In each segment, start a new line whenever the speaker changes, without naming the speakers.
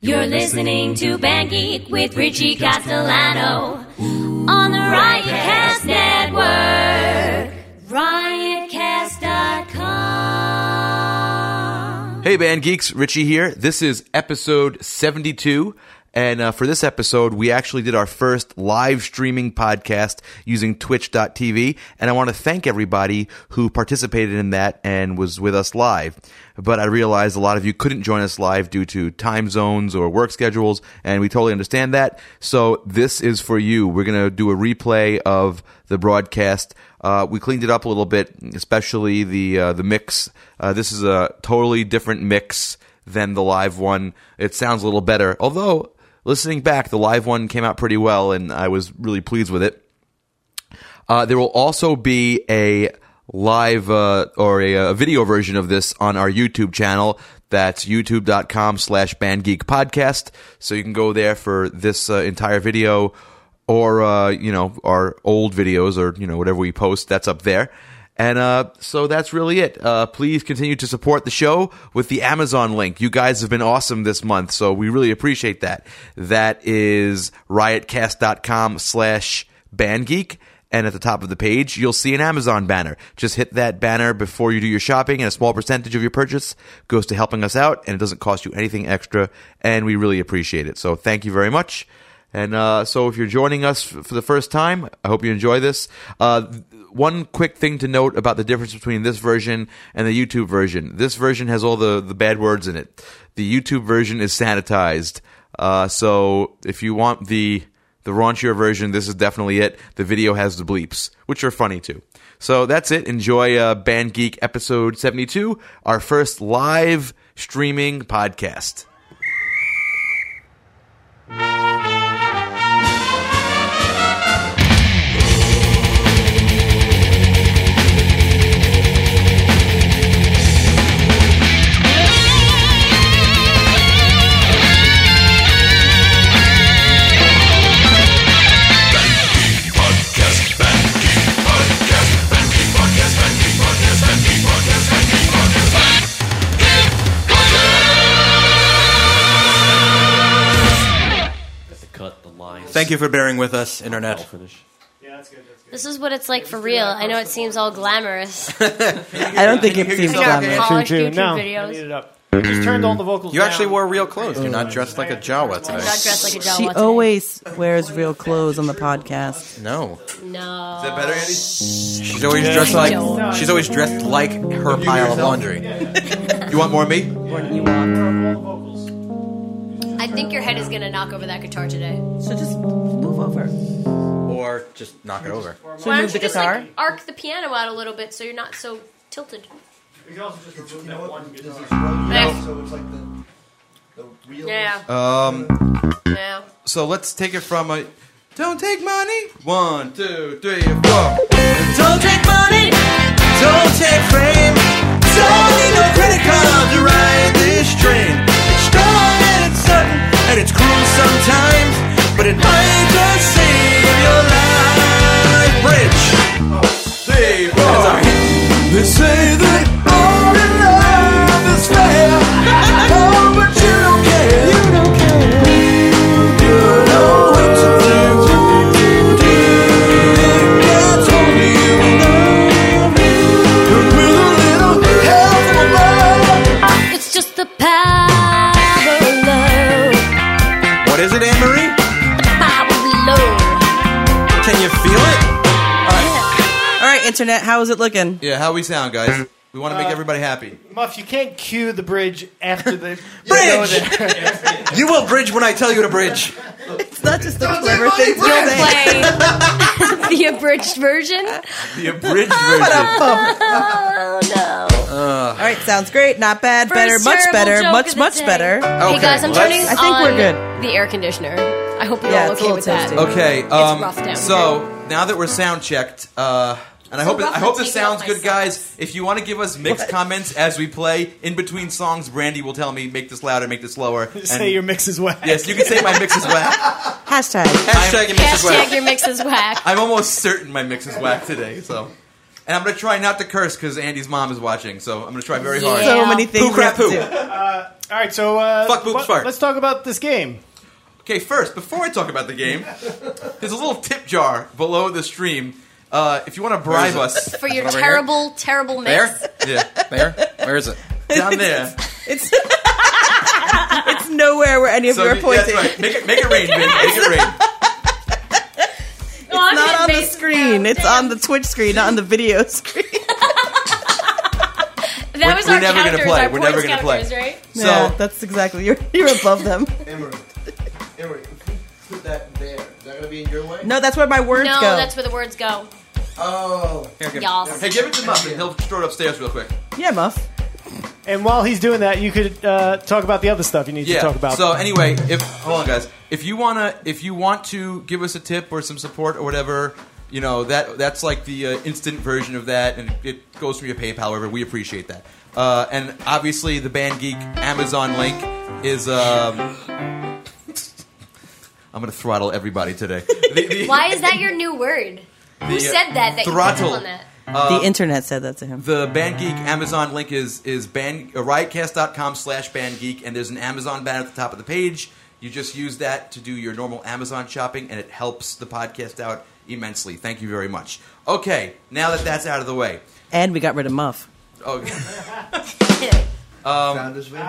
You're listening to Band Geek with Richie Castellano on the Riotcast Network. Riotcast.com.
Hey, band geeks, Richie here. This is episode 72. And uh, for this episode, we actually did our first live streaming podcast using twitch.tv. And I want to thank everybody who participated in that and was with us live. But I realized a lot of you couldn't join us live due to time zones or work schedules. And we totally understand that. So this is for you. We're going to do a replay of the broadcast. Uh, we cleaned it up a little bit, especially the uh, the mix. Uh, this is a totally different mix than the live one. It sounds a little better, although listening back, the live one came out pretty well, and I was really pleased with it. Uh, there will also be a live uh, or a, uh video version of this on our YouTube channel. That's youtube.com slash bandgeekpodcast. So you can go there for this uh, entire video or, uh, you know, our old videos or, you know, whatever we post, that's up there. And uh, so that's really it. Uh, please continue to support the show with the Amazon link. You guys have been awesome this month, so we really appreciate that. That is riotcast.com slash bandgeek. And at the top of the page, you'll see an Amazon banner. Just hit that banner before you do your shopping, and a small percentage of your purchase goes to helping us out, and it doesn't cost you anything extra, and we really appreciate it. So thank you very much. And uh, so, if you're joining us f- for the first time, I hope you enjoy this. Uh, th- one quick thing to note about the difference between this version and the YouTube version: this version has all the the bad words in it. The YouTube version is sanitized. Uh, so, if you want the the raunchier version, this is definitely it. The video has the bleeps, which are funny too. So that's it. Enjoy uh, Band Geek episode 72, our first live streaming podcast.
cut the lines.
Thank you for bearing with us, internet.
Finish.
This is what it's like for real. I know it seems all glamorous.
I don't think it seems
Check out
that much.
college
True,
YouTube
true. No, I need
videos.
it up. Just turned all the vocals.
You
down.
actually wore real clothes. You're not dressed like a Jawa
I'm not
today.
dressed like a doll.
She
What's her
always wears real clothes on the podcast.
No,
name? No.
that better, Andy?
she's always dressed like she's always dressed like her pile of laundry.
You want more of me?
I think your head is going to knock over that guitar today.
So just move over.
Or just knock it over.
Why don't
move
you
the
just
guitar?
like arc the piano out a little bit so you're not so tilted?
You can also just remove that one guitar.
Yeah.
So it's like the, the real.
Yeah.
Um,
yeah.
so let's take it from a. Don't take money. One, two, three, and four. Don't take money. Don't take fame. Don't need no credit card to ride this train. It's strong and it's sudden and it's cruel sometimes, but it might just save your life. Bridge. Save. They say that all in love is fair. oh, but you don't care. You don't care. You know what to do. That's only you know. And with a little help from above,
It's just the power of love.
What is it, Anne Marie?
Power of love.
Can you feel it?
All right, internet, how is it looking?
Yeah, how we sound, guys? We want to
Uh,
make everybody happy.
Muff, you can't cue the bridge after the
Bridge!
You go there.
You will bridge when I tell you to bridge.
It's not just the clever things you'll
You're
make.
playing the abridged version.
The abridged version.
Oh no!
All right, sounds great. Not bad. better.
First
Much
terrible
better.
joke
Much
of the
much
day.
better.
hey guys, I'm
let's-
turning.
I think we're
on
good.
The air conditioner. I hope you're
Yeah,
all
it's a
okay
little
with that.
toasty.
Okay, um,
rough down
so now that we're sound checked, uh, and I hope it,
rough
I hope
to
this
take off
sounds
my
good, guys. If you want to give us mixed comments as we play in between songs, Brandy will tell me make this louder, make this lower. and-
Say your mix is whack.
yes, you can say my mix is whack.
Hashtag.
Hashtag it makes us
Hashtag
wet.
your mix is whack.
I'm almost certain my mix is whack today. So And I'm going to try not to curse because Andy's mom is watching, so I'm going to try very hard.
So
Yeah.
many things.
Who crap
we
who?
have to do.
All right, so uh,
Fuck, boobs,
what-
fart.
let's talk about this game.
Okay, first, before I talk about the game, there's a little tip jar below the stream. Uh, if you want to bribe
Where is
us,
for your
Over here?
terrible, terrible mix.
There?
yeah,
There? Where is it?
down there.
It's it's nowhere where any of you are
yeah, that's
pointing.
right. Make it, make it rain, Vin. Make it rain.
No, I'm
Not on the
mid-bass
screen.
now.
It's on the Twitch screen, not on the video screen.
That was
we're
our
never gonna
counters,
play.
our
We're never
points
gonna play.
counters, right?
So
yeah, that's exactly you're you're above them.
Emery. Emery, if we put that there, is that gonna be in your way?
No, that's where my words
No,
go.
that's where the words go.
Oh.
Here, give it-
Y'all.
hey, give it to Muffin. He'll throw it upstairs real quick.
yeah, Muff.
And while he's doing that, you could uh, talk about the other stuff you need
Yeah.
to talk about.
So anyway, if hold on, guys, if you wanna, if you want to give us a tip or some support or whatever, you know that that's like the uh, instant version of that, and it goes from your PayPal. However, we appreciate that. Uh, and obviously, the Band Geek Amazon link is. Um, I'm gonna throttle everybody today. The- the-
Why is that your new word? Who
the, uh,
said that? That
throttle.
you picked up on that?
the internet said that to him.
Um, the Band Geek Amazon link is is band, uh, riotcast.com slash bandgeek, and there's an Amazon banner at the top of the page. You just use that to do your normal Amazon shopping, and it helps the podcast out immensely. Thank you very much. Okay, now that that's out of the way.
and we got rid of Muff.
Oh,
Found his way.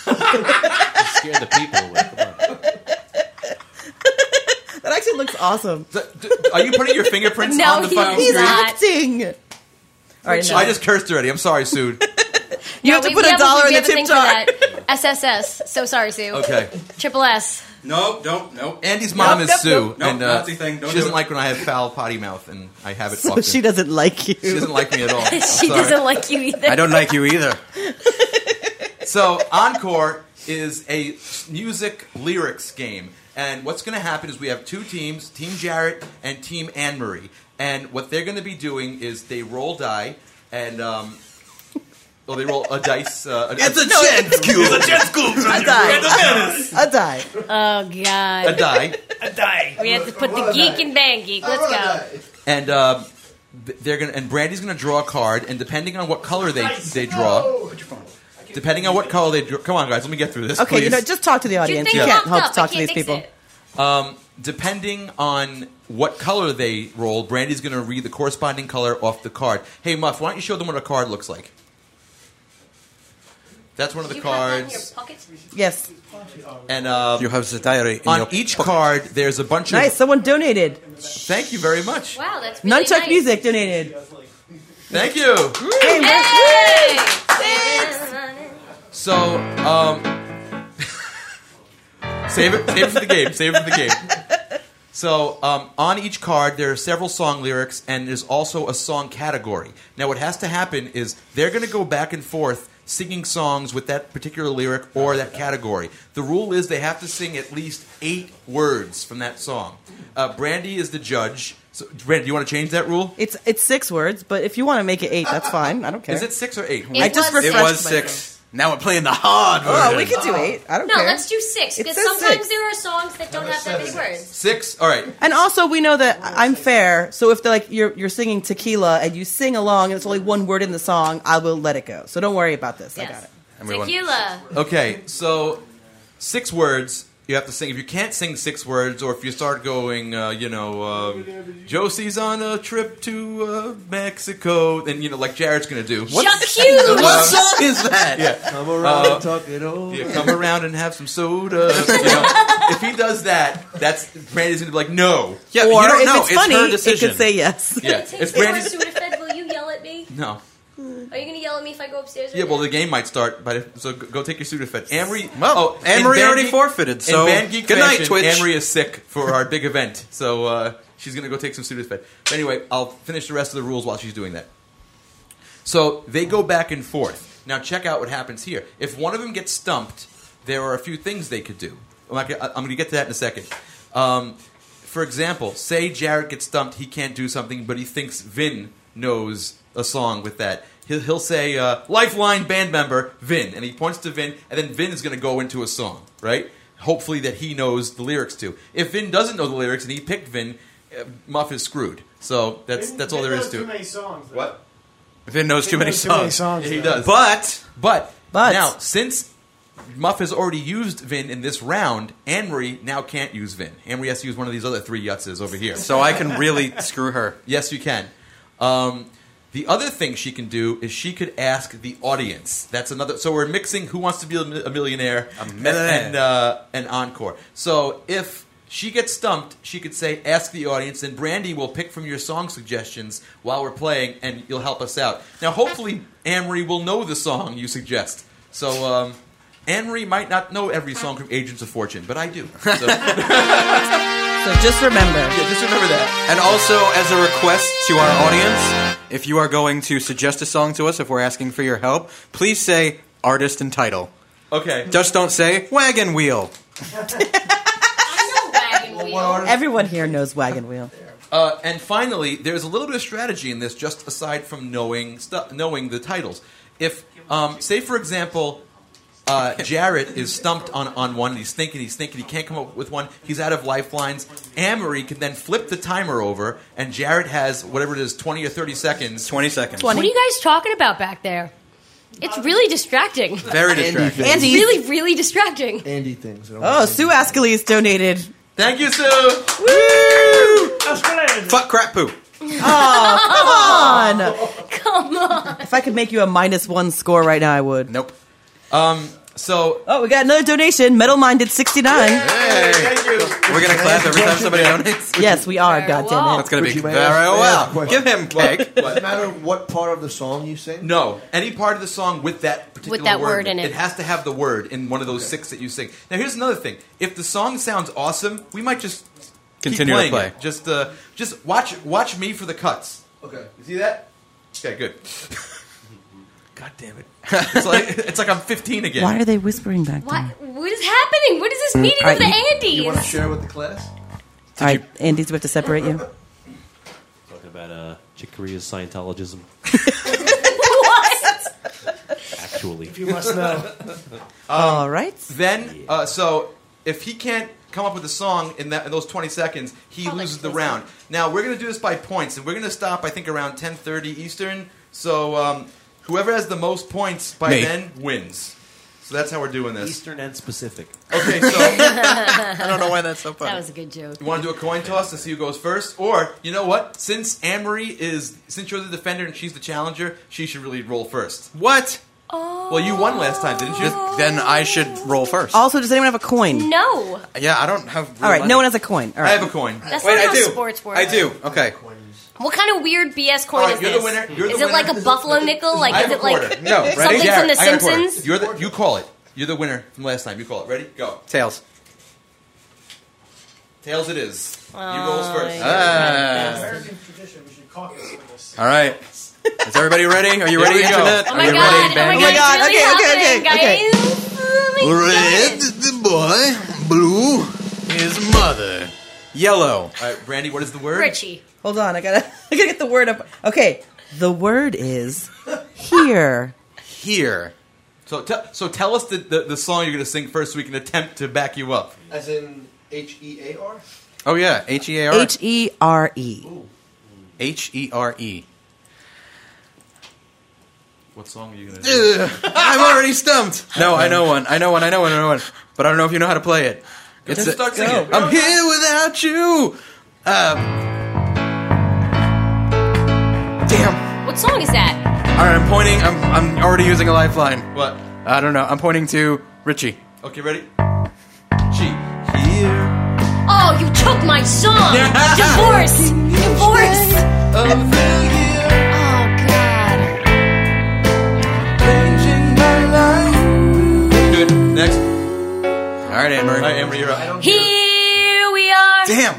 Scare the people away. Come on.
That actually looks awesome.
so, d- are you putting your fingerprints
No,
on the
he
fucking
He's
is
screen?
not.
acting. All right,
I
no.
just cursed already. I'm sorry, Sue.
you
No,
have to
we-
put
we
a dollar
we
in the
have a
tip
thing for
jar.
that. SSS. So sorry, Sue.
Okay.
Triple S.
No, don't, no.
Andy's mom is
Nope, nope,
Sue,
nope.
Nope,
and uh,
Nazi thing. Don't
she
do
doesn't
it.
like when I have foul potty mouth, and I have it.
So
fucked
she
in.
doesn't like you.
She doesn't like me at all. I'm
She
sorry.
doesn't like you either.
I don't like you either.
So Encore is a music lyrics game, and what's going to happen is we have two teams: Team Jarrett and Team Anne Marie. And what they're going to be doing is they roll die, and um, well, they roll a dice. Uh, a,
a no, jet school. It's a jet school. I die. I die.
Oh
a
god.
die,
We have to put the geek in bang geek. Let's go.
and um, th- they're going to and Brandy's going to draw a card, and depending on what color they they draw, depending on what color they draw. Come on, guys, let me get through this.
Okay,
please.
you know, just talk to the
Your
audience.
thing
You can't
popped
help
up. I
talk to
can't
these
fix
people.
it.
depending on what color they roll, Brandy's going to read the corresponding color off the card. Hey, Muff, why don't you show them what a card looks like? That's one of the
You have that in your
cards.
pocket?
Yes.
And um,
You have the diary in
on
your
each
pocket.
card, there's a bunch
Nice.
of.
Someone donated.
Thank you very much.
Wow, that's really
Nunchuck
nice.
Music donated.
Thank you.
Hey, Muff.
Hey!
So, um, save it, save it for the game, save it for the game. So, um, on each card, there are several song lyrics, and there's also a song category. Now, what has to happen is they're going to go back and forth singing songs with that particular lyric or that category. The rule is they have to sing at least eight words from that song. Uh, Brandy is the judge. So, Brandy, do you want to change that rule?
It's it's six words, but if you want to make it eight, that's fine. I don't care.
Is it six or eight?
It
I just
was
It
refreshed
was
my
six. Now we're playing the hard version.
Oh, we could do eight. I don't
No,
care.
let's do six
It
because
says
sometimes
six.
there are songs that don't have that many words.
Six? All right.
And also, we know that I'm fair. So if they're like you're you're singing tequila and you sing along, and it's only one word in the song, I will let it go. So don't worry about this. I got
Yes.
it.
Everyone-
Tequila.
Okay, so six words you have to sing. If you can't sing six words, or if you start going, uh, you know, um, Josie's on a trip to uh, Mexico, then you know, like Jared's gonna do.
Chuck Hughes.
What song is that?
Come around and talk it over.
uh, Yeah, come around and have some soda. You know, if he does that, that's Brandy's gonna be like, no,
Yeah,
or
you don't
if
know.
it's funny,
her
it
decision.
could say yes.
yeah,
Take
it's
four
Brandy's.
Sudafed. Will you yell at me?
No,
Are you going to yell at me if I go upstairs?
yeah,
right
well,
now?
the game might start, but if, so go go take your Sudafed. Amory,
Well,
oh,
Anne Marie
in Band
already
Geek-
forfeited, so
in Band Geek
good night,
fashion,
Twitch.
Anne Marie is sick for our big event, so uh, she's going to go take some Sudafed. But anyway, I'll finish the rest of the rules while she's doing that. So they go back and forth. Now check out what happens here. If one of them gets stumped, there are a few things they could do. I'm, not gonna- I'm going to get to that in a second. Um, for example, say Jarrett gets stumped, he can't do something, but he thinks Vin knows a song with that. He'll, he'll say, uh, Lifeline band member, Vin. And he points to Vin, and then Vin is going to go into a song, right? Hopefully that he knows the lyrics to. If Vin doesn't know the lyrics and he picked Vin, uh, Muff is screwed. So that's that's all there is to
Too
it.
many songs. though.
What?
Vin knows too many
knows too many
songs.
songs,
He
though.
does.
But
But,
But-
now, since Muff has already used Vin in this round, Anne-Marie now can't use Vin. Anne-Marie has to use one of these other three yutzes over here.
so I can really screw her.
Yes, you can. Um, the other thing she can do is she could ask the audience. That's another. So we're mixing Who Wants to Be a Mi- a Millionaire, a
millionaire.
and uh, an encore. So if she gets stumped, she could say, "Ask the audience," and Brandy will pick from your song suggestions while we're playing, and you'll help us out. Now, hopefully, Anne-Marie will know the song you suggest. So. Um, Anne-Marie might not know every song from Agents of Fortune, but I do. So, yeah,
So just remember.
just remember that.
And also, as a request to our audience, if you are going to suggest a song to us, if we're asking for your help, please say artist and title.
Okay.
Just don't say wagon wheel.
I know wagon wheel.
Everyone here knows Wagon Wheel.
Uh, and finally, there's a little bit of strategy in this, just aside from knowing stu- knowing the titles. If, um, say, for example, uh, Jarrett is stumped on, on one, and he's thinking, he's thinking, he can't come up with one. He's out of lifelines. Amory can then flip the timer over, and Jarrett has whatever it is, twenty or thirty seconds.
20 seconds.
What are you guys talking about back there? It's really distracting.
Very distracting.
things.
Andy.
really, really distracting.
Andy things. I don't
Oh,
wanna-
Sue Askeles donated.
Thank you, Sue.
Escalated.
Fuck crap poo.
On.
Come on.
If I could make you a minus one score right now, I would.
Nope.
So
Oh, we got another donation. Metal Minded 69.
thank you.
We're going to clap every time somebody donates.
Yes, we are,
Farewell.
goddammit.
That's going to
Richie,
be
may I
very
ask- may I ask a
well.
question?
Give him cake.
No matter what part of the song you sing.
No, any part of the song with that particular
With that word in it.
It has to have the word in one of those six that you sing. Now, here's another thing: if the song sounds awesome, we might just keep
Continue to
playing
play.
it. Just, uh, just watch, watch me for the cuts.
Okay.
You see that? Okay, good. God damn it! It's like, it's like I'm 15 again.
Why are they whispering back there?
What, what is happening? What is this meeting
All
of the
right,
You want to
Andes?
share with the class?
All right, Andy's we have to separate you.
Talking about uh, Chick Corea's Scientologism.
What?
Actually,
You must know.
Uh,
All right.
Then, uh, so if he can't come up with a song in that in those 20 seconds, he
Oh, like
loses the
this.
round. Now we're gonna do this by points, and we're gonna stop I think around 10:30 Eastern. So um, whoever has the most points by
Me.
then wins. So that's how we're doing this.
Eastern and specific.
Okay, so
I don't know why that's so
That
funny.
was a good joke.
you want to do a coin toss and see who goes first, or you know what? Since Amory is since you're the defender and she's the challenger, she should really roll first.
What?
Oh.
Well, you won last time, didn't you?
Just- then I should roll first.
Also, does anyone have a coin?
No.
Yeah, I don't have. real
All right,
money.
no one has a coin. All
I have
right.
a coin.
That's
Wait,
not
I
how
do.
sports work.
I do. Okay.
What kind of weird BS coin
All right,
is
you're the
this?
winner. You're the
is
winner.
it like a buffalo nickel? Like
I
is
have
it
a quarter.
like
No, ready?
something from The
I got a quarter.
Simpsons?
You're the, you call it. You're the winner from last time. You call it. Ready? Go.
Tails.
Tails it is. you rolls first. Uh,
American tradition. We should caucus for this.
All right. Is everybody ready? Are you
Here
ready,
we go.
Internet?
Oh
Are
my
you
god!
ready,
oh my
band?
god!
God,
It's really
okay, okay,
happening,
okay, okay.
guys. Oh my God.
the boy, blue, his mother. Yellow.
All right, Brandy, what is the word?
Richie.
Hold on, I gotta, I gotta get the word up. Okay, the word is here.
Here.
So, te- so tell us the, the, the song you're going to sing first so we can attempt to back you up.
As in H E A R?
Oh yeah, H E A R
H E R E.
H E R E.
What song are you going to do?
Ugh, I'm already stumped. No, I know one. I know one. I know one. I know one. But I don't know if you know how to play it. It's
Just
a-
start singing.
I'm here without you. Uh, damn.
What song is that?
All right, I'm pointing. I'm I'm already using a lifeline.
What?
I don't know. I'm pointing to Richie.
Okay, ready? G. Here.
Oh, you took my song. Divorce. Divorce. Oh god.
Good. Next. All
All right, Amber.
right, Amber, you're up.
Here we are,
Damn.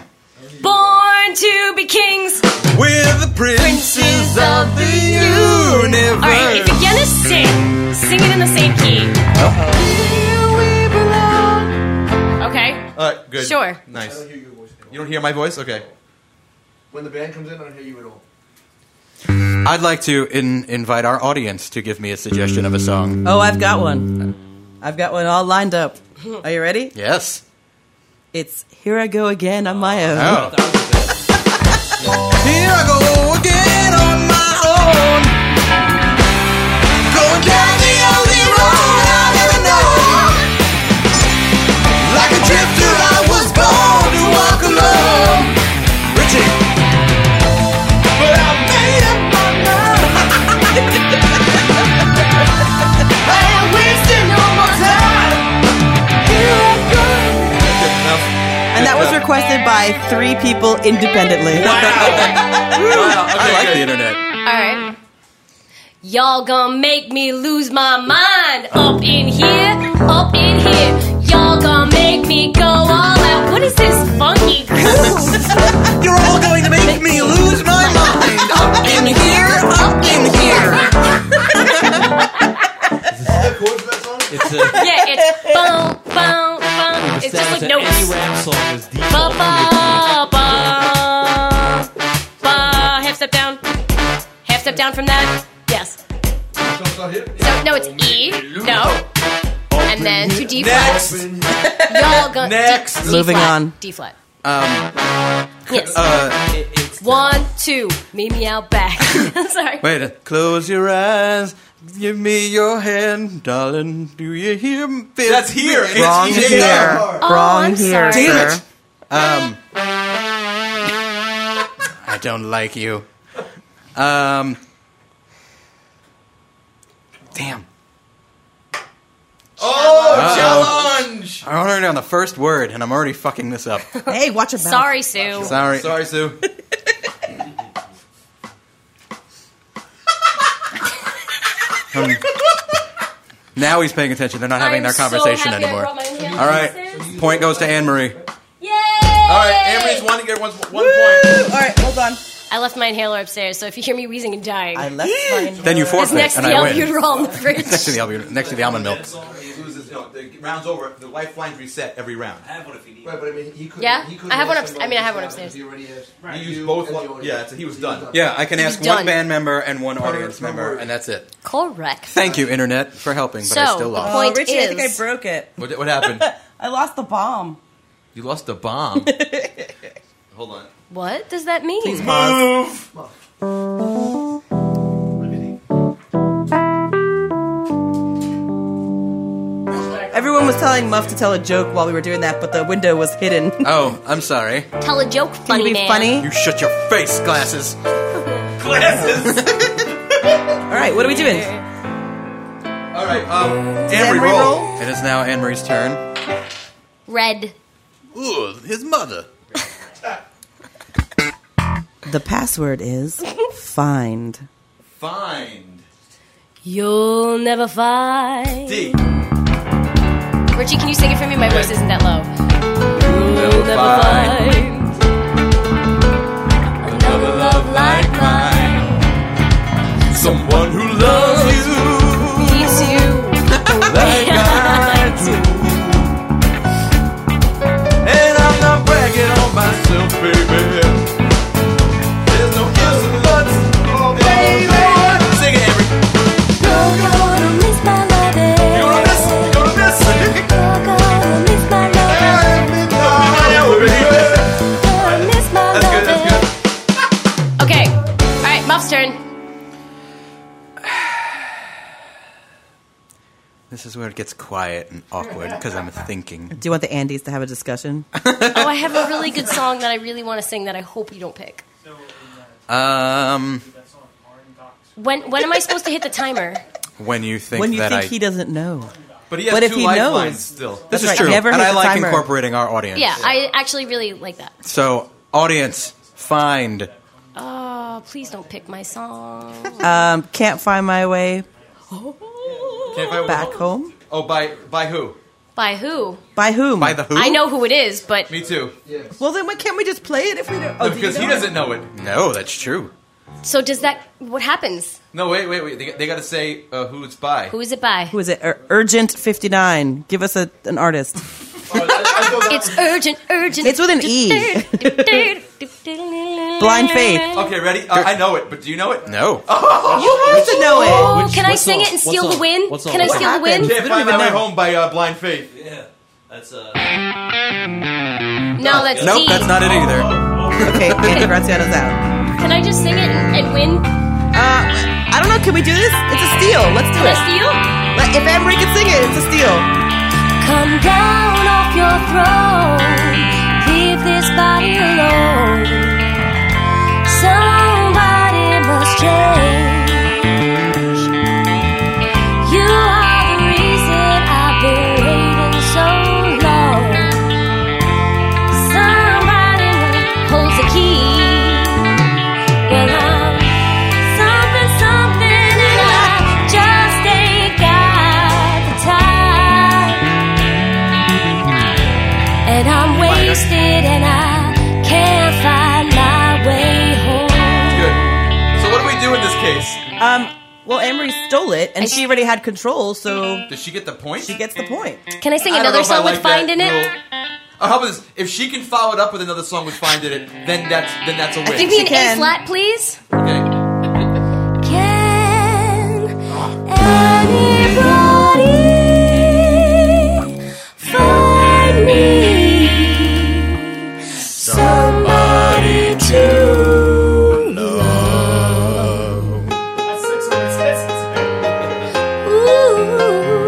born to be kings.
We're the princes of the universe.
All right, if you're gonna sing, sing it in the same key. Okay.
All right, good.
Sure.
I
Nice.
don't hear your voice at all.
You don't hear my voice? Okay.
When the band comes in, I don't hear you at all.
I'd like to in- invite our audience to give me a suggestion of a song.
Oh, I've got one. I've got one all lined up. Are you ready?
Yes.
It's Here I Go Again on My Own.
Oh.
by three people independently.
Wow, I like the internet.
All right. Y'all gonna make me lose my mind up in here, up in here. Y'all gonna make me go all out. What is this funky groove?
You're all going to make me lose my mind. Up in here, up in here.
It's a,
yeah, it's boom, boom, boom. It's just
sounds
like
that any
notes.
rap song is deep.
Ba ba ba ba. Half step down, half step down from that. Yes. So no, it's E. No. And then to D flat.
Next.
Y'all gonna
Next.
D, D
Moving
flat,
on.
D flat.
Um,
Yes.
uh,
It- it's
One, two, meet me out back. Sorry.
wait. Close your eyes. Give me your hand, darling. Do you hear me? That's here. It's
Wrong here.
Oh,
Wrong
I'm
here.
sorry.
Damn it. Um, I don't like you. Um, damn. Oh,
Challenge.
I'm already on the first word, and I'm already fucking this up.
Hey, watch your mouth.
Sorry, Sue.
Sorry.
Sorry, Sue.
Um, now he's paying attention. They're not having
I'm
their
so
conversation
happy I
anymore.
brought my own
All right.
glasses.
Point goes to Anne Marie.
Yay!
All right, Amory's one to get one, one point.
All right, hold on.
I left my inhaler upstairs, so if you hear me wheezing and dying,
I left mine.
Then you
here.
it's
forfeit,
next to
and
the
I win.
albuterol in the fridge.
Next to the almond, next to the almond milk.
He loses. You know, the round's over. The lifelines reset every round.
Right, but I mean, he could.
Yeah?
He could
I have
make
one upst-
somebody
I mean, I have one
decide
upstairs.
He already has.
He
you
used both.
and the
Lo-
audience.
yeah, so he was done.
Yeah, I can ask
done.
one band member and one audience
Perfect.
member, and that's it.
Correct.
Thank you, internet, for helping, but I
So,
still
the
lost.
Oh,
Point
Richie, I think I
is-
broke it.
What, what happened?
I lost the bomb.
you lost a bomb. Hold on.
What does that mean?
Everyone was telling Muff to tell a joke while we were doing that, but the window was hidden.
Oh, I'm sorry.
Tell a joke,
Can
funny
you be
man.
funny?
You shut your face, glasses.
All right, what are we doing?
All right. Um,
Henry
Amory, roll.
It is now Anne Marie's turn.
Red.
Ooh, his mother.
The password is find.
Find
You'll never find.
D.
Richie, can you sing it for me? My voice isn't that low. You'll never
find
find another love like mine.
someone who loves you
Needs you.
like I do. And I'm not bragging on myself, baby. There's no ifs and buts, oh, baby. Sing it, Amory.
You're gonna miss my loving.
You're gonna miss. You're gonna miss.
You're gonna miss my loving.
Oh, baby.
Gonna miss my
That's good. That's good.
Okay. All right, Muff's turn.
This is where it gets quiet and awkward because I'm thinking.
Do you want the Andes to have a discussion?
Oh, I have a really good song that I really want to sing that I hope you don't pick.
Um,
When when am I supposed to hit the timer?
when you think
When you
that
think
I.
he doesn't know.
But he has
But if
two
he
lifelines
knows-
still.
this
That's
is
right,
true,
never
and
hit
I
the
like
timer.
incorporating our audience.
Yeah, I actually really like that.
So, audience, find.
Oh, please don't pick my song.
Um, can't find my way
Can't find-
back home.
Oh, by by who?
By who?
By whom?
By the who?
I know who it is, but
Me too.
Well, then why can't we just play it if we don't? Oh, do you
because he
know?
doesn't know it.
No, that's true.
so does that? What happens?
No, wait, wait, wait. They, they got to say uh, who it's by.
Who is it by?
Who is it? Ur- Urgent fifty nine. Give us a, an artist.
Oh,
It's urgent, urgent.
It's with an E. Blind Faith.
Okay, ready? Uh, I know it, but do you know it?
No.
Oh, You have to know it.
Oh,
Which-
can I
what
sing it
song?
and
What
steal the
song?
win?
What song?
Can I
What
steal the
happened?
win?
Can't find my way home by uh, Blind Faith.
Yeah, that's uh.
No, that's
Nope,
D.
that's not it
Oh.
either.
Okay, Andy Graziano's out.
Can I just sing it and, and win?
Uh, I don't know. Can we do this? It's a steal. Let's do
Can I
it.
steal?
Let- If Emery can sing it, it's a steal.
Come down off your throne. Leave this body alone. Somebody must change. You are the reason I've been waiting so long. Somebody
case?
Um, Well, Emery stole it, and
I
she
s-
already had control, so
Does she get the point?
she gets the point.
Can I sing
I don't know
another
if I
song with
like
"Find"
that
in it?
rule. Uh, how about this? If she can follow it up with another song with "Find It," then that's then that's a win.
Give me an
can.
A flat, please.
okay.
Can anybody find me somebody to love?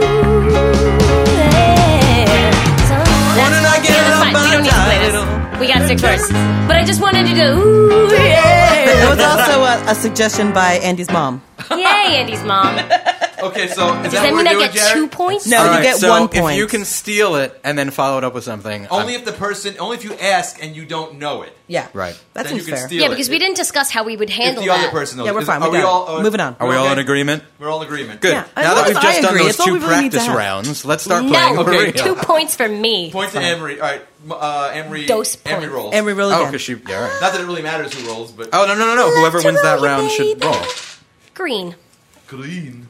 Ooh, yeah.
That's,
did I get
yeah, that's
it
fine. We don't
up
need to play this. We got six verses. But I just wanted to do. Ooh, yeah.
That was also a, a suggestion by Andy's mom.
Yay, Andy's mom. Does
Okay. So is that,
that
what
mean
we're
I
doing,
get
Jared?
two points?
No,
All
you
right,
get
so
one point.
If you can steal it and then follow it up with something, uh,
Only
I'm-
if the person, only if you ask and you don't know it.
yeah,
Right.
That
then you
seems
can
fair.
steal
Yeah,
it.
because we didn't discuss how we would
If
handle
the other
that.
person knows.
Yeah, we're
Is-
fine.
Are
We're
we
done.
all uh,
Moving on.
are we all
okay.
in agreement?
We're all in agreement.
Good.
Yeah,
now
as long
that we've
as
just
I
done
agree,
those
it's all
two
we really need to
practice
have.
rounds, let's start playing.
No,
for real.
two points for me.
Point to Emery. All right, m- uh, Emery.
Dose
Emery
point.
rolls.
And we really
Oh,
again.
because she. Yeah, all right.
Not that it really matters who rolls, but
Oh no no no no! Whoever wins that round should roll.
Green.
green.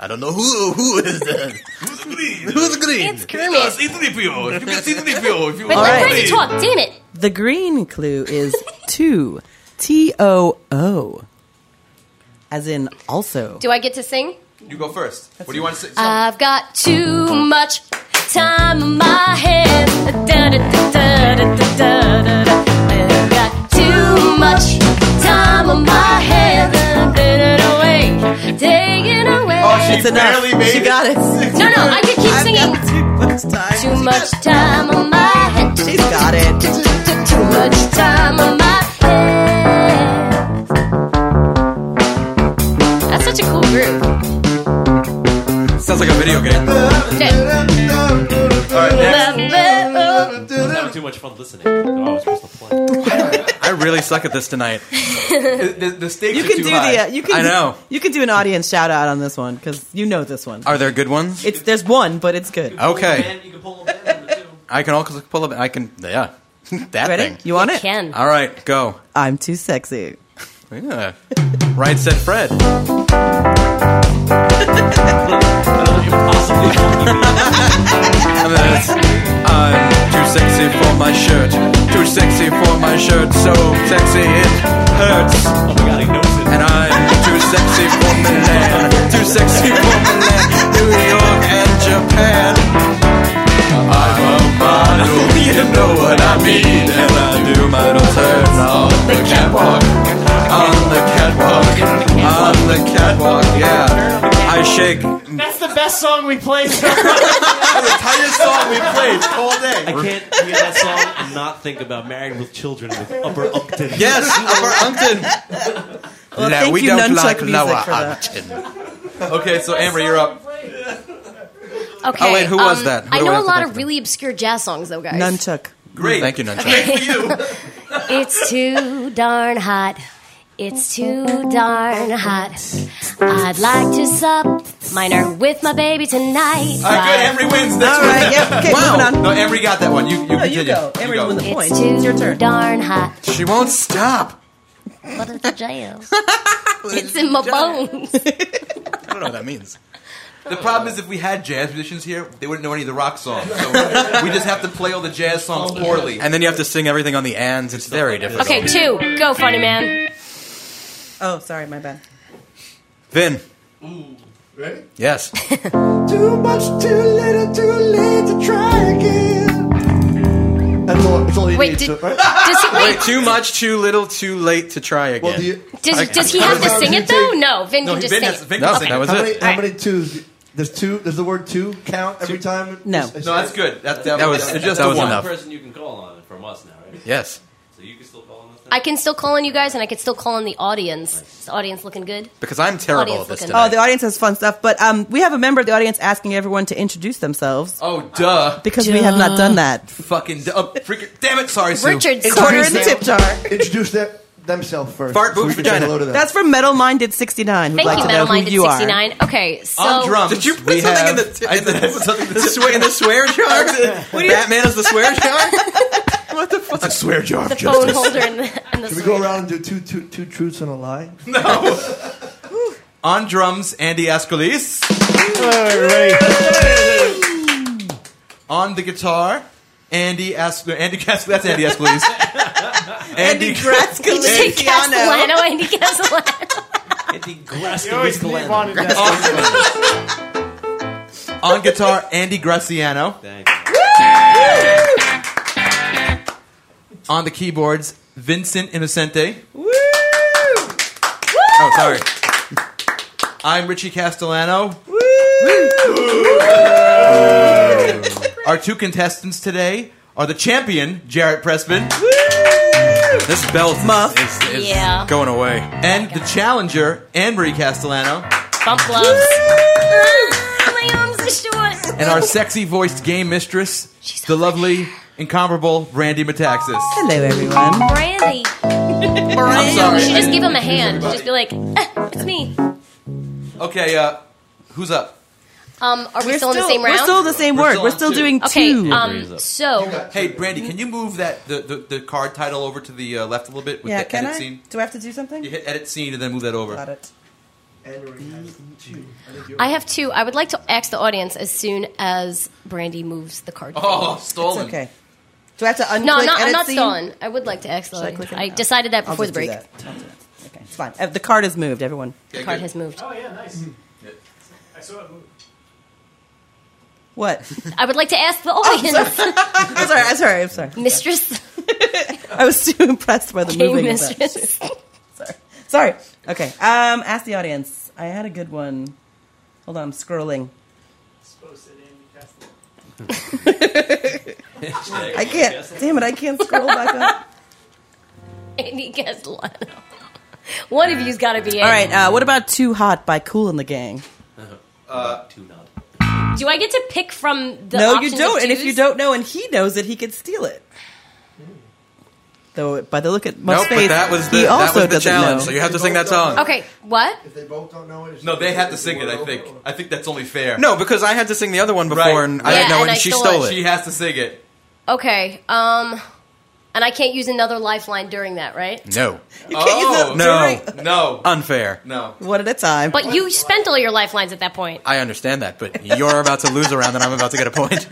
I don't know who who is that.
Who's green?
Who's green?
It's Kermit.
C-3PO. You can C-3PO if you
But
want.
I'm trying to talk. Damn it.
the green clue is two, T O O, as in also.
Do I get to sing?
You go first. What do you want to say?
I've got too much time on my hands. Da, da, da, da, da, da, da, da, da. I've got too much time on my hands. I'm taking away, taking away.
Oh, she
It's enough.
barely made
She
it.
got it.
no, no, I could keep
I've
singing.
got too much time.
Too much time on my hands.
She's got it.
Too much time on my hands. That's such a cool group.
Sounds like a video game.
All right, next.
I'm having too much fun listening. Oh, I was supposed to play.
I really suck at this tonight.
The, the stakes
You
are
can
too
do
high.
the. Uh, you can.
I know.
You can do an audience shout out on this one because you know this one.
Are there good ones?
It's there's one, but it's
Uh,
good.
Okay,
You can pull them down number two.
I can also pull up. I can. Yeah, that
Ready?
thing.
You want it?
Ken.
All right, go.
I'm too sexy.
Yeah. Right said Fred. And then it's, I'm too sexy for my shirt. Too sexy for my shirt. So sexy it hurts.
Oh my god, he knows it.
And I'm too sexy for Milan. Too sexy for Milan. New York and Japan. I'm a model, you know what I mean. And I do my little turns on the catwalk. On the catwalk. On the catwalk, yeah. I shake.
That's the best song we played. So far.
The entire song we played all day.
I can't hear that song and not think about married with children with upper Upton.
Yes, Upper Umpton.
Well, thank you, Nunchuck Music, for that.
Okay,
uh,
so Amber, you're up.
Okay.
Oh, wait, who was that? Who
I
do I
know
have
a
to
lot
thank
of
for
really obscure jazz songs, though, guys.
Nunchuck.
Great.
Thank you, Nunchuck.
It's too darn hot. It's too darn hot. I'd like to sup minor with my baby tonight.
All right, good. Emery wins. That's
All right. Yeah. Okay.
Wow.
Moving on.
No, Emery got that one. You, you
No,
continue.
you go. Emery won the point.
It's too
your turn.
darn hot.
She won't stop.
What is the jail? it's in my bones.
I don't know what that means.
The problem is if we had jazz musicians here, they wouldn't know any of the rock songs. So we just have to play all the jazz songs poorly.
And then you have to sing everything on the ands. It's very difficult.
Okay, two. Go, funny man.
Oh, sorry, my bad.
Vin.
Ready?
Yes.
Too much, too little, too late to try again.
That's all. That's all you
Wait,
need.
did-
to, right?
Does he, wait,
too much, too little, too late to try again.
Well, do you,
does,
I-
does he have to sing it, though? No, Vin
no,
can
he
just
Vin
sing
has,
it.
Vin
no,
can sing.
that was
how
it.
many? How many twos? There's two. Does the word two count every time?
No.
It's- it's-
No, that's good. That, that,
That was-
was just
that
the
was
one.
enough.
person you can call on from us now, right?
Yes.
So you can still call on us now?
I can still call on you guys, and I can still call on the audience. Is the audience looking good?
Because I'm terrible
Audience
at this
looking.
Oh,
tonight.
the audience has fun stuff, but um, we have a member of the audience asking everyone to introduce themselves
Oh, duh.
because we have not done that.
Fucking duh. Oh, freaking, damn it. Sorry, Sue.
Richard Sawyer.
Quarter in the tip jar.
Introduce them, themselves first.
Fart, boob,
we can say
vagina.
hello to them.
That's from Metal Minded 69. Who'd
Thank
like
you,
to
Metal
know who
Minded
you are.
69. Okay, so.
On drums.
Did you put
we
something
have,
in the t-
I
in the,
did something in
the, swe- in the swear jar? Batman is the swear jar? what the fuck?
I swear jar.
the phone holder and the, and the
Should we go around and do two, two, two truths and a lie?
No. On drums, Andy Ascolis. On the guitar, Andy As- Andy Cas- That's Andy Ascolis. Andy
Did you say Castellano? Andy Castellano.
Andy Grass
You always wanted that.
On guitar, Andy Graciano.
Thank you.
On the keyboards, Vincent Innocente. Oh, sorry. I'm Richie Castellano. Our two contestants today are the champion, Jarrett Pressman,
This belt
Muff.
is, is, is
Yeah.
going away.
and the challenger, Anne Marie Castellano,
Bump gloves. Ah, my arms are short.
and our sexy voiced game mistress, the lovely, incomparable Brandy Metaxas.
Hello, everyone.
Brandy.
I'm
You
sorry.
should just give him a hand. Just be like, "Ah, it's me.
Okay, uh, who's up?
Um, are we still, in the same
we're
round?
still the same
We're
word.
still
we're
on
still
two.
doing
okay.
two.
Um, so
Hey, Brandy, can you move that the, the, the card title over to the uh, left a little bit with
yeah,
the
can
edit
I?
scene?
Do I have to do something?
You hit edit scene and then move that over.
Got it.
I have two. I would like to ask the audience as soon as Brandy moves the card.
Oh,
It's
stolen.
okay. Do I have to unclick
No, I'm not, I'm
edit
not
scene?
stolen. I would like to ask the
Should I
audience.
click it?
I
No.
decided that
I'll
before the
just do
break.
that. I'll do that. Okay, it's fine. Uh, The card has moved, everyone.
The
Okay,
card
good.
has moved.
Oh yeah, nice. I saw it move.
What?
I would like to ask the audience,
I'm sorry. I'm sorry. I'm sorry.
Oh, mistress,
I was too impressed by the
game
moving. of that.
mistress.
Sorry. Sorry. Okay. Um, ask the audience. I had a good one. Hold on. I'm scrolling. I can't. Damn it! I can't scroll back up.
Andy Castellano. One of you's got to be in.
All right. Uh, what about "Too Hot" by Cool and the Gang?
Two nod.
Do I get to pick from the
no, you
options of
don't. And if
twos?
you don't know, and he knows it, he could steal it. Though, by the look at my
Nope,
face,
but that was the,
he
that
also
was the
doesn't
challenge.
know.
So you have to sing that song.
Okay, what?
If they both don't know it, it's
No,
just-
they have to sing it. I think. I think that's only fair.
No, because I had to sing the other one before,
Right.
and I
Yeah,
didn't know,
and
and,
I
she
stole
stole
it.
it.
she has to sing it.
Okay, um, and I can't use another lifeline during that, right?
Mm.
No,
You can't use
Oh,
it
no.
during-
No,
unfair.
no.
one at a time.
But you spent all your lifelines at that point.
I understand that, but you're about to lose a round, and I'm about to get a point.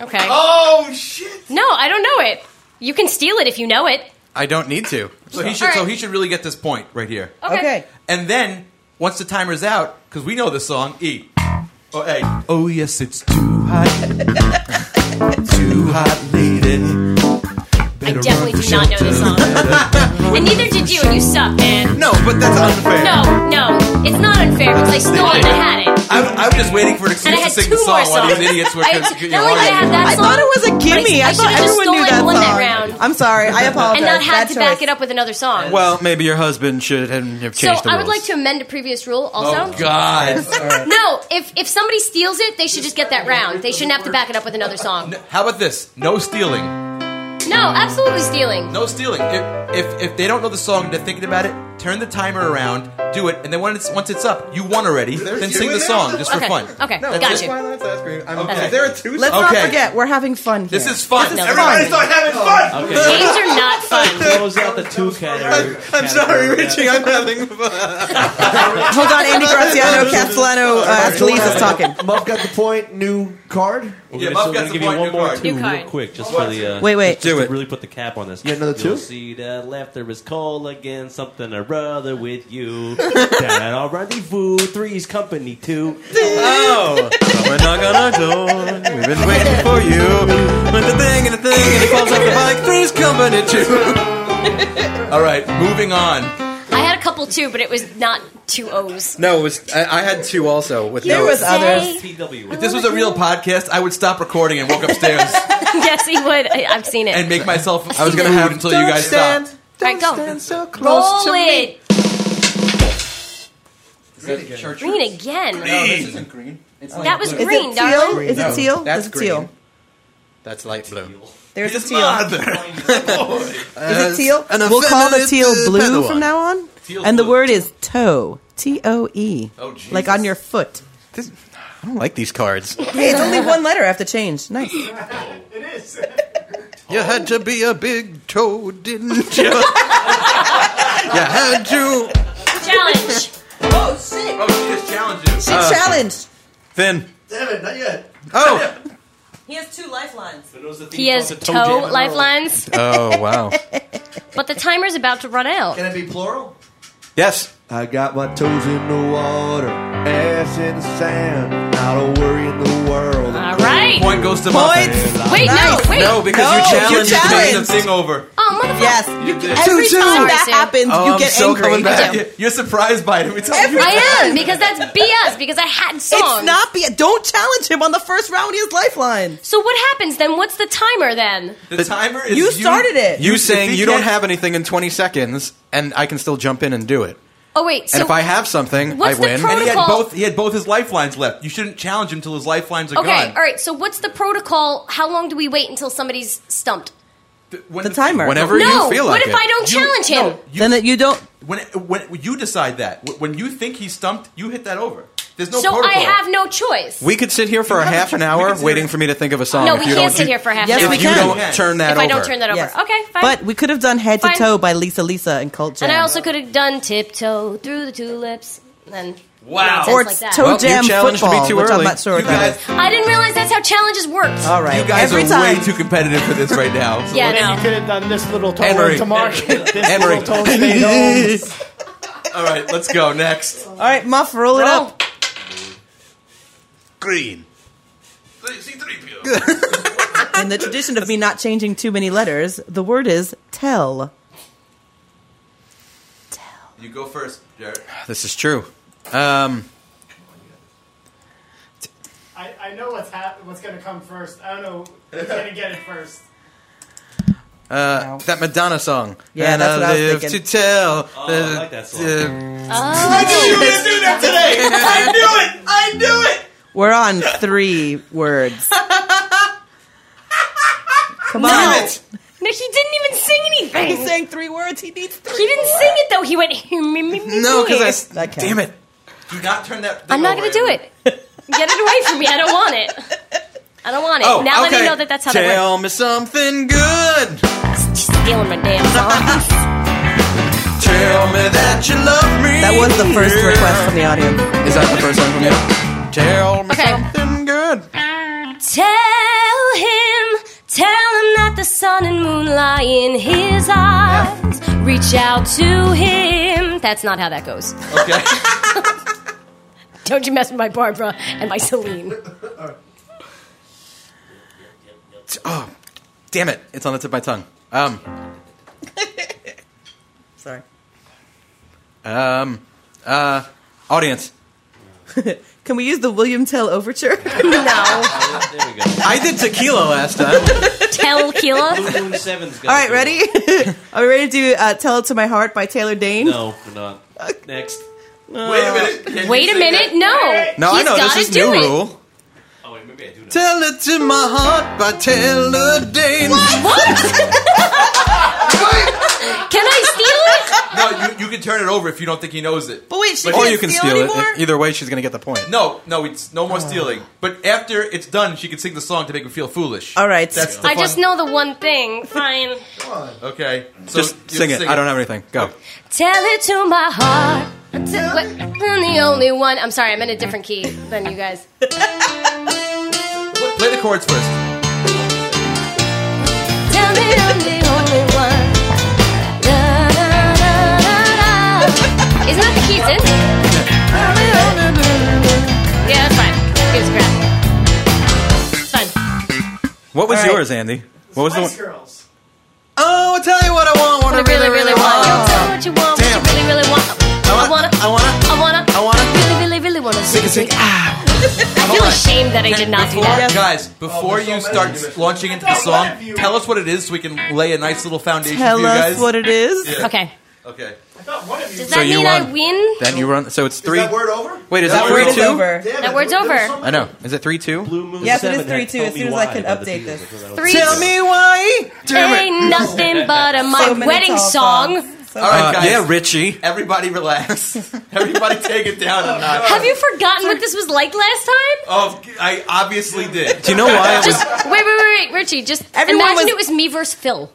Okay.
Oh shit!
No, I don't know it. You can steal it if you know it.
I don't need to.
So he should.
All right.
So he should really get this point right here.
Okay.
okay.
And then once the timer's out, because we know the song E. Oh, A. Oh yes, it's too hot, too hot, lady.
I definitely do not know this song. and neither did you, and you suck, man.
No, but that's unfair.
No, no, it's not unfair because I stole it and I had it.
I, I was just waiting for
And
an excuse
I
to
had
sing
two
the
more
song while
songs.
these idiots were
I,
you know,
not only did I have
arguing.
that
I
song,
thought it was a gimme.
I
I, thought
should've just
everyone
stolen
knew that
one
song.
that round.
I'm sorry. I apologize.
and not had
Bad
to back
choice.
it up with another song.
Well, maybe your husband should have
so
changed the rules.
I would like to amend a previous rule also.
Oh God!
No, if if somebody steals it, they should just get that round. They shouldn't have to back it up with another song.
How about this? No stealing.
No, absolutely stealing.
No stealing. If, if if they don't know the song and they're thinking about it, turn the timer around, do it, and then when it's once it's up, you won already. Then sing the song just for
Okay.
fun.
Okay. Got you.
Okay.
There
are two.
Let's
okay.
not forget, we're having fun. Here.
This is fun.
This is
Everybody
fun.
start having
Oh,
fun.
Okay.
Games are not fun.
Close out the two category.
I'm sorry, Richie. I'm having
Hold on, Andy Graziano, Castellano, uh, Ascalese is talking.
Muff got the point. New card.
Yeah,
We're
Muff
gonna,
got
so we're gonna
the
give you
point,
one
new
more
card.
two
New
real
card.
quick, just for the uh,
Wait, wait.
Do
to
it.
really put the cap on this.
Yeah, another
You'll
two?
see the left there is coal again, something or other with you. Down at our rendezvous, three's company two.
Oh, someone knock on our door. We've been waiting for you. With the thing and the thing, and he falls off the bike. Three's company too.
All right, moving on.
I had a couple too, but it was not two O's.
No, it was I, I had two also with
There
no.
was others.
TW.
If this was a real podcast, I would stop recording and walk upstairs
yes, he would. I, I've seen it.
and make myself. I
was gonna have-
until you guys
stand.
stop.
All right, go.
so close
Roll
to me.
it. Green again.
this isn't green.
That was
Is
green,
it
darling.
teal? Is it teal?
that's
Is it teal?
green. That's light blue.
There's a
It's
teal.
not there.
Is it teal?
an
We'll call the
effeminate,
teal
uh,
blue
Padawan.
from now on.
Teal
And the
blue.
word is toe. T O E.
Oh, Jesus.
Like on your foot.
This, I don't like these cards.
Hey, it's only one letter I have to change. Nice.
You had to be a big toe, didn't you? you had to.
Challenge.
Oh, shit.
Oh, she just challenged you.
Shit challenge.
Then.
Damn it, not yet.
Oh.
He has two lifelines.
He has toe lifelines,
Oh, wow.
but the timer's about to run out.
Can it be plural?
Yes.
I got my toes in the water, ass in the sand, not a worry in the world.
All right.
Point goes to
Points.
Muffin.
Wait, no,
No.
wait.
No, because
No,
you
you
challenged, me to
challenged.
sing over.
Oh, motherfucker.
Yes.
You did.
Every
Two, two.
time that
Sorry, Sue.
happens,
Oh,
you
I'm
get
so
angry.
coming back.
do.
You- You're surprised by it every time.
Every-
I am because that's BS because I had songs.
It's not be. Don't challenge him on the first round. He has lifelines.
So what happens then? What's the timer then?
the, timer is
You started it.
You
You
saying
if he
you don't
can't-
have anything in 20 seconds, and I can still jump in and do it.
Oh wait. So
and if I have something,
what's
I
the
win.
pro-
And he had
Protocol.
both. He had both his lifelines left. You shouldn't challenge him till his lifelines are
okay,
gone.
all right. So what's the protocol? How long do we wait until somebody's stumped?
Th- when-
The timer.
Whenever you
no.
feel
what
like
if
it.
I don't
You-
challenge him?
no, you-
then that you don't.
when, when you decide that, Wh- when you think he's stumped, you hit that over. There's no
so I
protocol.
have no choice.
We could sit here for a
haven't-
half an
we
hour
can sit
waiting
here-
for me to think of a song.
no,
if
we
you
can't
don't
sit
do-
here for half
Yes,
an
If
hour.
we
you
can.
don't turn that
if
over,
I don't turn that over,
Yes.
okay, fine.
But we could have done head
Fine.
to toe by Lisa Lisa and Cult Jam.
and I also could have done tiptoe through the tulips. And
Wow.
nonsense
or
like
it's
that.
toe
Well, you
jam
challenged me
football,
too
which
early.
I'm not sure
You
about.
guys,
I didn't realize that's how challenges worked.
All right,
you guys
every
are
time.
way too competitive for this right now. So
yeah,
let's-
And
no.
you could have done this little toll
Henry.
to market, this
Henry.
little toll stay home.
All right, let's go next.
All right, Muff, roll it
Roll.
up.
green.
In the tradition of me not changing too many letters, the word is tell.
You go first, Jared.
This is true. Um,
I, I know what's hap- what's going to come first. I don't know who's going to get it first.
uh, that Madonna song.
Yeah,
and
that's what I was
live
thinking.
to tell. Oh,
I like that song.
We're on three words. Come on.
No, he didn't even sing anything.
He's saying three words. He needs three.
He didn't sing it though. He went.
No,
No,
because I. s-
That counts.
Damn it.
Do not turn that. thing
I'm not
over
going to do
and-
it. Get it away from me. I don't want it. I don't want it.
Oh,
now
okay.
that I know that that's how
tell
that works.
me something good.
She's stealing my damn song.
Tell me that you love me.
That was the first request from the audience.
Is that the first one from you? Tell me
Okay.
something good.
tell him, tell him that the sun and moon lie in his eyes. Reach out to him. That's not how that goes.
Okay.
Don't you mess with my Barbara and my Celine.
Oh, damn it! It's on the tip of my tongue. Um,
Sorry.
um, uh, audience.
Can we use the William Tell overture?
No.
There we go.
I did tequila last time.
tell Keela.
Blue Moon Seven's
All right, ready? Are we ready to do uh, Tell It to My Heart by Taylor Dane?
No, we're not. Next.
Wait a minute. Can you
Wait a
say
minute. No.
No, I
He's
know this
gotta
is
do
new
it.
rule.
Oh wait, maybe I do know.
Tell it to my heart by Taylor Dane.
Can I steal it?
that? No, you, you can turn it over if you don't think he knows it.
But wait, she
Or
can't
you can
steal,
steal it. E-,
anymore?
Either way, she's gonna get the point.
No, no, it's no more stealing. But after it's done, she can sing the song to make him feel foolish.
All right.
That's the
I just
fun-
know the one thing. Fine.
Okay. So
Just
you
sing it. I don't have anything. Go.
Tell it to my heart. Tell it- I'm the only one. I'm sorry, I'm in a different key than you guys.
Pl- Play the chords first.
Tell me I'm the only one. Da, da, da, da, da. Isn't that the key, sis? Yeah, that's fine. Gives a crap. It's fine.
What was
All right.
yours, Andy? What was the
Spice
one?
Girls.
Oh, I'll tell you what I want. What
What I really, really want. You tell me what you want. What you
Oh. Damn.
really, really want. I wanna.
I wanna.
I wanna.
I wanna.
Really, really, really wanna.
Sing it, sing it. Ah.
I feel ashamed that I did not do
Before,
that.
Guys,
Oh,
before
there's so
you
many.
start launching into the
thought one of
song,
you-
tell us what it is so we can lay a nice little foundation for
Tell
you
us
guys.
what it is.
Okay.
okay.
I thought one of you.
Does
So
that
you
mean I
won.
win?
Then you run. So it's three.
Is that word over?
Wait, is
That
that
word
three
is
It's
two?
over.
Damn
That
it,
word's
there was
over.
so many-
I know. Is it three two?
Blue Moon
Yes, it is
7 had
three, too,
Tell
as
Me
soon as I
Why
can
by the
update
Beatles. I
this.
thought that was-
Three.
why?
Ain't nothing but a my
So many
wedding
tall
song.
songs. So
All
Uh,
right, guys.
yeah, Richie.
Everybody relax. Everybody take it down a notch.
Have you forgotten what this was like last time?
Oh, I obviously did.
Do you know why? It was,
Wait, wait, wait, wait, Richie. Just
Everyone
imagine
was-
it was me versus Phil.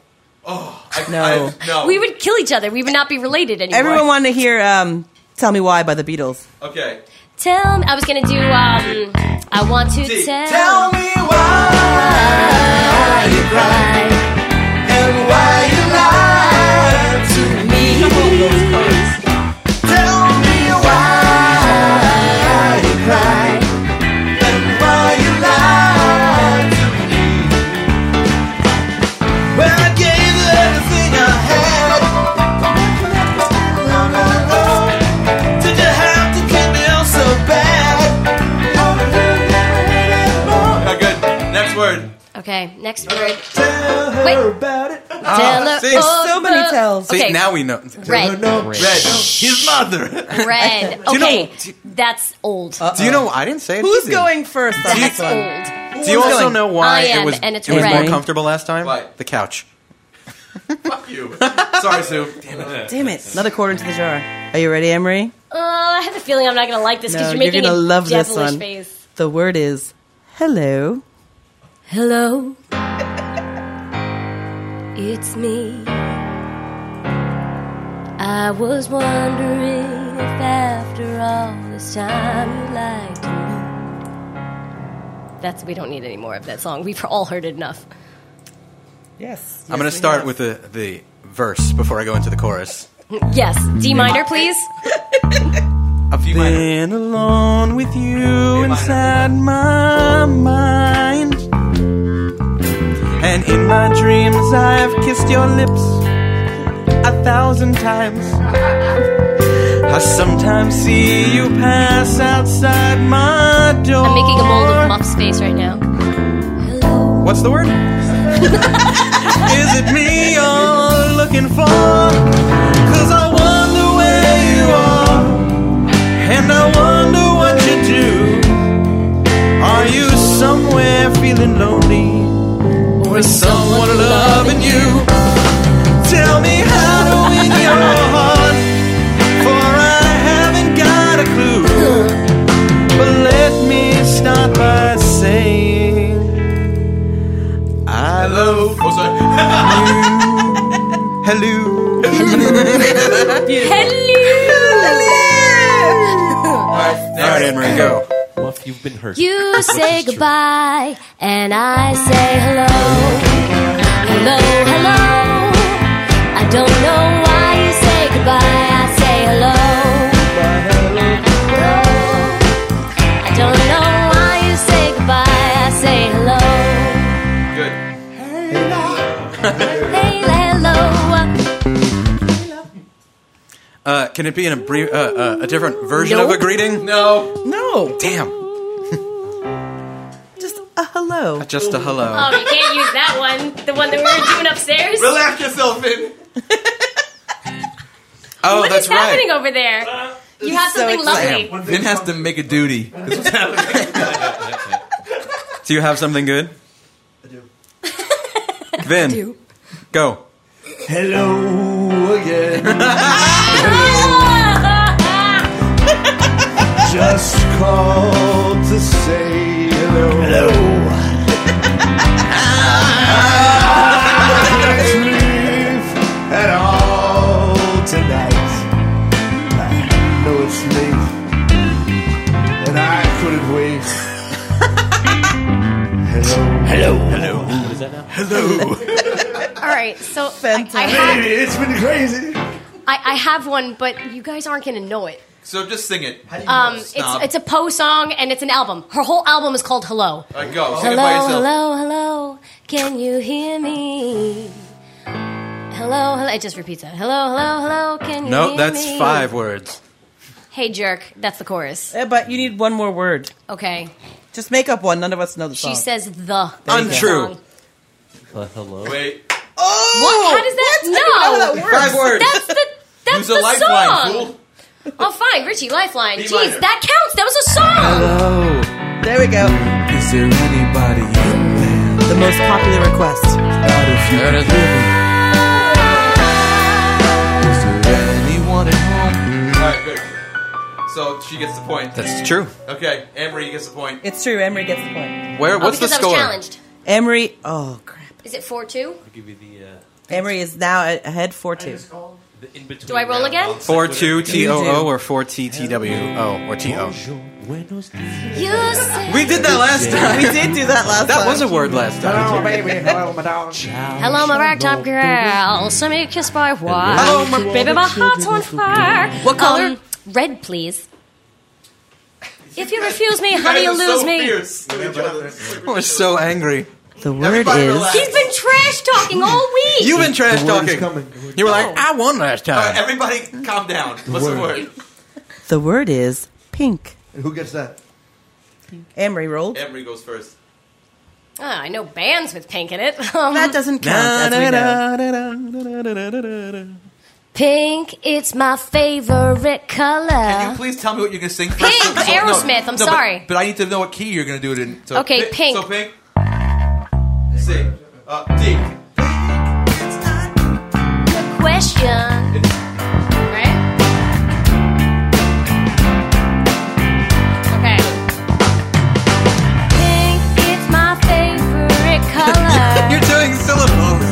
Oh, I,
No.
I, no.
We would kill each other. We would not be related anymore.
Everyone wanted to hear um, Tell Me Why by the Beatles.
Okay.
Tell me, I was gonna do. Um, I want to tell. Tell
me why you cry and why you lie to me. Tell me why you cry and why you lie to me. When I gave you everything I had, no, no, no. Did you have to keep me on so bad? Oh, good. Next word.
Okay, next word.
Tell her about it.
Tell her all
So many
the-
tells.
Okay.
See, now we know.
Red.
Red. His mother.
Red.
you know- Uh,
Okay, that's old.
Do you know? I didn't say it.
Who's
either.
going first on
That's
this one?
old.
Do you
Who's
also
going?
know why
I am,
it was
and it's
it was more
red.
comfortable last time?
Why?
The couch.
Fuck you. Sorry, Sue. Damn it.
Oh,
Damn it. Another quarter into the jar. Are you ready, Emery?
Uh, I have a feeling I'm not gonna like this
No,
because
you're
you're making
gonna
a
love this
devilish
one.
face.
The word is hello.
Hello. it's me. I was wondering if after all this time you liked me. That's we don't need any more of that song. We've all heard it enough.
Yes.
I'm going to start with the the verse before I go into the chorus.
Yes, D minor, please.
A few minor.
Been alone with you
minor.
inside my mind. And in my dreams, I've kissed your lips a thousand times. I sometimes see you pass outside my door.
I'm making a mold of Muff's face right now. Hello.
What's the word? Is it me you're looking for? Cause I wonder where you are, and I wonder what you do. Are you somewhere feeling lonely? Or is someone loving you? Tell me how to win your heart, for I haven't got a clue. But let me start by saying, I love
Oh, sorry.
Hello.
Hello.
All right, Anne-Marie, go.
Muff, you've been hurt.
You say
true.
goodbye, and I say hello. Hello, hello. I don't know why you say goodbye. I say hello. Hello. I don't know why you say goodbye. I say hello.
Good.
Hey, hello.
Uh, can it be in a brief, uh, uh, a different version of a
Nope.
greeting?
No.
No.
Damn.
Just a hello.
Just a hello.
Oh, you can't use that one. The one that we were doing upstairs.
Relax yourself in.
oh,
What
that's
is happening
right.
over there? You have
Uh, so
something
exciting.
lovely.
Vin has to make a duty.
Do you have something good? I do. Vin,
do.
go.
Hello again. Just called to say hello. Hello. at all tonight. I know it's late, and I couldn't wait. Hello. Hello. Hello.
What is that now?
All right, so I, I,
Fantastic.
have,
Baby, it's been crazy.
I, I have one, but you guys aren't going to know it.
So just sing it.
Um, it's, it's a Poe song, and it's an album. Her whole album is called Hello.
All right, go. Sing it by
Hello,
yourself.
hello, hello. Can you hear me? Hello, hello. It just repeats that. Hello, hello, hello. Can you hear
No,
me?
that's five words.
Hey, jerk. That's the chorus.
Eh, But you need one more word.
Okay.
Just make up one. None of us know the
She
song.
says the.
Untrue.
Song.
Uh, hello.
Wait.
oh,
What? How does that-
what? I
No.
don't know how that works.
Five words.
That's the. That's
Use
the
a lifeline,
song.
fool.
Oh, fine, Richie. Lifeline.
B
Jeez,
minor.
that counts. That was a song.
Hello.
There we go.
Is there anybody in there?
The most popular request.
Not if you're living. Is there anyone at home?
All right, good. So she gets the point.
That's true.
Okay, Amory gets the point.
It's true. Emery gets the point.
Where? What's
oh,
the
because I
score?
was challenged.
Emery. Oh crap.
Is it four two?
I'll give you the. Uh,
Emery is now a- ahead four
I
two.
just called.
the in between.
Do I roll again?
Four two T O O or four T T W O or T O.
You say
We did that last time.
We did do that last
That
time.
was a word last time.
baby. Hello, my dog.
Hello, my ragtop girl. Send me a kiss by wife.
Hello, my-
baby, my heart's on fire.
What color?
Um, red, please. If you refuse me, how do you lose me?
We're so angry.
The word is.
He's been trash talking all week.
You've been trash talking.
coming.
You were like, I won last time.
Everybody, calm down. What's the word?
The word is pink.
And who gets that?
Emery rolled.
Emery goes first.
Ah, I know bands with pink in it. Um,
That doesn't count. as we know.
pink, it's my favorite color.
Please tell me what you're gonna sing. First.
Uh-huh. Pink,
So- no,
Aerosmith. I'm
no, but-
sorry.
But, I need to know what key you're gonna do it in. So
Okay,
pi-
pink.
So pink. C. Uh, D.
The question. Right? Okay. Pink, it's my favorite color.
You're doing syllables.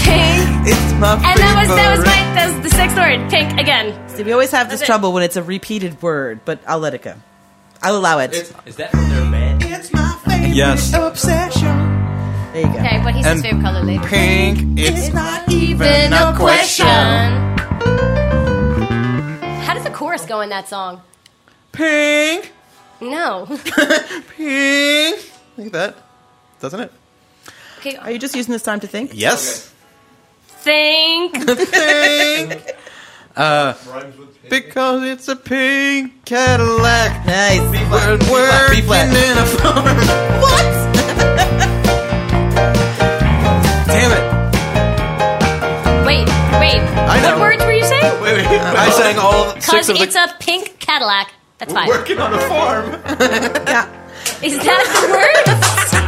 Pink.
It's my favorite.
And that was that was my that was the sixth word. Pink again.
See, we always have this
That's it.
trouble when it's a repeated word, but I'll let it go. I'll allow it.
Is that from their band?
It's my favorite
Yes.
obsession. There you go.
Okay, but he's
And
his favorite color later.
Pink. It's
not even.
Even
a
a
question.
question. How does the chorus go in that song?
pink.
No.
Pink. Look at that. Doesn't it?
Okay.
Are you just using this time to think?
Yes.
Think.
Pink. Uh, because it's a pink Cadillac.
Nice.
We're
B flat.
working in a farm.
What?
Damn it.
Wait, wait.
I know.
What words were you saying?
Wait, wait.
I sang all six
Because
of the
it's a pink Cadillac. That's fine.
Working on a farm.
Yeah.
Is that the word?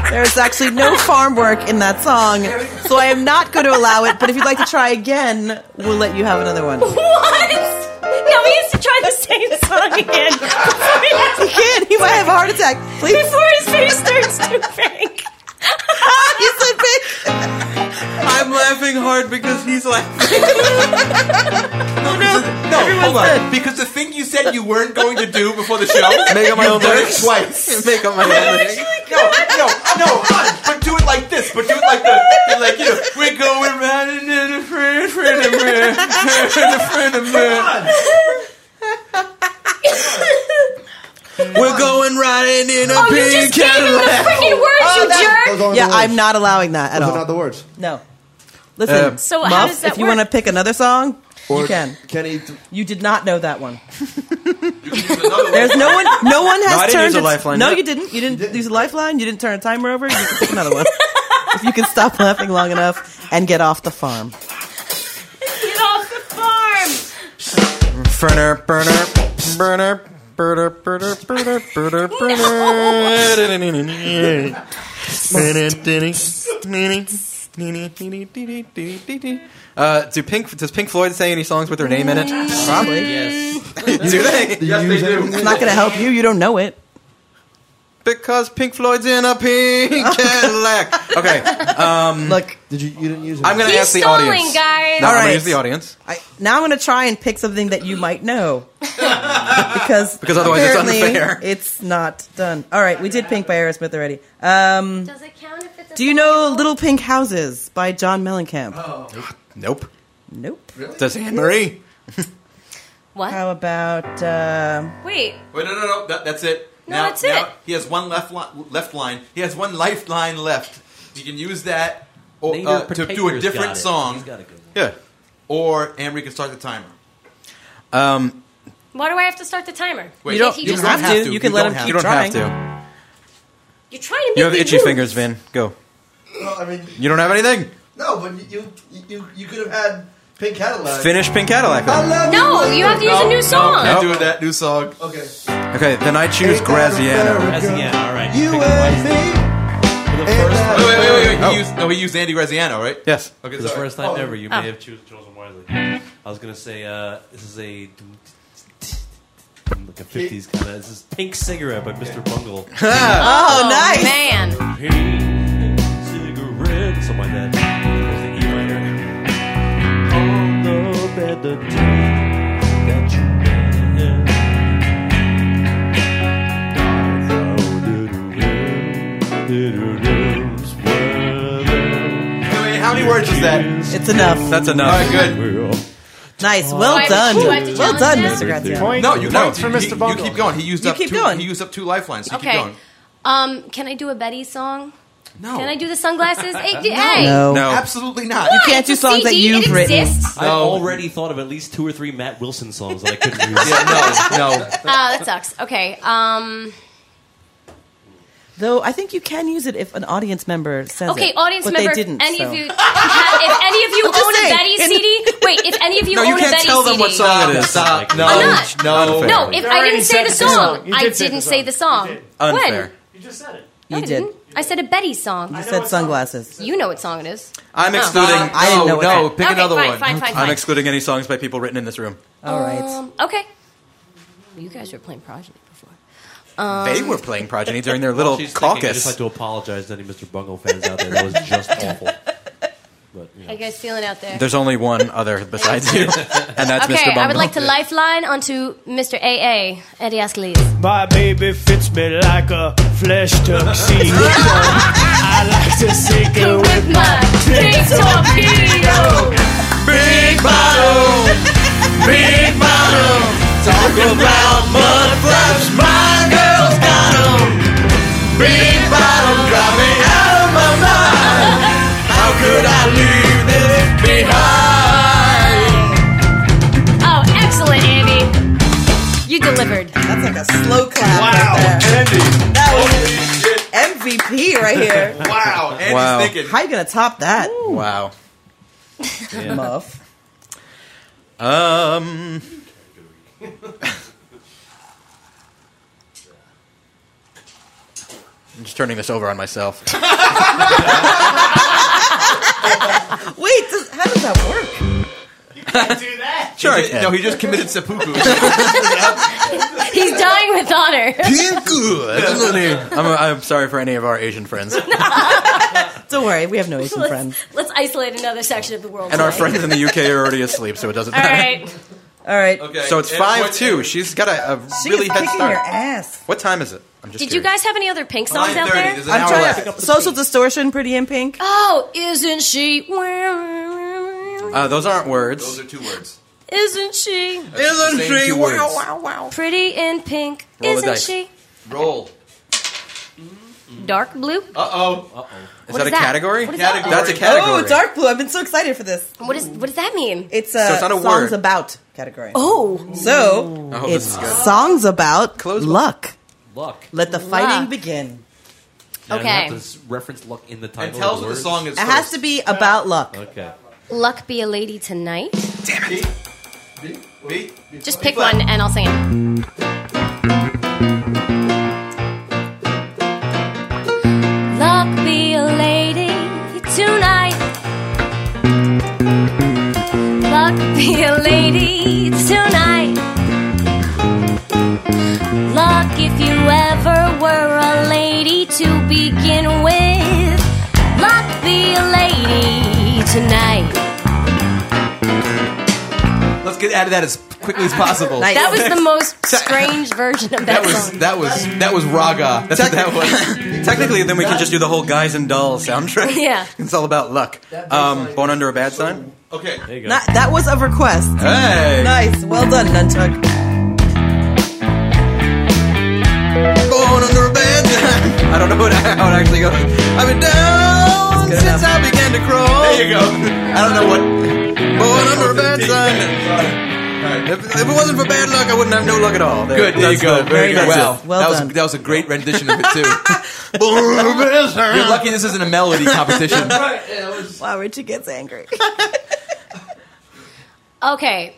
There's actually no farm work in that song, so I am not going to allow it. But if you'd like to try again, we'll let you have another one. He
what? Now he has to try the same song again before, he-
can't. He might have a heart attack. Please.
before his face turns to pink.
he said pink.
I'm laughing hard because he's laughing.
Oh,
No, hold on. Because the thing you said you weren't going to do before the show,
Make up my
you've
own
done it
lyrics.
twice.
Make up my language.
No, no, no, hon, but do it like this, but do it like the, like, you know, we're going riding in a friend, friend of mine, friend of friend of mine.
We're going riding in a
Oh, you just
pink
gave him the
Cadillac. Oh,
freaking words, you jerk!
Those aren't
Yeah,
the words.
I'm not allowing that at
Those are not
all.
the words.
No. Listen,
Uh,
So
Muff,
how does that
if you
work?
want to pick another song, you can.
Kenny, th-
You did not know that one.
There's
There's no one. No one has
No, I didn't
turned.
use a
its-
lifeline.
No,
No.
you didn't. You didn't use a lifeline. You didn't turn a timer over. You can pick another one. if you can stop laughing long enough and get off the farm.
Get off the farm!
Burner, burner, burner, burner, burner, burner, burner, burner. Uh, do Pink does Pink Floyd sing any songs with their name in it?
Probably.
Do they?
yes, they do.
It's not going to help you. You don't know it.
Because Pink Floyd's in a pink Cadillac. Okay,
Look,
Did you? You didn't use it.
I'm gonna
He's
ask the
stalling,
audience.
guys.
No, I'm
All
gonna
right.
use the audience
I, now I'm going to try and pick something that you might know because
because otherwise it's
apparently
unfair.
it's not done. All right, we did Pink by Aerosmith already. Um,
Does it count if it's a
do you know Little Pink Houses by John Mellencamp?
Nope.
Nope.
Does Anne Marie?
What?
How about uh,
Wait.
Wait, no, no, no, that, that's it.
No,
now,
that's
now
it.
He has one left, li- left line. He has one lifeline left. You can use that or,
Native
uh, to do a
Protector's got
different
it.
song,
He's got a good one.
Yeah.
or Amory can start the timer.
Um,
Why do I have to start the timer?
Wait,
you don't?
he
You don't
just
have
have
to.
to.
You can
You
let
don't
him
have
keep
you don't have
trying.
to.
You're trying to make
You have
me
itchy
move.
fingers, Vin. Go.
No, I mean,
You don't have anything.
no, but you you you, you could have had Pink Cadillac.
Finish Pink Cadillac.
I
Then.
love
No, you have to use a new song.
Can't do that new song.
Okay.
Okay, then I choose Graziano.
That's- yeah, all right.
You
Pick
and
the For
me.
the first
that-
time,
Wait, wait, wait, wait. wait. He
Oh.
used, no, he used Andy Graziano, right?
Yes.
Okay,
for the
sorry.
first time ever, you
Oh.
may have choo- chosen wisely. I was gonna say uh, this is a like a fifties kind of. This is Pink Cigarette by Mr. Bungle.
Oh, nice.
man.
Pink cigarette, something like that. There's the E minor. On the bed by the day that you met. I found little rooms where the
Wait, how many words is that?
It's enough.
That's enough.
All right, good.
Nice. Well
I-
done.
Oh. do I have to
Well
challenge
done,
now?
Mr. Grazia.
Point.
No, you
points
don't.
for
He-
Mr. Bungle.
You keep going. He used
You
up
keep
two.
going.
He used up two lifelines. So you keep
Okay.
going.
Um, can I do a Betty song?
No.
Can I do the sunglasses? Hey, d- hey.
No.
No.
Absolutely not.
You
Why?
can't do
It's a
songs that
CD.
you've
it
written.
Exists?
I already thought of at least two or three Matt Wilson songs that I couldn't use.
Yeah, no, no.
Oh, that sucks. Okay. Um,
Though I think you can use it if an audience member says
okay,
it.
audience
but
member.
they didn't.
any
so.
of you, have, if any of you
just
own
saying.
a Betty CD, wait, if any of you
No,
own
you
a
can't
Betty
tell them
CD,
what song it is.
Stop. No.
I'm not.
No.
no, if
You
I
already
didn't say
said
the
the song.
song,
You
I
did say the
didn't say
song.
the song.
You did.
Unfair.
You just said it.
When? No,
You
I
did.
didn't. I said a Betty song.
You
know
said
it's not-
sunglasses.
You know what song it is.
I'm
Oh.
excluding.
I didn't know
No,
what
no.
that-
Pick
okay,
another
fine,
one.
Fine, fine,
I'm
fine.
excluding any songs by people written in this room.
All right.
Um, okay. You guys were playing Progeny before. Uh,
they were playing Progeny during
Oh,
their little
She's thinking, I just
caucus.
like to apologize to any Mr. Bungle fans out there. That was just awful. But, you know.
How you guys feeling out there?
There's only one other besides you, and that's
okay,
Mr. Bumble.
I would like to lifeline onto Mr. AA, Eddie Ascalese.
My baby fits me like a flesh tuxedo. I like to sink her with my big torpedo.
Big bottle, big bottle. Talk about mud flaps, my girl's got 'em. Big bottle, drive me out of my mind. How could I leave this behind?
Oh, excellent, Andy. You delivered.
That's like a slow clap right there. That was MVP right here.
Wow. Andy's
Wow.
thinking.
How you gonna top that,
Wow.
Muff?
Um. I'm just turning this over on myself.
Wait, does, how does that work?
Can't do that.
Sure, I
No,
can.
he just committed seppuku.
He's dying with honor.
I'm, I'm sorry for any of our Asian friends
Don't worry, we have no Asian friends.
let's, let's isolate another section of the world.
and our
today.
friends in the UK are already asleep, so it doesn't
All right.
matter.
All right.
So it's five two. She's got a, a
She
really
is
head
kicking your
start.
ass.
What time is it? I'm just.
Did you
curious.
guys have any other pink songs out
9:30.
there?
There's an
I'm
hour
trying
left.
social distortion, pretty in pink.
Oh, isn't she?
Uh, those aren't words.
Those are two words.
Isn't she
Same
Isn't
two words.
pretty in pink?
Roll the
Isn't
dice.
she
Roll.
dark blue?
Uh oh.
Is
What is
that a
that?
category?
What is that?
That's a category.
Oh, dark blue! I've been so excited for this.
What is? What does that mean?
It's a
it's not a
songs
word.
about category.
Oh,
So
I hope
it's
this is good.
songs about
Close
luck.
Luck.
Let the fighting
Luck.
begin.
And I
Okay.
Have to s- reference luck in the title.
And tell us
of
what
the,
the
words?
song is.
It has to be about luck.
Okay.
luck be a lady tonight.
be. B.
Just pick one and I'll sing it. Luck be a lady tonight. Luck be a lady tonight. Luck if you ever were a lady to begin with. Luck be a lady tonight.
Let's get out of that as quickly as possible.
Nice.
That was the most strange version of that,
That was
song.
that was that was raga. That's what that was.
Technically, then we can just do the whole guys and dolls soundtrack.
Yeah.
it's all about luck. Um, born under a bad sign.
Okay.
There you go.
Not, that was a request.
Hey,
Nice, well done, Nunchuck.
born under a bad sign. I don't know what, how it actually goes. I've been down
It's good
since I began to crawl.
There you go. I don't know what.
Born under a bad sign. If, if it wasn't for bad luck, I wouldn't have no luck at all. There,
Good. There you
that's
go.
the-
Very good. Wow.
that's
Well
that was
done.
that was a great rendition of it too.
it. Born under a bad sign.
You're lucky this isn't a melody competition.
Wow, Richie gets angry.
Okay.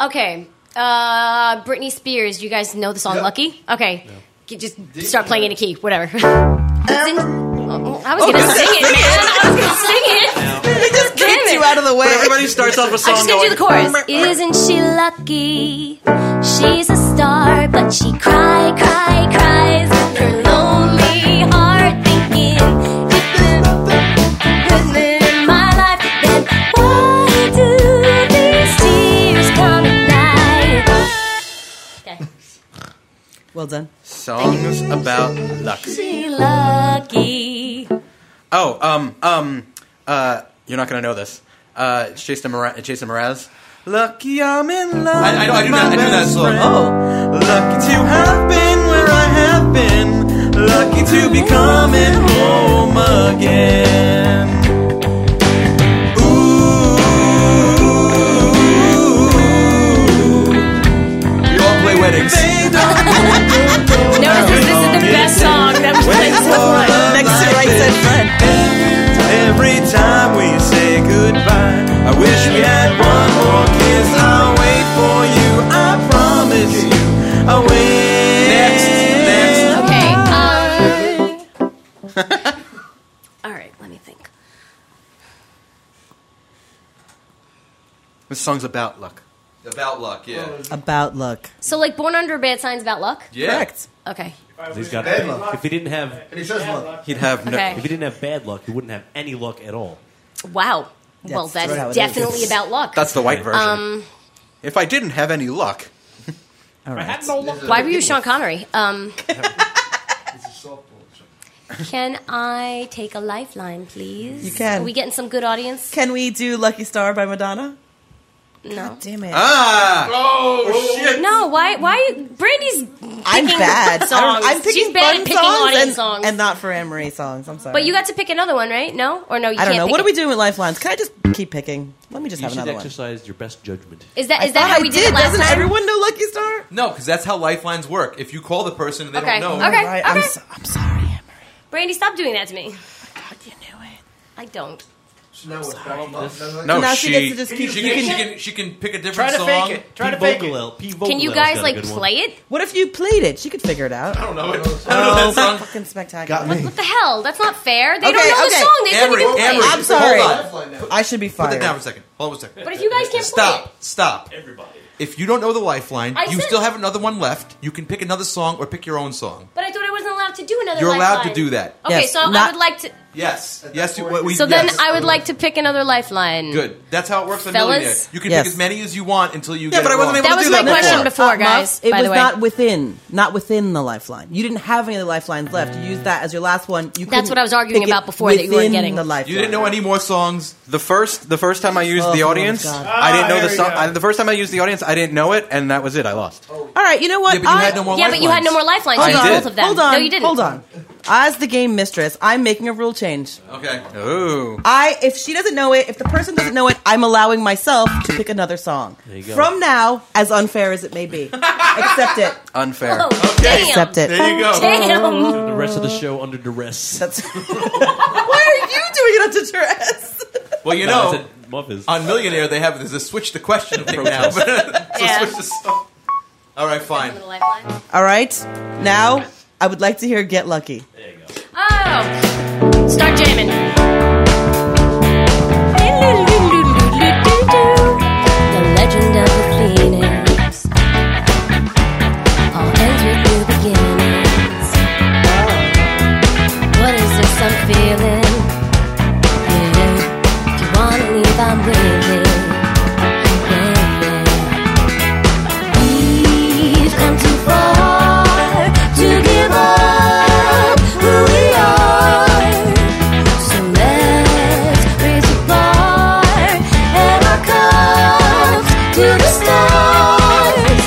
Okay. Uh, Britney Spears. You guys know the song Lucky? Okay. G- Just start playing in a key. Whatever. Sing- Oh, I was going to sing it, man. I was going to sing it.
he just
Damn
kicked
it.
you out of the way.
But everybody starts off a
I'm
song
just
going.
going to do the chorus. Isn't she lucky? She's a star, but she cry, cry, cries. Her lonely heart thinking, if there wasn't my life, then why do these tears
Well done.
Songs about luck.
She lucky.
Oh, um, um, uh, you're not gonna know this. Uh, it's Jason Mraz. Jason Mraz. Lucky I'm in love.
I, I, know, I, knew, that, I knew that song.
Oh. Lucky to have been where I have been. Lucky to be coming home again.
You all play weddings.
Notice this, this is the best song that was played so far.
Next to right said friend.
Every time we say goodbye, I wish we had one more kiss. I'll wait for you. I promise you. I'll wait. Next,
Okay.
next.
Um, all right, let me think.
This song's about luck.
About luck,
Oh,
yeah.
About luck.
So, like, Born Under Bad Signs about luck?
Yeah.
Correct.
Okay.
He's got
Bad luck.
If he didn't have
And he says love.
He'd have no.
Okay.
if he didn't have bad luck, he wouldn't have any luck at all.
Wow. well,
That's how it
that's
is.
definitely about luck.
That's the white version.
um,
if I didn't have any luck,
All right.
had no luck.
why were you Sean Connery? Um,
It's a softball. joke.
can I take a lifeline, please?
You can.
Are we getting some good audience?
Can we do Lucky Star by Madonna?
No.
Damn it.
ah,
No, why? Why? Brandy's.
I'm
picking
bad. I don't-
songs.
I'm picking
She's bad
fun
at picking
songs
audience
and,
songs.
and not for Anne Marie songs. I'm sorry.
But you got to pick another one, right? No, or no? You
I don't
can't
know.
Pick
What are
it?
we doing with lifelines? Can I just keep picking? Let me just
You
have
should
another
exercise your best judgment.
Is that
one.
is that how we did, it last
Doesn't
time?
everyone know Lucky Star?
No, because that's how lifelines work. If you call the person and they
Okay.
don't know,
Okay.
Right. I'm,
okay.
so, I'm sorry, Anne Marie.
Brandy, stop doing that to me.
God, you knew it.
I don't.
So now what's bottom up?
no,
now she,
she.
gets to just
Oh, she
keep.
can,
you can-
she can she can pick a
Try
different
to
song.
fake it. Try to
P
fake it.
Vocal L. P Vocal
Can you
L's
guys
got a
like
good one.
play it?
what if you played it? She could figure it out.
I don't know it. I don't know
Um,
that song.
Fucking
Got
spectacular.
me.
What the hell? That's not fair. They don't
Okay,
know
okay.
the song. They couldn't
Emery,
even play
Emery,
it.
I'm sorry.
Hold on.
I should be
Put that down for
fired.
a second. Hold on a second.
But if you guys can't play
Stop. Stop.
Everybody.
If you don't know the lifeline,
I
you
said-
still have another one left. You can pick another song or pick your own song.
it, but I thought I wasn't allowed to do another.
You're allowed
lifeline.
to do that.
Okay,
Yes,
so I
not-
would like to.
Yes.
At
Yes.
that
You,
point-
we,
So
yes.
then I would like to pick another lifeline.
Good. That's how it works on
Fellas?
Millionaire. You can
Yes.
pick as many as you want until you
Yeah,
get
but
it
I wasn't
wrong.
able
That
to
was
do
my
that
question
before.
before,
Uh, Muff,
guys.
It
by
was
the way,
not within, not within the lifeline. You didn't have any of the lifelines left. You used that as your last one. You
That's
couldn't
what I was arguing
pick it
about before that you weren't
within
getting.
the lifeline.
You didn't know any more songs.
The first, the first time I used
Oh,
the
my
audience,
God.
I didn't know the
Ah, here we
song.
go.
I, the first time I used the audience, I didn't know it, and that was it. I lost.
All right, you know what?
Yeah, but you
I-
had no more
yeah, but you had no more
lifelines.
lifelines.
Hold
You
on.
used both of them.
Hold on.
No, you didn't.
Hold on. As the game mistress, I'm making a rule change.
Okay.
Ooh,
I, if she doesn't know it, if the person doesn't know it, I'm allowing myself to pick another song.
There you go.
From now, as unfair as it may be, accept it.
unfair.
Oh, damn.
Accept it.
There you go.
Damn.
Oh.
The rest of the show under duress.
That's- Why are you doing it under duress?
Well, you
No, I
know,
said Muff is.
on Millionaire they have there's a switch the question thing now. so
Yeah.
switch the song. All right, fine.
Another lifeline.
All right, now I would like to hear "Get Lucky."
There you go.
Oh, start jamming. The legend of the phoenix.
All ends with new beginnings. What is this I'm feeling? Yeah. If you wanna leave, I'm willing. Yeah, yeah. We've come too far to give up who we are. So let's raise a bar and our cups to the stars.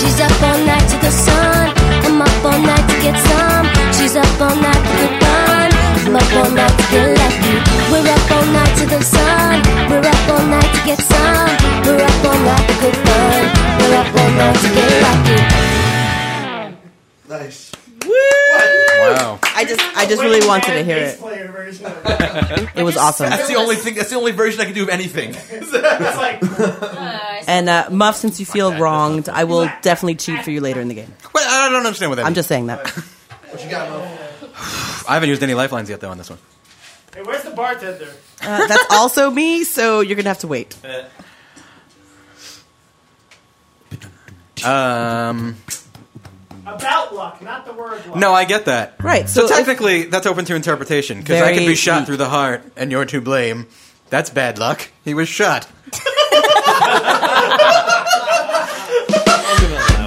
She's up all night to the sun. I'm up all night to get some. She's up all night to get fun. I'm up all night to get lucky. We're up all night to the sun. We're up all night to get some. We're up all night to get fun. We're up all night to get lucky.
Nice.
Woo!
Wow.
I just, I just really wanted to hear it.
Player version of it.
It was awesome.
That's the only thing. That's the only version I can do of anything.
It's like
And uh, Muff, since you feel wronged, I will definitely cheat for you later in the game.
Wait, I don't understand what that.
I'm
means.
just saying that.
What you got, Mo?
I haven't used any lifelines yet though on this one.
hey, where's the bartender?
Uh, that's also me, so you're gonna have to wait.
Um,
About luck, not the word luck.
no, I get that.
Right. So,
So,
if-
technically, that's open to interpretation because I
Very
could be shot
neat.
through the heart, and you're to blame. That's bad luck. He was shot.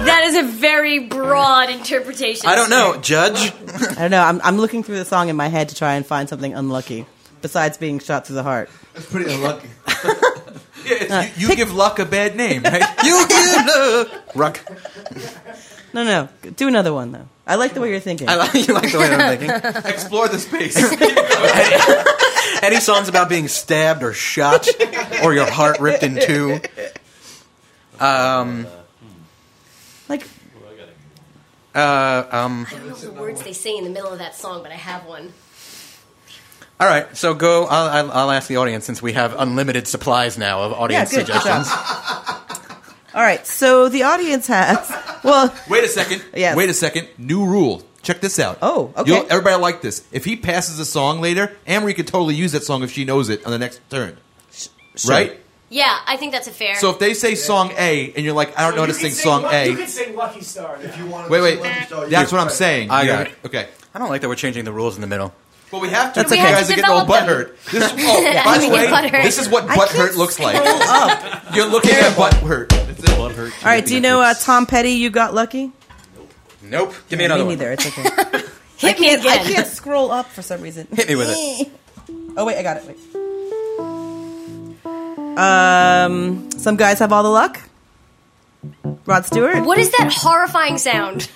That is a very broad interpretation.
Judge. I don't know. I'm, I'm looking through the song in my head to try and find something unlucky besides being shot through the heart.
That's pretty unlucky.
Yeah, it's, you, you give luck a bad name, right?
You
give luck.
Ruck. No, no. Do another one though. I like the way you're thinking.
I like, you like the way I'm thinking.
Explore the space.
Any songs about being stabbed or shot or your heart ripped in two? Um,
like,
uh, um,
I don't know the words they sing in the middle of that song, but I have one.
all right, so go. I'll, I'll- I'll ask the audience since we have unlimited supplies now of audience
Yeah, good, good
suggestions.
All right. So the audience has. Well,
Wait a second.
Yes.
Wait a second. New rule. Check this out.
Oh, okay.
everybody like this. If he passes a song later, Amory could totally use that song if she knows it on the next turn. Right?
Yeah, I think that's a fair.
So if they say song A and you're like, I don't know how to sing song
You
A.
could sing Lucky Star if you wanted.
Wait,
to
wait.
sing Lucky Star.
That's what I'm saying.
I got
Yeah.
it.
Okay.
I don't like that we're changing the rules in the middle.
Well, we have to.
That's
That's okay.
okay.
You guys
We
to
have
get
to
all butt
develop
hurt. This is, oh,
Yeah,
by
we
the
get
way,
butthurt.
this is what
I
butt hurt looks like. You're looking at butt hurt. Butt hurt.
all right. Do you know uh, Tom Petty? You got lucky.
Nope. Give me
Me
another
neither.
one.
It's okay. Hit
me
I
again.
can't scroll up for some reason.
Hit me with
it. oh wait, I got it. Wait. Um, some guys have all the luck. Rod Stewart.
What is that horrifying sound?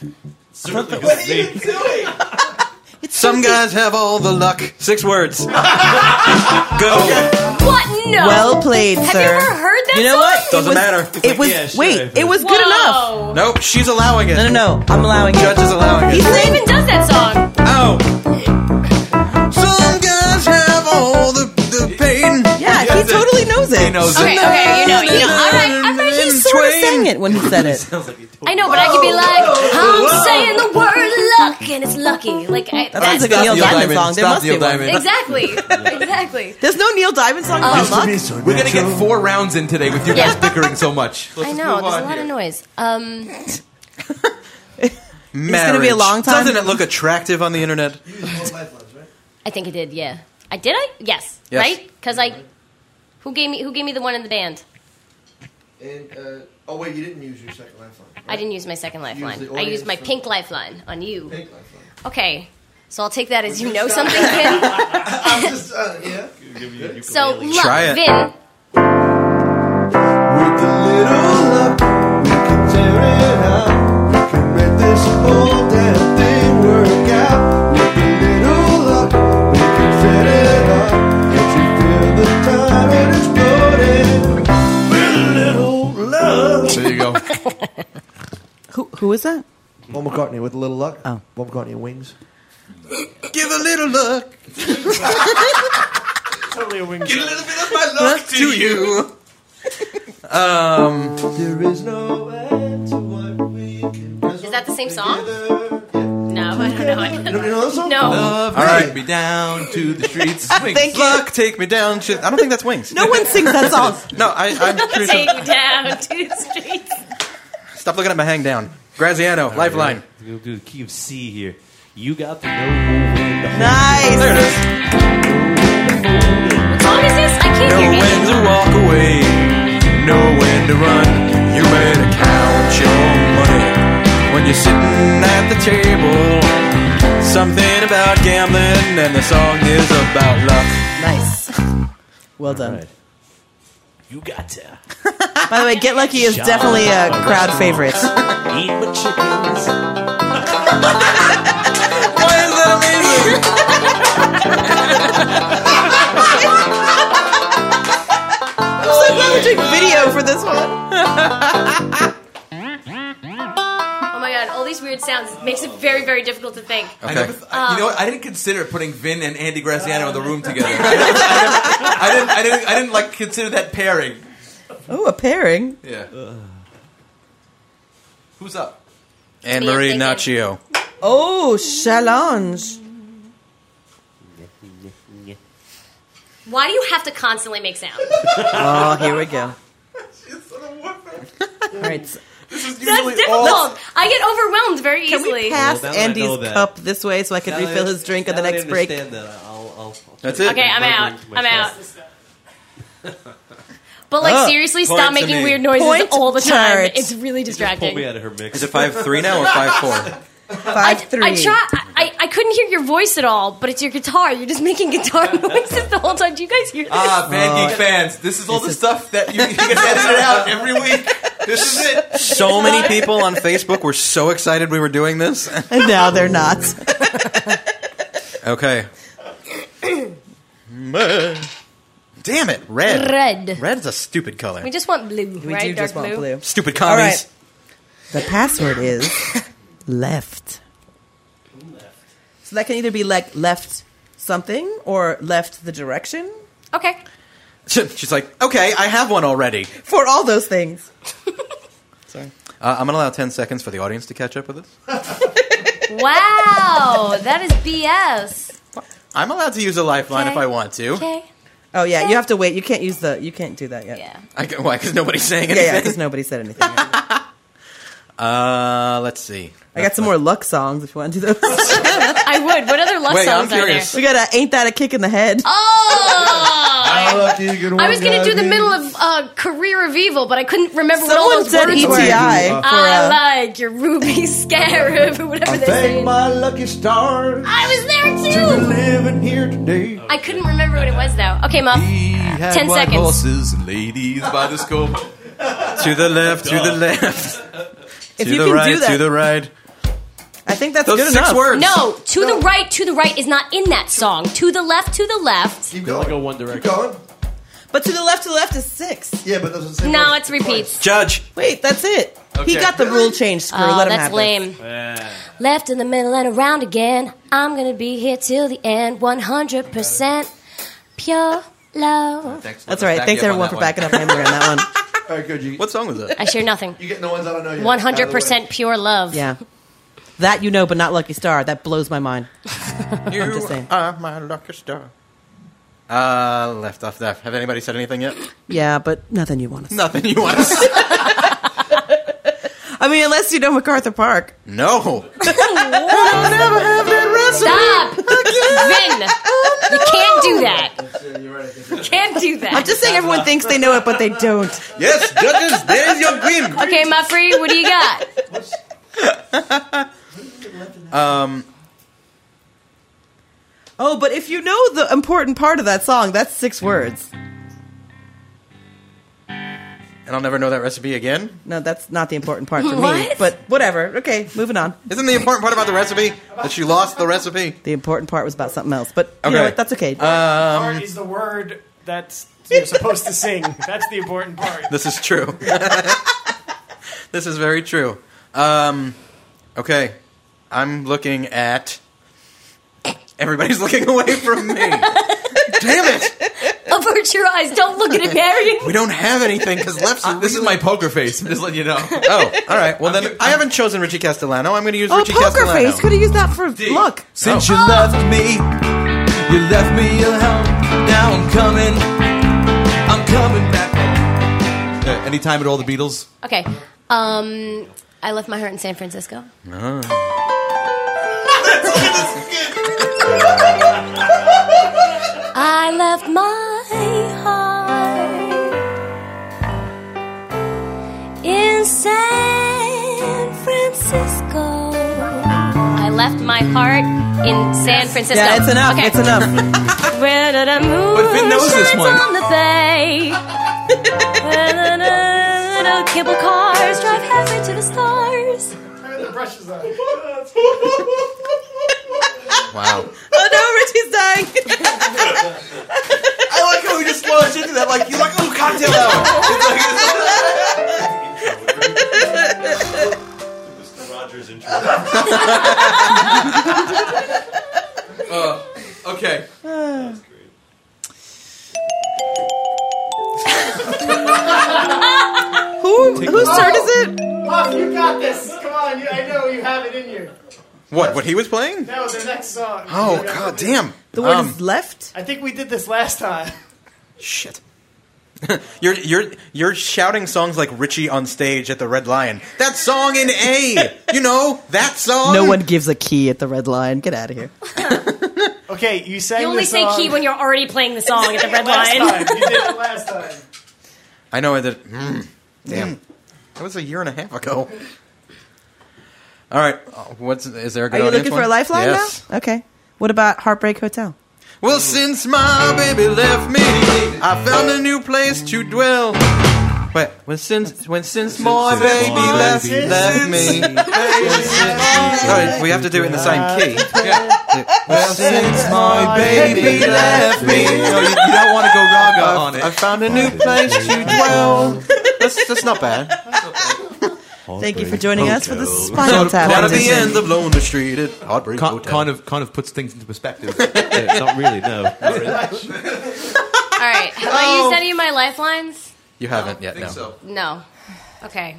Some guys have all the luck. Six words. Go.
What? No.
Well played,
Have
sir.
you ever heard that
You know
song?
what?
Doesn't
it was,
matter.
It was
Yeah, sure,
wait.
if
It was good enough.
Whoa.
Nope, she's allowing it.
No, no, no. I'm allowing
Judge is allowing it.
He's
Who even does that song?
Oh.
Some guys have all the, the pain.
Yeah, he totally knows it. He
knows
Okay, okay, you know, you know. All right, I bet
He
he's
sort of sang it when he said it.
I know, but I could be like, I'm
Whoa.
saying the word luck, and it's lucky. Like I,
That sounds like a Neil Diamond, song. There
Stop
must
Neil
be one.
Diamond.
Exactly. exactly.
There's no Neil Diamond song about luck.
We're gonna get four rounds in today with you guys
Yeah.
bickering so much.
I know. There's a lot of noise. Um,
Marriage.
gonna be a long time.
Doesn't it look attractive on the internet?
I think I did. Yeah, I did. I yes,
Yes.
right? Because I, who gave me who gave me the one in the band?
And, uh, oh wait, you didn't use your second lifeline.
I didn't use my second
Use
lifeline.
the
I used my
audience
pink lifeline on you.
Pink lifeline.
Okay, so I'll take that as you know
Just, uh,
something, Vin.
I'm just, uh, yeah.
So look,
Try it.
Vin.
There you go.
Who, who is that?
Paul McCartney with a little luck. Oh. Paul McCartney and wings.
Give a little look.
Totally a wing.
Get a little bit of my luck to you. Um,
there is no end to what we
Is that the same song? No, I don't know. I don't
know that song?
No.
Love
All right.
take me down to the streets. Wings.
Thank you.
luck, take me down. To, I don't think that's wings.
No one sings that song.
No, I, I'm pretty sure.
Take me down to the streets.
Stop looking at my hang down. Graziano, lifeline.
We're gonna do the key of C here. You got the no wind.
Nice.
There it is.
What song is this? I can't
Know
hear
when
anything.
to walk away. Know when to run. You better count your money when you're sitting at the table. Something about gambling, and the song is about luck.
Nice. Well done.
You got to
By the way, Get Lucky is
Shut
definitely a
up.
crowd favorite.
eat my chickens.
Why is that amazing?
I'm so glad we took video for this one.
Oh my god! All these weird sounds makes it very, very difficult to think.
I never th- I- you know what? I didn't consider putting Vin and Andy Graziano in the room together. I didn't, I didn't, I didn't, I didn't like consider that pairing.
Oh, a pairing.
Yeah. Who's up?
Anne Marie Nachio.
Oh, challenge.
Why do you have to constantly make sound?
Oh, here we go. All right. s-
That's difficult. I get overwhelmed very
Can
easily.
we pass
Well, now I know
Andy's
that.
cup this way so I can
Now that
refill
I-
his drink on the
now that I
next break?
understand that, I'll- I'll- I'll
That's
try to
it.
Okay, I'm
remember
out.
to
I'm
myself.
out. But like
Ah,
seriously,
point
stop
to
making
me.
weird noises
Point
all the time.
charts.
It's really distracting.
out of her mix. Is it five three now or five four?
Five three.
I try. I, I couldn't hear your voice at all, but it's your guitar. You're just making guitar noises the whole time. Do you guys hear this?
Ah, Band
Uh,
Geek fans, this is all the stuff that you, you get edited out every week. This is it.
So many people on Facebook were so excited we were doing this.
And now they're not.
Okay. Damn it, red.
Red.
Red's a stupid color.
We just want blue,
We
right?
do just
Dark
want blue.
Stupid
All
commies.
right. The password is left. So that can either be like left something or left the direction
Okay.
She's like, okay, I have one already.
for all those things.
Uh, I'm gonna allow ten seconds for the audience to catch up with this.
Wow, that is BS.
I'm allowed to use a lifeline if I want to.
Okay.
Oh yeah, you have to wait. You can't use the. You can't do that yet. Yeah.
I can, why? Because nobody's saying
Yeah, yeah,
anything.
'cause nobody said anything.
Uh, let's see.
I got some more luck songs if you want to do those.
I would. What other love
Wait,
songs
I'm
are there?
curious.
We got a ain't that a kick in the head?
Oh!
lucky
I was going to do the middle of uh, Career of Evil, but I couldn't remember what all those
Someone said E
words were.
ETI for,
I
uh,
like your ruby scarab or whatever
I
they're
thank
saying.
my lucky stars
I was
to be
there too.
living here today.
I couldn't remember what it was though. Okay, Muff.
Had
Ten
white
seconds.
Horses and ladies by the scope.
to the left, to the left.
If
to
you
the
can do
right,
that-
to the right.
I think that's
Those
good
six
enough.
words.
No, to the right, to the right is not in that song. To the left, to the left.
Keep going. Go one direction.
But to the left, to the left is six.
Yeah, but those are
No, it's repeats.
Judge.
Wait, that's it. He
Okay.
got the rule change. Screw.
Oh,
Let him
that's
have
lame.
This.
Left in the middle and around again. I'm gonna be here till the end, 100% pure love.
That's all right.
Back
Thanks
me up on
everyone for
that
backing up memory on that one.
All right, good. You,
What song was that?
I share nothing.
you get no ones I don't know yet.
100% pure love.
Yeah. That you know, but not Lucky Star. That blows my mind.
You
just saying.
are my lucky star. Uh, left off there. Have anybody said anything yet?
Yeah, but nothing you want to say.
Nothing you want to say?
I mean, unless you know MacArthur Park.
No.
Stop! Vin! You can't do that. You can't do that.
I'm just saying everyone thinks they know it, but they don't.
Yes, judges, there's your green.
Okay, Muffrey, what do you got?
Um,
Oh, but if you know the important part of that song, that's six words.
and I'll never know that recipe again.
No, that's not the important part for me.
What?
But whatever. Okay, moving on.
Isn't the important part about the recipe that she lost the recipe?
The important part was about something else. But you know
Okay.
what? That's okay.
Um,
Part is the word that's you're supposed to sing. That's the important part.
this is true. this is very true. Um, okay, I'm looking at. Everybody's looking away from me. Damn it!
Avert your eyes. Don't look at it, Marion.
We don't have anything because left.
Uh, This is my poker face. I'm just letting you know.
Oh, all right. Well, then I haven't chosen Richie Castellano. I'm going to use
oh,
Richie
Poker
Castellano.
Face. Could have used that for look.
Since you left me, you left me alone. Now I'm coming, I'm coming back home. Uh, anytime at all, the Beatles.
Okay. Um, I left my heart in San Francisco. I left my heart in San Francisco. I left my heart in San Francisco.
Yeah, it's enough.
Okay.
It's enough.
Where did I move?
But Vin knows this one.
on the bay. Where the little cable cars drive halfway to the stars.
Turn the brushes on.
Wow.
oh no, Richie's dying.
I like how we just launched into that. Like you're like, oh, cocktail hour.
Rogers intro.
Okay.
Who, whose turn is it?
Muff, you got this. Come on, you, I know you have it in you.
What? What he was playing?
No, the next song.
Oh god, damn.
The word
Um,
is left.
I think we did this last time.
Shit. you're you're you're shouting songs like Richie on stage at the Red Lion. That song in A. you know that song.
No one gives a key at the red line. Get out of here.
Okay, you sang
You only
the
say
song
key when you're already playing the song at the red
last
line.
time. You did it last time.
I know I did. Mm, damn, that was a year and a half ago. All right, uh, what's is there a
Are
good
you
audience
looking for a
one?
lifeline
Yes.
now? Okay. What about Heartbreak Hotel?
Well, since my baby left me, I found a new place to dwell. Wait, when since when since my baby left,
baby
left me, Sorry, we have to do it in the same key. Well, since my baby left me, no, you, you don't want to go raga on it. I found a new place to dwell. That's, that's not bad.
Thank you for joining us for the
So,
Spinal Tap.
part of the
edition.
end of Lone Street at Heartbreak
Ki-
Hotel.
kind of kind of puts things into perspective.
Yeah, not really, no.
All right. Have I used any of my lifelines?
You haven't yet, no.
No. Okay.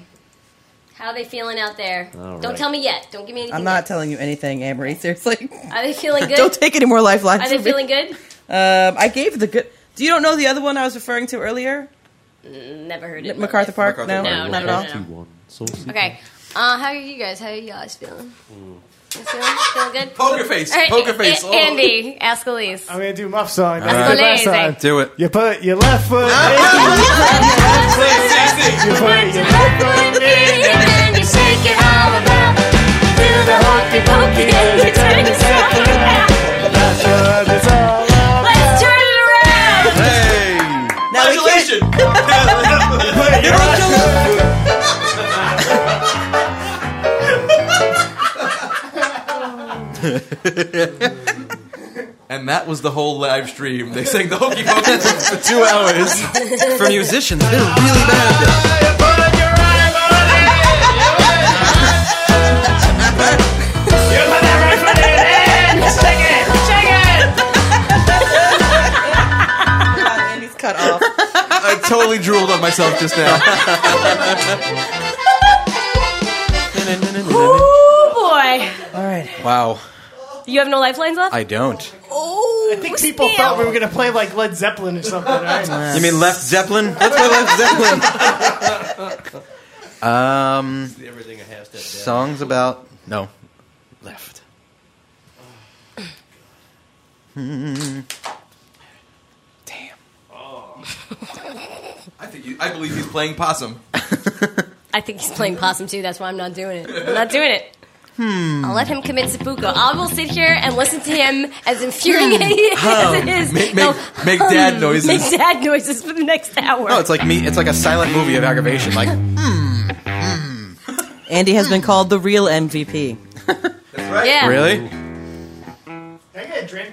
How are they feeling out there?
All
Don't
right.
tell me yet. Don't give me anything.
I'm not telling you anything, Amory. Seriously.
yet. Are they feeling good?
Don't take any more lifelines.
Are they
from me.
feeling good?
Um, I gave the good. Do you don't know the other one I was referring to earlier?
Mm, Never heard it.
MacArthur Park? No,
no,
not
no,
at all.
no, no. Okay. Uh, how are you guys? How are you guys feeling? You Feeling, feeling good?
Poker face,
All right,
poker
A-
face,
A-
oh.
Andy, ask Elise.
I'm gonna do muff song.
All right.
That's the last
Oh.
time.
Do it.
You put your left foot. You put your left foot in.
And you shake it all about. Do the hokey pokey and you turn yourself around.
That's what it's all
Let's turn it around.
Hey! Congratulations!
and that was the whole live stream. They sang the Hokey Pokey for
two hours. For musicians, they're really bad at
Andy's cut off.
I totally drooled on myself just now.
Oh boy!
All right.
Wow,
You have no lifelines left.
I don't.
oh,
I think people thought we were gonna play like Led Zeppelin or something. Right?
You mean Left Zeppelin? What's my Left Zeppelin? um,
everything I have to
songs about no left. Hmm.
I think you, I believe he's playing possum.
I think he's playing possum too. That's why I'm not doing it. I'm not doing it.
Hmm.
I'll let him commit seppuku. I will sit here and listen to him as infuriating as it is.
Hmm. Make-
No,
make- make dad
hum.
noises.
Make dad noises for the next hour.
Oh,
No, it's like me. It's like a silent movie of aggravation. Like
Andy has been called the real MVP.
Yeah.
really?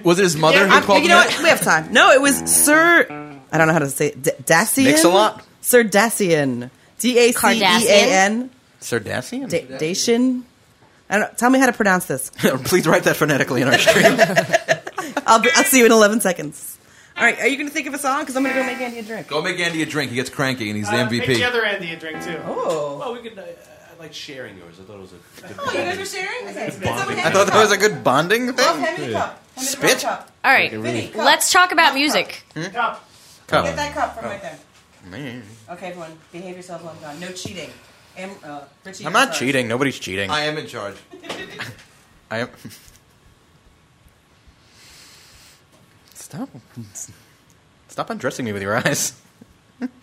Was it his mother who
I'm-
called him
You know
that?
what? We have time. No, it was Sir. I don't know how to say it. D- Dacian.
Mix-a-lot?
Sir Dacian. D a c e a n.
Sardassian?
Da- Dacian. I don't. Tell me how to pronounce this.
Please write that phonetically in our stream.
I'll, be, I'll see you in 11 seconds. All right, are you going to think of a song? Because I'm going to go make Andy a drink.
Go make Andy a drink. He gets cranky and he's the
Uh,
MVP.
Make the other Andy a drink too.
Oh.
Well, we could. Uh, I like sharing yours. I thought it was a. Good
you guys are sharing? Okay. It's okay.
I thought that was a good bonding
Love,
thing.
hand me the cup. Hand me the
Spit?
cup.
All right.
Really?
Let's talk about music.
Cup.
Cup.
Get that cup from right there.
Oh, Man.
Okay, everyone, behave yourselves while I'm gone. No cheating. Am, uh, Richie,
I'm
you're
not
first.
cheating. Nobody's cheating.
I am in charge.
I am. Stop. Stop undressing me with your eyes. yeah.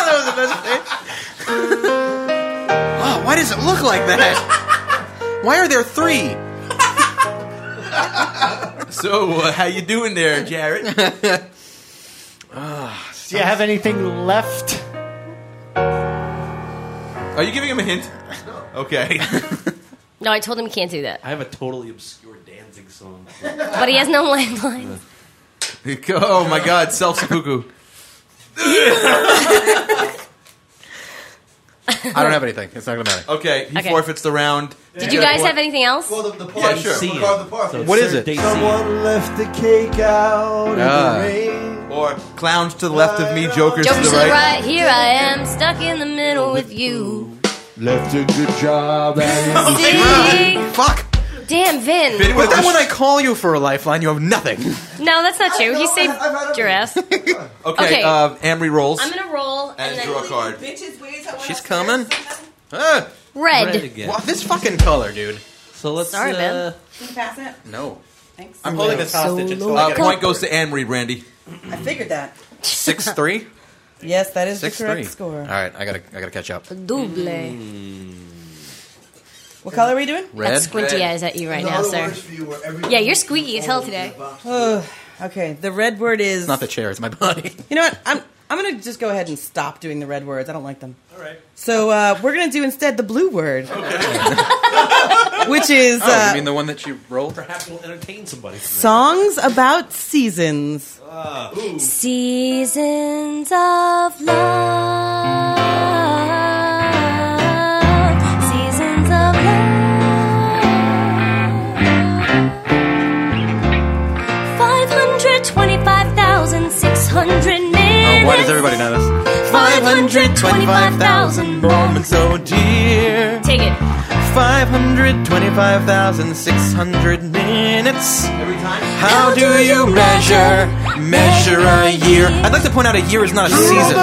that was the best thing. Oh, why does it look like that? Why are there three?
So uh, how you doing there, Jarrett?
Do you have anything left?
Are you giving him a hint? Okay.
No, I told him he can't do that.
I have a totally obscure Danzig song.
But he has no lifelines.
oh my God, self seppuku.
I don't have anything. It's not gonna matter.
Okay, he
Okay.
forfeits the round.
Did you guys have anything else?
Yeah, sure.
What is it?
Someone left the cake out in
Ah.
the rain.
Or clowns to the left of me, jokers,
Jokers
to the right.
Here I am, stuck in the middle with you.
Left a good job at
Oh
See?
my God. Fuck!
Damn, Vin.
But then when I call you for a lifeline, you have nothing.
No, that's not true. He saved giraffes.
Okay,
Okay.
Uh, Amory rolls.
I'm gonna roll and,
and
then
draw a card.
She's coming. Ah,
red.
Red again.
wow, this fucking color, dude.
So let's.
Sorry,
uh,
man.
Can you pass it?
No.
Thanks.
I'm holding this hostage until I
Uh,
get a
point goes to Amory, Randy.
I figured that.
Six three.
Yes, that is
Six
the correct
three.
score.
All right, I gotta I gotta catch up.
Double.
What color are we doing?
Red.
Got squinty eyes at you right
In
now,
other
sir.
words
yeah, you're squeaky as hell today.
Ugh, okay, the red word is.
It's not the chair. It's my body.
You know what? I'm I'm gonna just go ahead and stop doing the red words. I don't like them. All right. So uh, we're gonna do instead the blue word, which is
oh,
uh,
you mean the one that you rolled?
Perhaps we'll entertain somebody.
songs about seasons.
Seasons of love. Seasons of love. Five hundred twenty-five thousand six hundred
Oh,
minutes.
why does everybody know this?
Five hundred twenty-five thousand.
Moments so dear.
Take it.
525,600 minutes. Every time. How do you measure measure a year? I'd like to point out a year is not a season.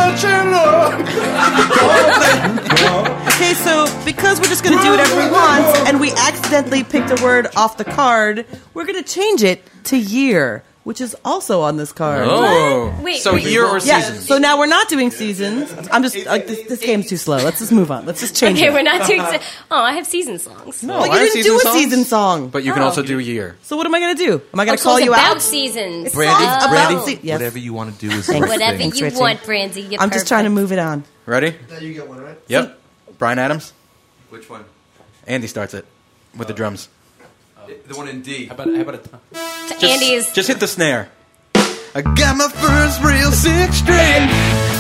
Okay, so because we're just gonna do whatever we want, and we accidentally picked a word off the card, we're gonna change it to year, which is also on this card.
Oh. What? Wait, So wait. year or
Yeah,
seasons?
So now we're not doing seasons. I'm just like this, this game's too slow. Let's just move on. Let's just change.
Okay,
it.
we're not doing. Se- oh, I have season songs.
No, you didn't do a season song.
But you can also do year.
So what am I gonna do? Am I
Oh,
gonna
so
call
it's
you
about
out?
seasons.
It's
Brandy,
songs
Brandy,
about se- yes.
Whatever you want to do is
Thanks.
Whatever
Thanks,
you
Richie.
want, Brandy. You're
I'm just trying to
perfect.
move it on.
Ready?
You get one, right?
Yep. Brian Adams.
Which one?
Andy starts it with the drums.
The one in D. How
about, how about a
Just, Just hit the snare. I got my first real six string.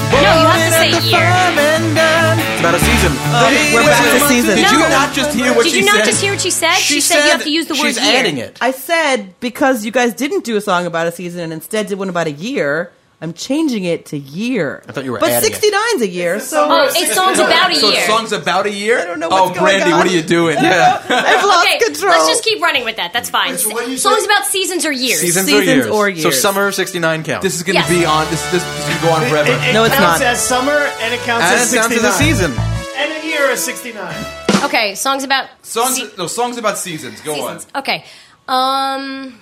you have to
Blowing
say
at the
year.
farm and done. Uh, It's about a season.
Hey, we're back to season.
Did you not just hear what
Did
she
you not
said?
just hear what she said? She, said, you have to use the word year.
I said because you guys didn't do a song about a season and instead did one about a year. I'm changing it to year. I thought
you were
But
adding it.
69's a year, so
Oh, it's songs about a
so
year.
songs about a year? I don't know what's Oh,
going
Brandy,
on.
what are you doing? Yeah.
I've lost
okay,
control.
Let's just keep running with that. That's fine. Songs about seasons or years.
Seasons, or years. So summer of 69 counts. This
is
gonna Yes. be
on, this, this is going to go on
counts as summer and it counts
And
as
it counts
69.
as a season.
And a year is 69.
Okay, songs about
Songs, no, songs about seasons. Go on.
Okay. Um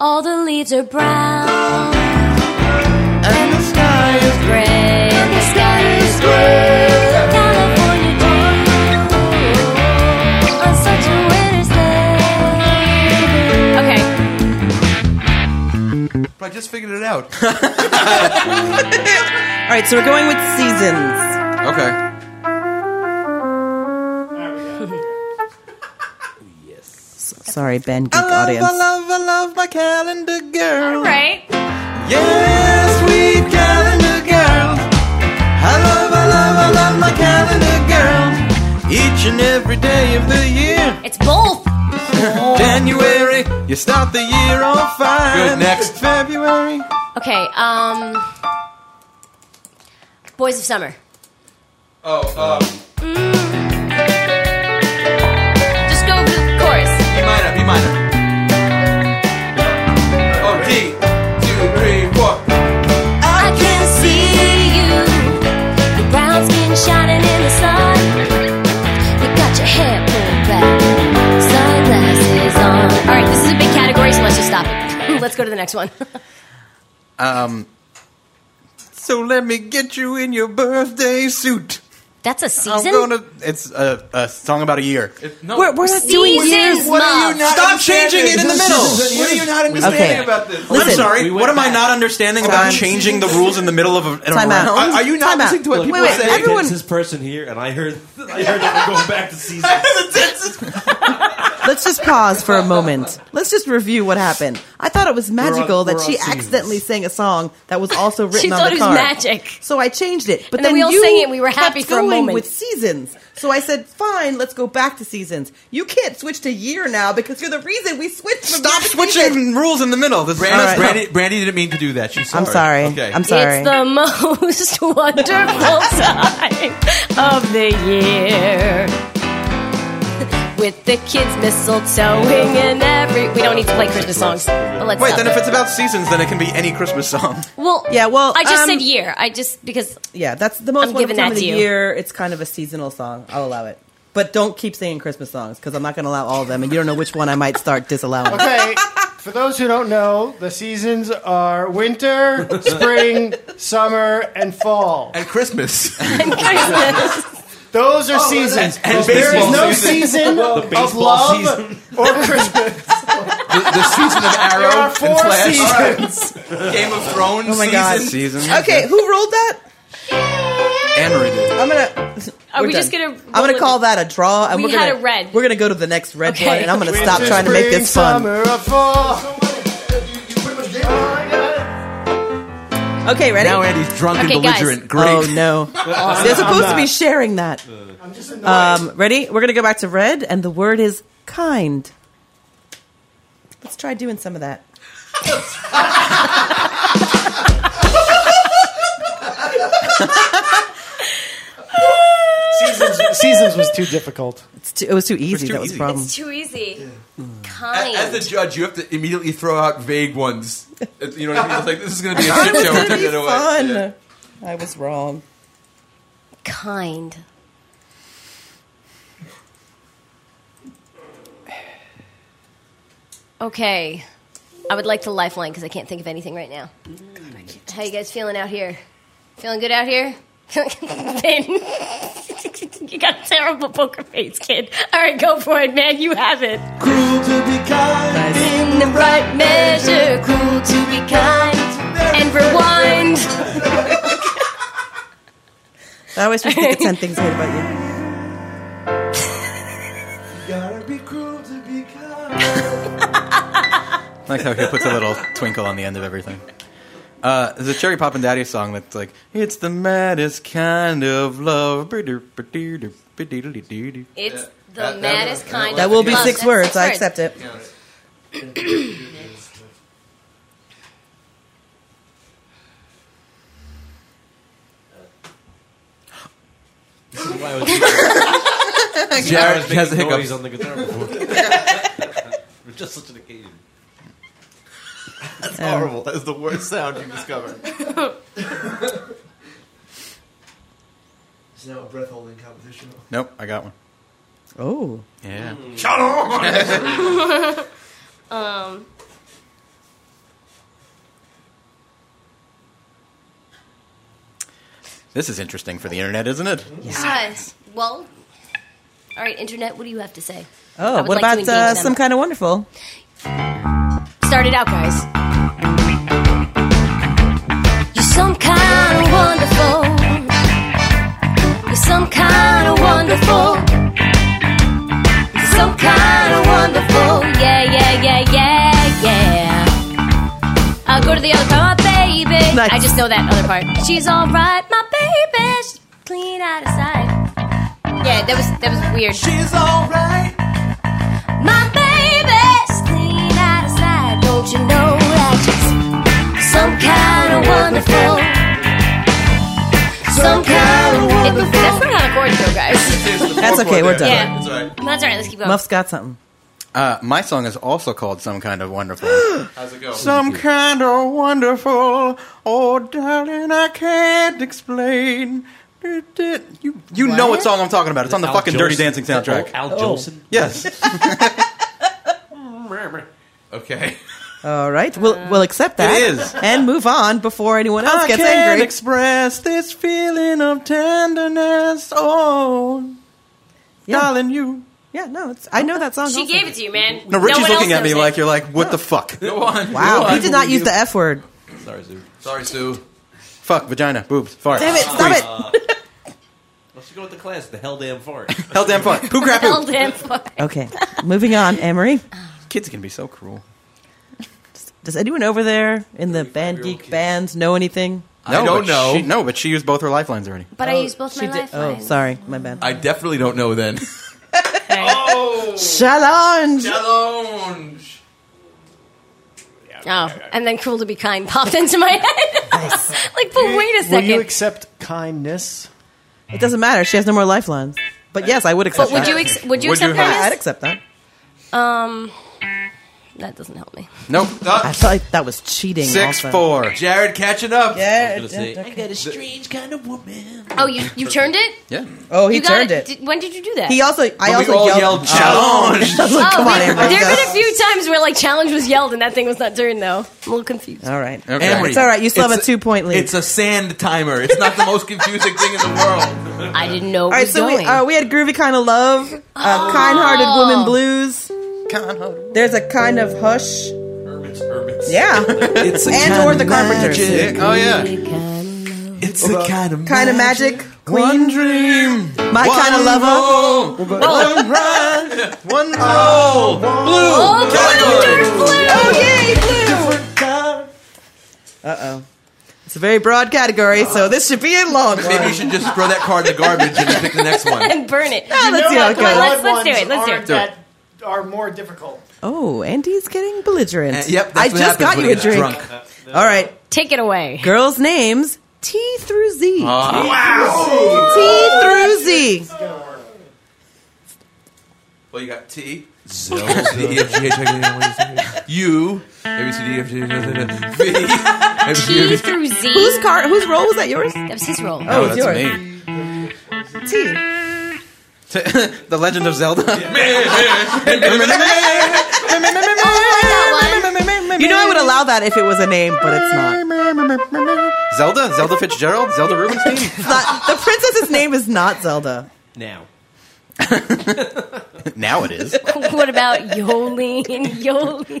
All the leaves are brown and the sky is gray and the sky is gray. California day on such a winter's day. Okay.
But I just figured it out.
All right, so we're going with seasons.
Okay.
Sorry, Ben, geek
I love,
audience.
I love, I love my calendar girl.
Right.
Yes, sweet calendar girl. I love, I love, I love my calendar girl. Each and every day of the year.
It's both.
January, you start the year on fire. Good, next. February.
Okay, um Boys of Summer. Mm.
Oh, um,
Just go over the chorus.
B minor, B minor. Oh, D. Two, three, four.
I can see you. Your brown skin shining in the sun. You got your hair pulled back, sunglasses on.
All right, this is a big category, so let's just stop it. let's go to the next one.
Um. So let me get you in your birthday suit.
That's a season.
I'm gonna. It's a, a song about a year.
No. We're, we're not doing
Seasons,
years.
What are you not
Stop changing it in the middle.
What
are you not
understanding Okay. about
this? I'm
Listen.
sorry.
We went
what am I not understanding about
Time.
changing the rules in the middle of a, in a
Time out.
round?
Are- are you not Time out. listening to what people Wait, wait, say? everyone-
This person here, and I heard, I heard that we're going back to season.
Let's just pause for a moment. Let's just review what happened. I thought it was magical
on-
that
we're
she
on seasons.
accidentally sang a song that was also written
She
on
thought
the
it was
card.
magic.
So I changed it, but
And then we all
you
sang it, we were
kept
happy for a
going
moment.
with seasons. So I said, "Fine, let's go back to seasons." You can't switch to year now because you're the reason we switched. From
Stop switching rules in the middle. This
Brandy,
is messed up.
Brandy, Brandy didn't mean to do that. She's sorry.
I'm sorry.
Okay.
I'm sorry.
It's the most wonderful time of the year. With the kids mistletoeing and every. We don't need to play Christmas songs. But let's
Wait,
stop
then
it.
if it's about seasons, then it can be any Christmas song.
Well,
Yeah, well,
I just
um,
said year. I just. Because.
Yeah, that's the most
I'm
wonderful
giving
time
that
of the
to you.
year. It's kind of a seasonal song. I'll allow it. But don't keep singing Christmas songs because I'm not going to allow all of them, and you don't know which one I might start disallowing.
Okay. For those who don't know, the seasons are winter, spring, summer, and fall.
And Christmas.
Those are
Oh,
seasons.
and- and
there is
baseball
no
season.
season
The
of
baseball
love
season.
or Christmas.
The, the season of Arrow
There are
and
four
Flash.
seasons.
Game of Thrones.
Oh my god.
season.
Okay, who rolled that?
Henry did.
I'm gonna.
Are
we're
we just
done.
gonna
I'm
roll
gonna
it?
call that a draw. And
We
we're gonna,
had a red.
We're gonna go to the next red
Okay.
one, and I'm gonna
Winter,
stop trying to make this
spring,
fun.
summer, or fall.
Okay, ready?
Now Andy's drunk and
Okay, guys.
belligerent. Great.
Oh no,
I'm-
they're supposed
I'm
to be
not.
sharing that.
I'm just annoyed.
Um, ready? We're gonna go back to red, and the word is kind. Let's try doing some of that.
seasons, seasons was too difficult.
It's too, it was too easy.
too
that was
easy.
the problem.
It's too easy.
A-
Kind.
As the judge, you have to immediately throw out vague ones. It's- You know what I mean? It's like this is going to be a shit show.
It's
if
gonna
you
be
get away.
fun.
Yeah.
I was wrong.
kind. Okay. I would like to lifeline because I can't think of anything right now. How you guys feeling out here? Feeling good out here? ben. you got a terrible poker face, kid. All right, go for it, man. You have it.
Cruel to be kind.
In the right measure, cool to be kind and rewind.
I always wish we could send things good about you.
Gotta be cruel to be kind.
like how he puts a little twinkle on the end of everything. Uh, there's a Cherry Pop and Daddy song that's like, it's the maddest kind of love.
It's the
That- that-
maddest
that-
kind.
That
of
will be
love.
six
That's
words. I accept it.
Why was
Jared
I was
has
making
the
noise
hiccups.
on the guitar before. it was just such an occasion.
That's horrible. That is the worst sound you've discovered.
It's now a breath holding competition.
Nope, I got one.
Oh.
Yeah.
Shut up!
um.
This is interesting for the internet, isn't it?
Yes. Well. All right, internet. What do you have to say? I
Oh,
would like to
what about
engage
uh,
them.
some kind of wonderful?
Start it out, guys. You're some kind of wonderful. You're some kind of wonderful. You're some kind of wonderful. Yeah, yeah, yeah, yeah, yeah. I'll go to the other part, my baby. I just know that other part. She's alright, my baby. She's clean out of sight. Yeah, that was that was weird. She's alright. My baby's clean out of sight. Don't you know that she's some kind of wonderful? Some kind of wonderful. that's not on a chord, though, guys.
That's okay. We're done.
Yeah. That's all right. Let's keep going.
Muff's got something.
Uh, my song is also called Some Kind of Wonderful.
How's it go?
Some kind of wonderful. Oh, darling, I can't explain. You you know what song I'm talking about. It's on the
Al
fucking Dirty
Jolson.
Dancing soundtrack.
Al
Oh.
Jolson?
Yes.
Okay.
All right.
Uh,
We'll, we'll accept that.
It is.
And move on before anyone else
I
gets
can't
angry.
express this feeling of tenderness. Oh, darling, you.
Yeah, no, it's, I know that song.
She
also.
gave it to you, man.
No, Richie's
one
looking
else
at me
knows it.
like you're like, what the fuck?
Go on.
Wow.
Go on.
he did not use the F word.
Sorry, Sue. Sorry, Sue.
Fuck, vagina, boobs, fart.
Damn it, stop
squeeze.
it.
Let's go with the class. The hell damn fart.
Hell damn fart. Poo crap
Hell
poo.
damn fuck.
Okay. Moving on, Emery.
Kids can be so cruel.
Does anyone over there in the band geek bands know anything?
I
but
don't know.
She, no, but she used both her lifelines already.
But I used both
She
my
did. Oh,
lifelines.
sorry. My bad.
I definitely don't know then.
Challenge.
Challenge.
Oh, and then cruel to be kind popped into my head. like, but wait a
Will you
second.
accept kindness?
It doesn't matter. She has no more lifelines. But yes, I would accept
But would
that.
you ex- would you
Would you
accept
have-
Yeah, I'd
that?
accept that.
Um, That doesn't help me.
Nope.
I felt like that was cheating.
Six
also.
four.
Jared catching up.
Yeah.
I got a
strange kind of woman.
Oh, you you turned it?
Yeah.
Oh, he
You got
turned it.
Did- when did you do that?
He also. I also yelled, I was like,
Oh,
Come on,
we-
Amber.
There have been a few times where like challenge was yelled and that thing was not turned though. I'm a little confused.
All right.
Emery,
It's all right. You still have a
it's a-
two point lead.
It's a sand timer. It's not the most confusing thing in the world.
I didn't know.
all right, so we, uh, we had groovy kind of love, uh, kind-hearted woman blues. Kind-hearted. There's a kind of hush. Yeah,
It's a
and
kind
or
of
the
magic.
carpenters.
Oh, yeah.
it's
a kind of
kind of magic. Queen. One
dream,
my kind of lover.
One run, one roll, blue
Oh,
category.
Oh yay, blue! Uh oh, it's a very broad category, so this should be a long one.
Maybe you should just throw that card in the garbage and pick the next one.
and burn it.
Ah, let's
You
see
know
how
what?
it
The
goes.
hard
Let's do it.
ones
Let's do it.
aren't
Do it.
That are more difficult.
Oh, Andy's getting belligerent.
Uh, yep, that's
I
what
just
happens
got
when
you a
he gets
drink.
drunk.
All right,
Take it away.
girls' names T through Z.
Oh.
T through Z.
Well, you got T. Zell, Z, E, F, G, H, I, J, K, L, M, N, O, P, Q, R, S, T, U, V, W, X, Y, Z, U, A, B, C, D, E, F, G, H, I, J, K, L, M, N, O, P, Q, R, S, T, Oh,
Oh,
U, V, W, X, Y, Z, U, A, B, C, D, E, F, G, H, I, J, K, L, M, N, O, P, Q, R, S, T, U, V, W, X, Y, Z, U, A, B, C, D, E, F, G, H, I, J, K, L, M, N, O, P, Q, R, S, T, U, V, W, X, Y, Z, U, A, B, C, D, E, F, G, H, I, J, K, L, M, N, O, P, Q, R, S, T, U, V, W, X, Y, Z, U, A, B, C, D, E, F, G, H, I, J, K, L, M, N, O, P, Q, R, S, T, U, V, W, X, Y, Z, U, A, B, C, D, E, F, G, H, I, J, K, L, M, N, O, P, Q, R, S, T, U, V, W, X, Y, Z, U, A, B, C, D, E, F, G, H, I, J, K, L, M,
the Legend of Zelda.
You know, I would allow that if it was a name, but it's not.
Zelda? Zelda Fitzgerald? Zelda Rubinstein?
It's not the princess's name is not Zelda.
Now.
now it is.
What about Yolene? Yolene.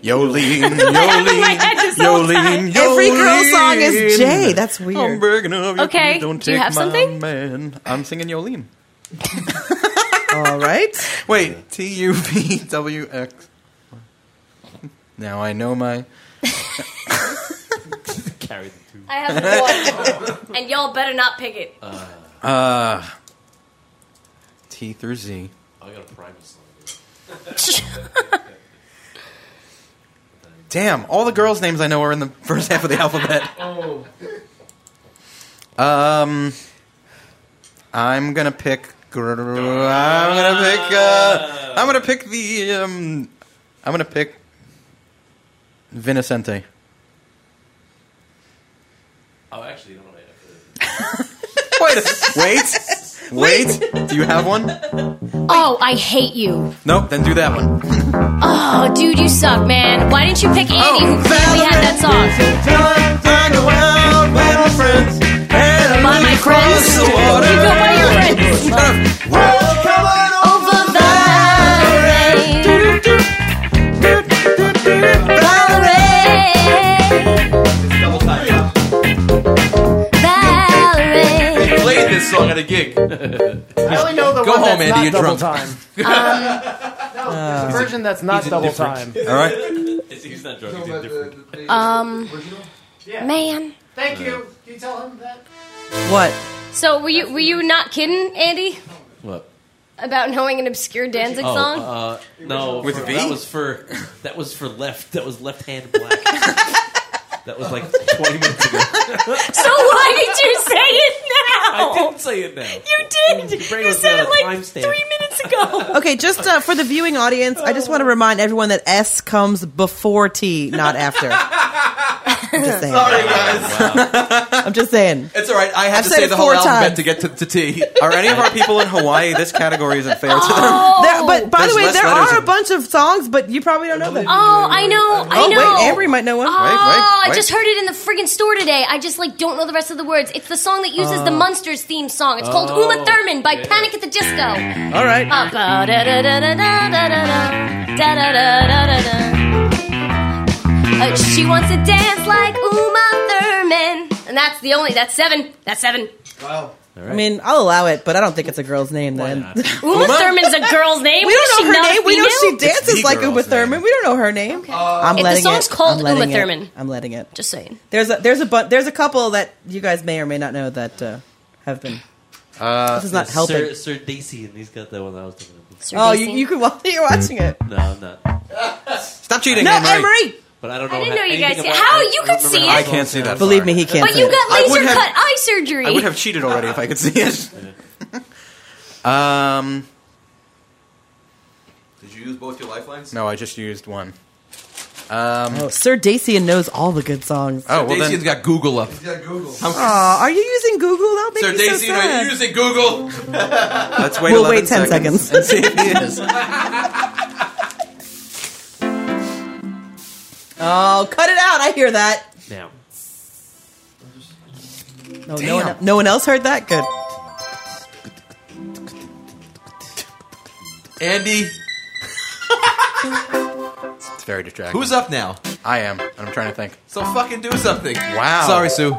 My
Yolene, Yolene,
head just all
Yolene, Yolene.
tied. Every
girl song is Jay. That's weird.
I'm breaking up. you
Okay,
Don't
do you
take
have
my
something?
Man. I'm singing Yolene.
All right.
Wait. T U V W X. Now I know my.
Carry the two.
I have one. and y'all better not pick it.
Uh, T through Z.
I got a primus.
Damn, all the girls' names I know are in the first half of the alphabet.
Oh.
Um, I'm gonna pick. gr- I'm gonna pick. Uh, I'm gonna pick the. Um, I'm gonna pick. Vinicente.
Oh, actually, you don't know.
Wait. a- wait. Wait. Do you have one?
Oh, I hate you.
Nope. Then do that one.
Oh, dude, you suck, man. Why didn't you
Oh,
pick Andy, who clearly had that song?
I go out with my friends. And I
By my friends.
cross the water.
You go by your friends.
Well, come on
over the Valerie.
They played this song at a gig. I
only know the
Go
one
home,
that's
Andy. you're
not double
drunk.
time. no, there's a version that's not double time.
All right.
He's not drunk. He's indifferent.
Um, man.
Thank you. Can you tell him that?
What?
So were you were you not kidding, Andy,
What?
about knowing an obscure Danzig
oh,
song?
Uh, no,
With
for-
V?
That was for that was for left. That was left hand black. that was like twenty minutes ago.
so why did you say it now?
I didn't say it now.
You did. You
was
said
not
it like
a timestamp.
three minutes ago.
Okay, just uh, for the viewing audience, I just want to remind everyone that S comes before T, not after. I'm just saying.
Sorry, guys.
I'm just saying.
It's all right. I
I've said it four times.
to get to, to T. Are any of our people in Hawaii? This category isn't fair to them.
There, but by
There's
the way,
less
there
letters
are a
in-
bunch of songs, but you probably don't know them.
Oh, I know. I
Oh,
know.
wait, Avery might know one.
Oh, I just heard it in the friggin' store today. I just like don't know the rest of the words. It's the song that uses the
Oh.
Munsters theme song. It's called
Oh,
Uma Thurman by
yeah.
Panic at the Disco.
All right.
Uh, ba-da-da-da-da-da-da-da, da-da-da-da-da-da. Uh, she wants to dance like Uma Thurman, and that's the only. That's seven. That's seven.
Wow. I mean, I'll allow it, but I don't think it's a girl's name then.
Uma Thurman's a girl's name.
We
Is
don't
she
know her
not a
name. We know she
female?
dances like Uma Thurman. We don't know her name. I'm
If the
letting
song's
it.
called
I'm letting
Uma
it.
Thurman.
I'm letting it.
Just saying.
There's a there's a bu- there's a couple that you guys may or may not know that uh, have been.
Uh,
This is not
Sir-
helping.
Sir Dacian, he's got that one that I was thinking of.
oh, you, you could while you're watching it.
No, I'm not.
Stop cheating,
No, Emery. Emery!
But I don't know.
I didn't know
how-
you
anything
guys.
about-
How you
I don't
could
remember
see
how
it?
long
see that.
Believe me, he can't.
But
say
you
it.
got
I would
laser
have-
cut eye surgery.
I would have cheated already if I could see it. Um,
Did you use both your lifelines?
no, I just used one. Um,
oh, Sir Dacian knows all the good songs.
Oh, well then, got Google up.
Aw, are you using Google? That makes
Sir
me so
Dacian, are
sad.
you using Google? Let's wait.
We'll
11
wait 10 seconds.
and see if he is.
Oh, cut it out! I hear that.
Now.
No, no, one, no one else heard that. Good.
Andy,
It's very distracting.
who's up now?
I am. and I'm trying to think.
So fucking do something.
Wow.
Sorry, Sue.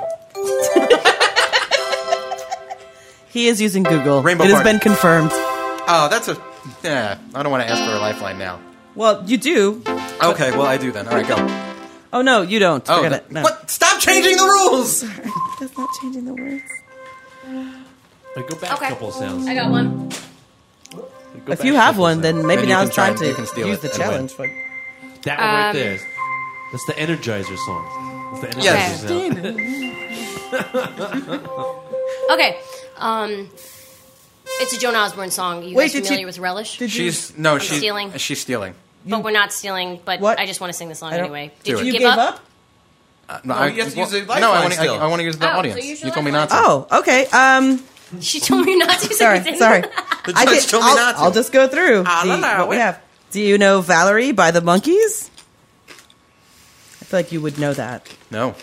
He is using Google.
Rainbow
it has
Party.
been confirmed.
Oh, that's a. Yeah, I don't want to ask for a lifeline now.
Well, you do.
Okay, well I do then. All right, go.
Oh no, you don't.
Oh,
Forget
the-
it. No.
What? Stop changing the rules.
That's not changing the words.
Like, go back
Okay.
a couple sounds.
I got one.
Go
if
back
you
a
have
couple
one,
sounds.
then maybe
Then you
now
can
it's
try
time
and-
to
you can steal
use
it
the
and
challenge. But
That one right
Um,
there. is- That's the Energizer song. That's the Energizer
Yes.
sound.
Okay. Um, it's a Joan Osborne song. You
Wait,
guys
did
familiar
you-
with Relish?
She's no.
I'm
she's
stealing.
She's stealing.
but we're not stealing. But
What?
I just want to sing the song
I don't-
anyway.
Do
Did
it.
you,
you
give
gave
up?
up?
Uh,
No, you have to use the
I, no,
lifeline
I want to.
still.
I, want to use the
Oh, so
audience.
use your
you told me not to.
Oh, okay. Um,
She told me not to. so I
sorry,
didn't.
sorry.
The
I
judge
did-
told me
I'll,
not to.
I'll just go through.
Ah, la,
see
la,
what we
wait.
have. Do you know Valerie by the Monkeys? I feel like you would know that.
No.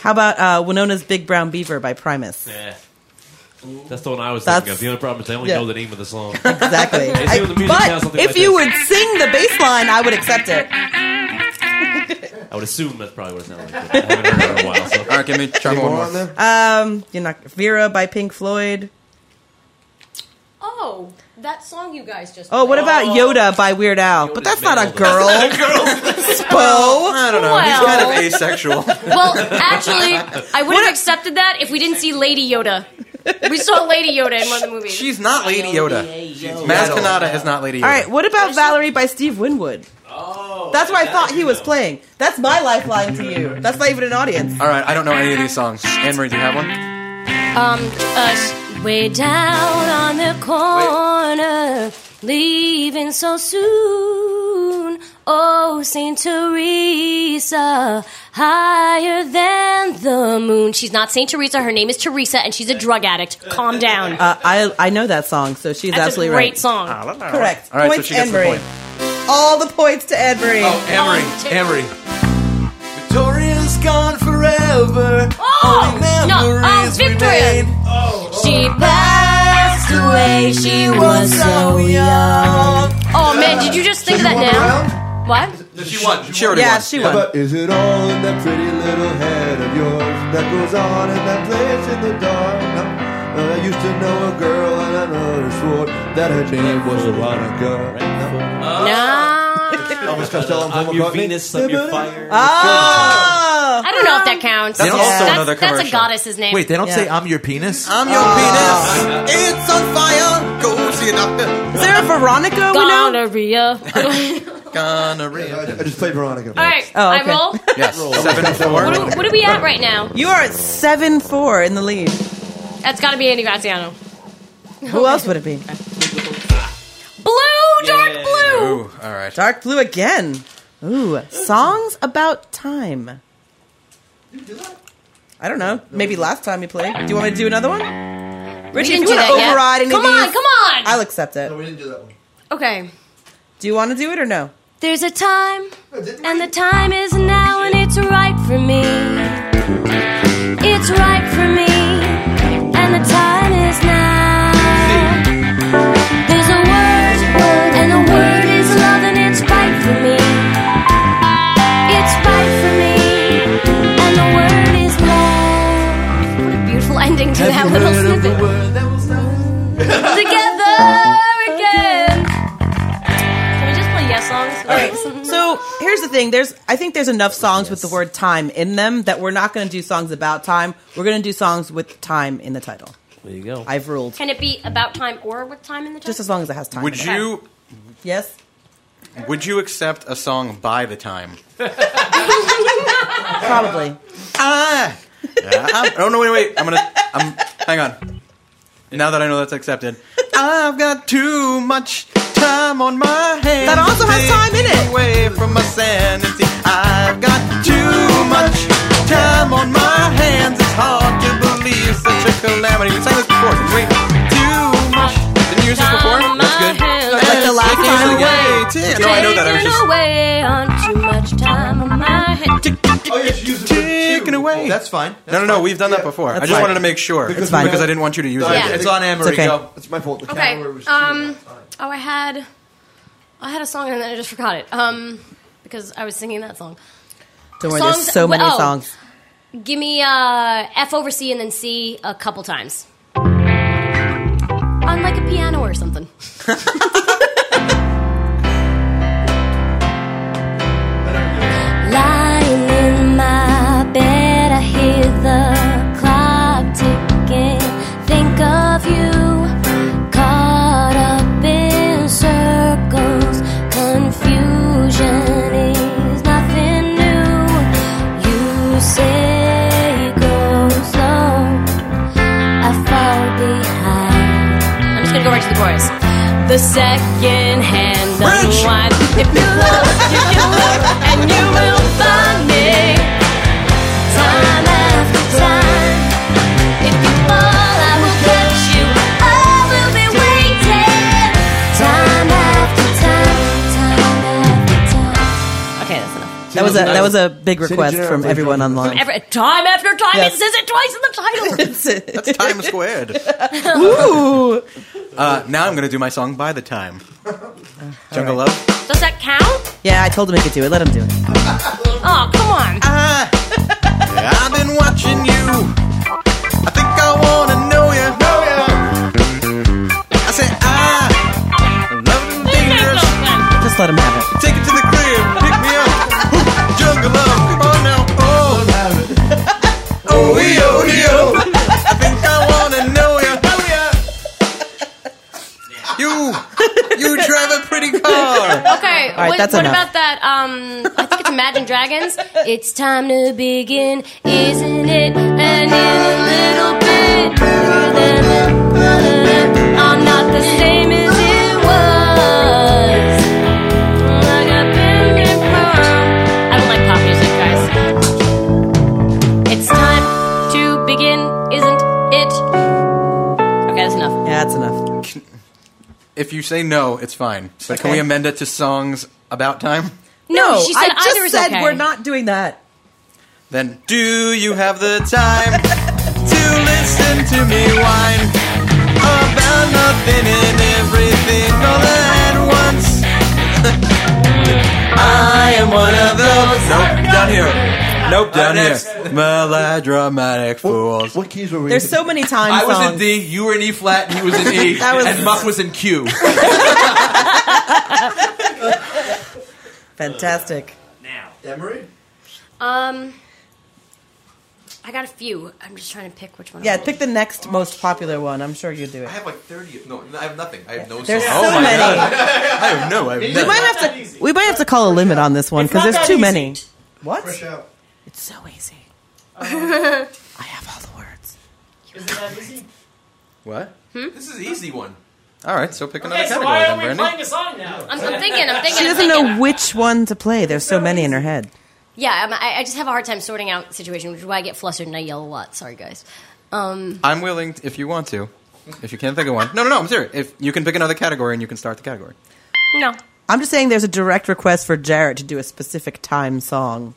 How about uh, Winona's Big Brown Beaver by Primus?
yeah. That's the one I was
That's-
thinking of. The only problem is I only
yeah.
know the name of the song.
Exactly.
It's
I-
the music now,
but
something
if
like
you
this.
would sing the bass line, I would accept it.
I would assume that's probably what it sounded like. but I haven't heard it in a while. So.
All right, give me try one more.
Um, you're not Vera by Pink Floyd.
Oh, that song you guys just.
Oh, what
played.
about Yoda by Weird Al? but that's not a girl. Spo.
I don't know. He's kind of asexual.
Well, actually, I would have accepted that if we didn't see Lady Yoda. We saw Lady Yoda in one of the movies.
She's not Lady Yoda. Maz Kanata is not Lady Yoda.
All right, what about Valerie by Steve Winwood? Oh, that's what I thought he was playing. That's my lifeline to you. That's not even an audience.
All right, I don't know any of these songs. Anne Marie, do you have one?
Um, uh, way down on the corner, leaving so soon. Oh, Saint Teresa, higher than the moon. She's not Saint Teresa. Her name is Teresa, and she's a drug addict. Calm down.
Uh, I I know that song, so she's
That's a
absolutely
great
right.
song.
Correct.
All right, so
points
she gets the
Anne-Marie.
point.
All the points to Edbury.
Oh, Emery,
Oh, shit.
Emery.
Victoria's gone forever.
Oh, no. Oh, Victoria. Oh. She
Oh.
passed away. She was so young. Oh, man. Did you just think of that now? What?
She won.
She already
yeah,
won.
she
Yeah,
won.
but is it all in that pretty little head of yours that goes on in that place in the dark? No, no, I used to know a girl and I know her swore that her name was Veronica.
No.
Elvis Costello and
I'm
Paul
your
McCartney. uh,
Venus, I'm your fire.
Ah. Oh,
I don't know if that counts.
That's also
that's,
another
that's a
commercial.
goddess's name.
Wait, they don't
Yeah.
say I'm your penis?
I'm your penis. It's on fire. Go see a doctor.
is there a Veronica? We know.
gonorrhea.
I,
Gonorrhea.
I just played Veronica.
All right,
Oh, okay.
I roll.
Yes. Seven four.
What are, what are we at right now?
You are at seven four in the lead.
That's got to be Andy Graziano.
Who else would it be?
Blue, dark
Yeah.
blue.
Ooh, all right.
Dark blue again. Ooh, songs about time. I don't know. Maybe last time you played. Do you want me to do another one? Richie,
we
if
didn't
you
do
want to
that yet.
override any
Come
of
on,
these,
come on.
I'll accept it.
We didn't do that one.
okay.
Do you want to do it or no?
There's a time, and the time is now, and it's right for me. It's right for me, and the time is now. There's a word, and the word is love, and it's right for me. It's right for me, and the word is love. What a beautiful ending to that little snippet. Together again. Can we just play yes songs?
So here's the thing. There's I think there's enough songs with the word time in them that we're not going to do songs about time. We're going to do songs with time in the title.
There you go.
I've ruled.
Can it be about time or with time in the time?
Just as long as it has time. in
Would
it.
you
Yes.
would you accept a song by the time?
Probably.
Ah. Yeah, I'm- oh no! Wait, wait. I'm gonna. I'm. Hang on. Now that I know that's accepted, I've got too much time. time on my hands. That also has time in it. Away from my sanity, I've got too much time on my hands. It's hard to believe such a calamity. We sang this before. didn't we? too much. Didn't you use this before? That's good.
Like the last time.
Away. No, I know that. I was
Taking
just
away on too much time on my head.
Oh, yeah, she uses Taken away. That's fine. no, no, no. We've done that before. I
That's
just
fine.
wanted to make sure
Because It's fine.
because I didn't want you to use
Yeah.
it.
It's on Anne Marie, It's okay. go.
It's my fault.
Okay. Um. Oh, I had, I had a song and then I just forgot it. Um, because I was singing that song.
Don't worry, there's
Songs-
so many
oh.
songs.
Give me uh, F over C and then C a couple times. On like a piano or something.
Lying in my bed, I hear the clock ticking. Think of you, caught up in circles. Confusion is nothing new. You say go slow, I fall behind.
I'm just gonna go right to the chorus. The second hand unwind. If you look, you can look, and you will find me. Time after time. If you fall, I will catch you. I will be waiting. Time after time. Time after time. Okay, that's enough.
That was a that was a big request from everyone
From
online.
every, time after time,
Yes.
it says it twice in the title.
That's time squared.
Ooh.
Uh, now I'm going to do my song by the time. Jungle Love.
Does that count?
Yeah, I told him he could do it. Let him do it.
Oh, come on.
Yeah, I've been watching you. I think I want to know you. Know you. I said I love and dangerous.
Just let him have it.
Take it to the crib. Pick me up. Jungle Love. Come on now. Oh, oh, we, oh, we, oh. I think I want to know you. Know you. You, you drive a pretty car.
Okay,
All right,
what,
that's
what
enough.
about that? Um, I think it's Imagine Dragons. It's time to begin, isn't it? And in a little bit, I'm not the same as it was. Like I've been before. I don't like pop music, guys. It's time to begin, isn't it? Okay, that's enough.
Yeah, that's enough.
If you say no, it's fine. But can we amend it to songs about time?
No, she said
I just
either is
said
okay.
we're not doing that.
Then, do you have the time to listen to me whine about nothing and everything all at once? I am one of those. Nope, down here. Nope, down here. Melodramatic fools. What, keys were we?
There's so many times.
I was in D, you were in E flat, and he was in E,
That was-
and Muff was in Q.
Fantastic.
Emery?
Um, I got a few. I'm just trying to pick which one. I
Yeah,
want.
pick the next most popular one. I'm sure you do it.
I have like 30. No, I have nothing. I have no
There's
song.
so Oh my many. God.
I have no. I have
We
nothing.
might have to we might have to call a limit on this one
It's not
because there's
that
too
easy.
many. What?
Fresh out.
It's so easy.
I
Uh-huh.
have all the words. Is it that easy?
What?
This is an easy one.
All right, so pick another
Okay, so
category
why
then,
are we
Brandon.
playing a song now?
I'm, I'm thinking. I'm thinking.
She
I'm
doesn't
thinking.
know which one to play. There's so many in her head.
Yeah, I'm, I, I just have a hard time sorting out the situation, which is why I get flustered and I yell a lot. Sorry, guys. Um,
I'm willing t- if you want to. If you can't think of one. No, no, no, I'm serious. If you can pick another category and you can start the category.
no.
I'm just saying there's a direct request for Jarrett to do a specific time song.